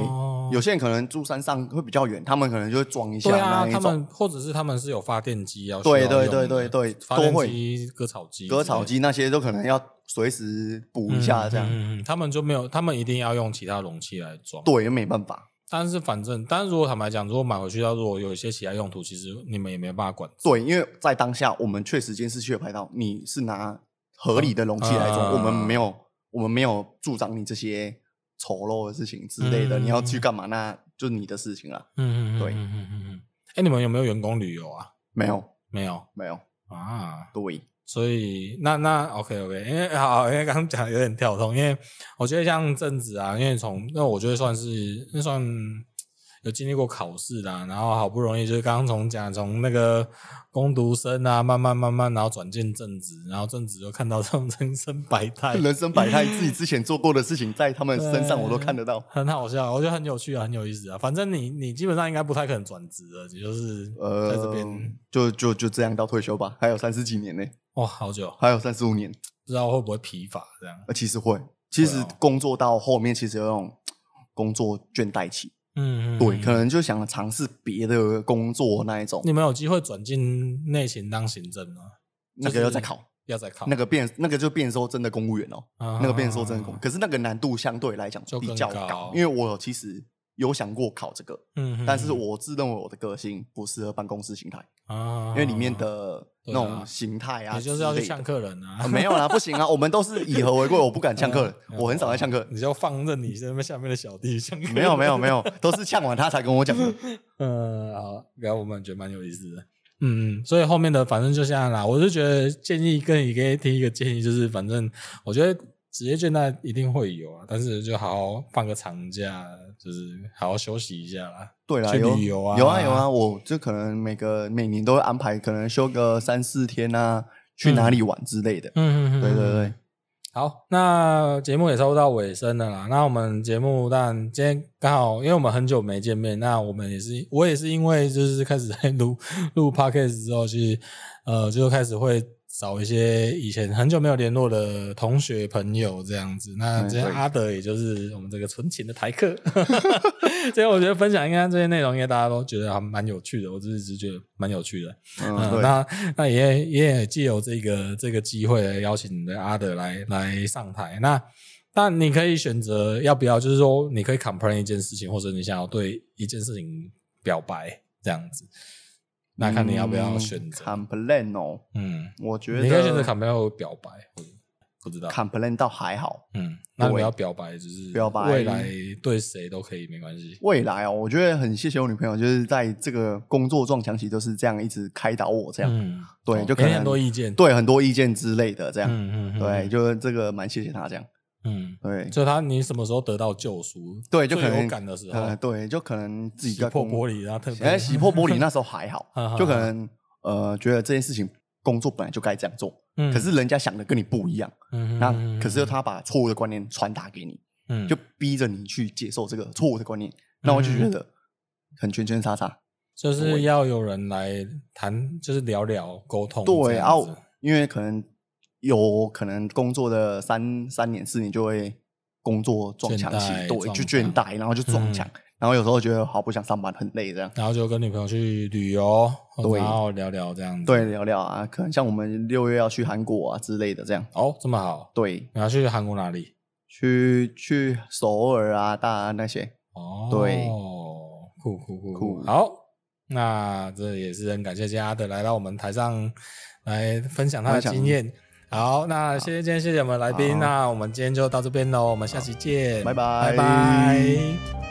Speaker 2: 有些人可能住山上会比较远，他们可能就会装一下
Speaker 1: 对啊
Speaker 2: 那，一
Speaker 1: 他
Speaker 2: 种
Speaker 1: 们或者是他们是有发电机要需要
Speaker 2: 对对
Speaker 1: 用的
Speaker 2: 对对对
Speaker 1: 发电
Speaker 2: 都会
Speaker 1: 机、割草机、
Speaker 2: 割草机那些，都可能要随时补一下这样。
Speaker 1: 嗯嗯嗯嗯他们就没有，他们一定要用其他容器来装。
Speaker 2: 对，没办法。
Speaker 1: 但是反正，但是如果坦白讲，如果买回去，它如果有一些其他用途，其实你们也没办法管制。
Speaker 2: 对，因为在当下，我们确实监视器有拍到你是拿合理的容器来装，
Speaker 1: 嗯
Speaker 2: 我们没有，我们没有助长你这些丑陋的事情之类的。
Speaker 1: 嗯
Speaker 2: 你要去干嘛，那就是你的事情了。
Speaker 1: 嗯嗯嗯，
Speaker 2: 对
Speaker 1: 嗯嗯嗯嗯。哎，你们有没有员工旅游啊？
Speaker 2: 没有，
Speaker 1: 没有
Speaker 2: 没有，
Speaker 1: 啊。
Speaker 2: 对，
Speaker 1: 所以那那 OK OK，因为好，因为刚刚讲有点跳通，因为我觉得像正子啊，因为从那我觉得算是那算有经历过考试啦，然后好不容易就是刚刚从讲从那个攻读生啊，慢慢慢慢，然后转进正子，然后正子就看到这种人生百态，
Speaker 2: <laughs> 人生百态，自己之前做过的事情，在他们身上我都看得到。
Speaker 1: 很好笑，我觉得很有趣啊，很有意思啊。反正你你基本上应该不太可能转职的，你就是哎在这
Speaker 2: 呃
Speaker 1: 边、，
Speaker 2: 就就就这样到退休吧，还有三十几年呢、
Speaker 1: 哇，好久，
Speaker 2: 还有三十五年。
Speaker 1: 不知道会不会疲乏这样。
Speaker 2: 呃，其实会，其
Speaker 1: 对
Speaker 2: 实
Speaker 1: 啊
Speaker 2: 工作到后面其实有那种工作倦怠期，
Speaker 1: 嗯嗯，
Speaker 2: 对，
Speaker 1: 嗯
Speaker 2: 可能就想尝试别的工作那一种，
Speaker 1: 你们有机会转进内勤当行政吗？
Speaker 2: 那个要再考，
Speaker 1: 要再考
Speaker 2: 那个变那个就变说真的公务员哦，
Speaker 1: 啊
Speaker 2: 那个变说真的公，可是那个难度相对来讲
Speaker 1: 就
Speaker 2: 比
Speaker 1: 更
Speaker 2: 较
Speaker 1: 高
Speaker 2: 高，因为我其实有想过考这个，
Speaker 1: 嗯，嗯
Speaker 2: 但是我自认为我的个性不适合办公室形态，
Speaker 1: 啊
Speaker 2: 因为里面的那
Speaker 1: 对啊
Speaker 2: 种形态啊
Speaker 1: 你
Speaker 2: 之
Speaker 1: 就
Speaker 2: 类
Speaker 1: 是
Speaker 2: 的，
Speaker 1: 要去呛客人
Speaker 2: 啊。
Speaker 1: 啊， <laughs>
Speaker 2: 没有啦，不行啊！我们都是以和为贵，我不敢呛客人，我很少在呛客人。
Speaker 1: 你就放任你身边下面的小弟呛客人。
Speaker 2: 没有没有没有，都是呛完他才跟我讲的。
Speaker 1: <laughs> 呃，好，然后我们觉得蛮有意思的。嗯，所以后面的反正就这样啦。我就觉得建议跟你给提一个建议，就是反正我觉得职业倦怠一定会有啊，但是就好好放个长假，就是好好休息一下啦。
Speaker 2: 对啦，
Speaker 1: 去
Speaker 2: 有
Speaker 1: 旅游啊
Speaker 2: 有啊有啊，我就可能每个每年都会安排，可能休个三四天啊，去哪里玩之类的。
Speaker 1: 嗯嗯
Speaker 2: 对对对，
Speaker 1: 好，那节目也差不多到尾声了啦。那我们节目，但今天刚好，因为我们很久没见面，那我们也是，我也是因为就是开始在 <laughs> 录录 podcast 之后，去呃，就开始会找一些以前很久没有联络的同学朋友这样子。那
Speaker 2: 嗯
Speaker 1: 今天
Speaker 2: 对
Speaker 1: 阿德也就是我们这个纯情的台客， <laughs> 今天我觉得分享应该这些内容，应该大家都觉得还蛮有趣的，我只是只是觉得蛮有趣的。
Speaker 2: 嗯
Speaker 1: 嗯，
Speaker 2: 对，
Speaker 1: 那那也也借由这个这个机会来邀请的阿德来来上台。那但你可以选择要不要，就是说你可以 complain 一件事情，或者你想要对一件事情表白这样子。那看你要不要选择。
Speaker 2: complain 哦，
Speaker 1: 嗯，
Speaker 2: 我嗯觉得
Speaker 1: 你可以选择 complain 或表白，或者不知道。
Speaker 2: complain 倒还好，
Speaker 1: 嗯，那你要表白就是
Speaker 2: 表白
Speaker 1: 未来对谁都可以没关系。
Speaker 2: 未来哦，我觉得很谢谢我女朋友，就是在这个工作撞墙期都是这样一直开导我，这样、
Speaker 1: 嗯，
Speaker 2: 对
Speaker 1: 哦
Speaker 2: 就可能
Speaker 1: 给你很多意见。
Speaker 2: 对很多意见之类的，这样、
Speaker 1: 嗯，嗯嗯，
Speaker 2: 对，就是这个蛮谢谢她这样，
Speaker 1: 嗯。
Speaker 2: 对
Speaker 1: 就他，你什么时候得到救赎？
Speaker 2: 对，就
Speaker 1: 最
Speaker 2: 可能
Speaker 1: 有感的时候，
Speaker 2: 呃对，就可能自己
Speaker 1: 洗
Speaker 2: 在
Speaker 1: 破
Speaker 2: 工
Speaker 1: 玻璃，然后啊特别啊
Speaker 2: 哎，洗破玻
Speaker 1: <laughs>
Speaker 2: 璃那时候还好
Speaker 1: 哈哈哈，
Speaker 2: 就可能呃觉得这件事情工作本来就该这样做，
Speaker 1: 嗯
Speaker 2: 可是人家想的跟你不一样，
Speaker 1: 嗯
Speaker 2: 那
Speaker 1: 嗯
Speaker 2: 可是他把错误的观念传达给你，
Speaker 1: 嗯
Speaker 2: 就逼着你去接受这个错误的观念，那我就
Speaker 1: 嗯
Speaker 2: 觉得很圈圈叉叉。
Speaker 1: 就是要有人来谈，就是聊聊沟通这样子。
Speaker 2: 对啊，因为可能有可能工作的三三年四年就会工作撞墙期
Speaker 1: 倦怠，
Speaker 2: 对，
Speaker 1: 撞
Speaker 2: 就倦
Speaker 1: 墙嗯
Speaker 2: 怠，然后就撞墙，然后有时候觉得好不想上班，很累这样。
Speaker 1: 然后就跟女朋友去旅游，或者
Speaker 2: 对
Speaker 1: 然后聊聊这样子。
Speaker 2: 对，，聊聊啊，可能像我们六月要去韩国啊之类的，这样
Speaker 1: 哦，这么好，
Speaker 2: 对，
Speaker 1: 你要去韩国哪里？
Speaker 2: 去去首尔啊、大安那些。
Speaker 1: 哦，
Speaker 2: 对
Speaker 1: 酷酷酷
Speaker 2: 酷
Speaker 1: 好，那这也是很感谢今天阿德来到我们台上来分享他的
Speaker 2: 分享
Speaker 1: 经验。好，那谢谢今天谢谢我们来宾，
Speaker 2: 好
Speaker 1: 那我们今天就到这边喽，我们下期见，
Speaker 2: 拜拜
Speaker 1: 拜拜。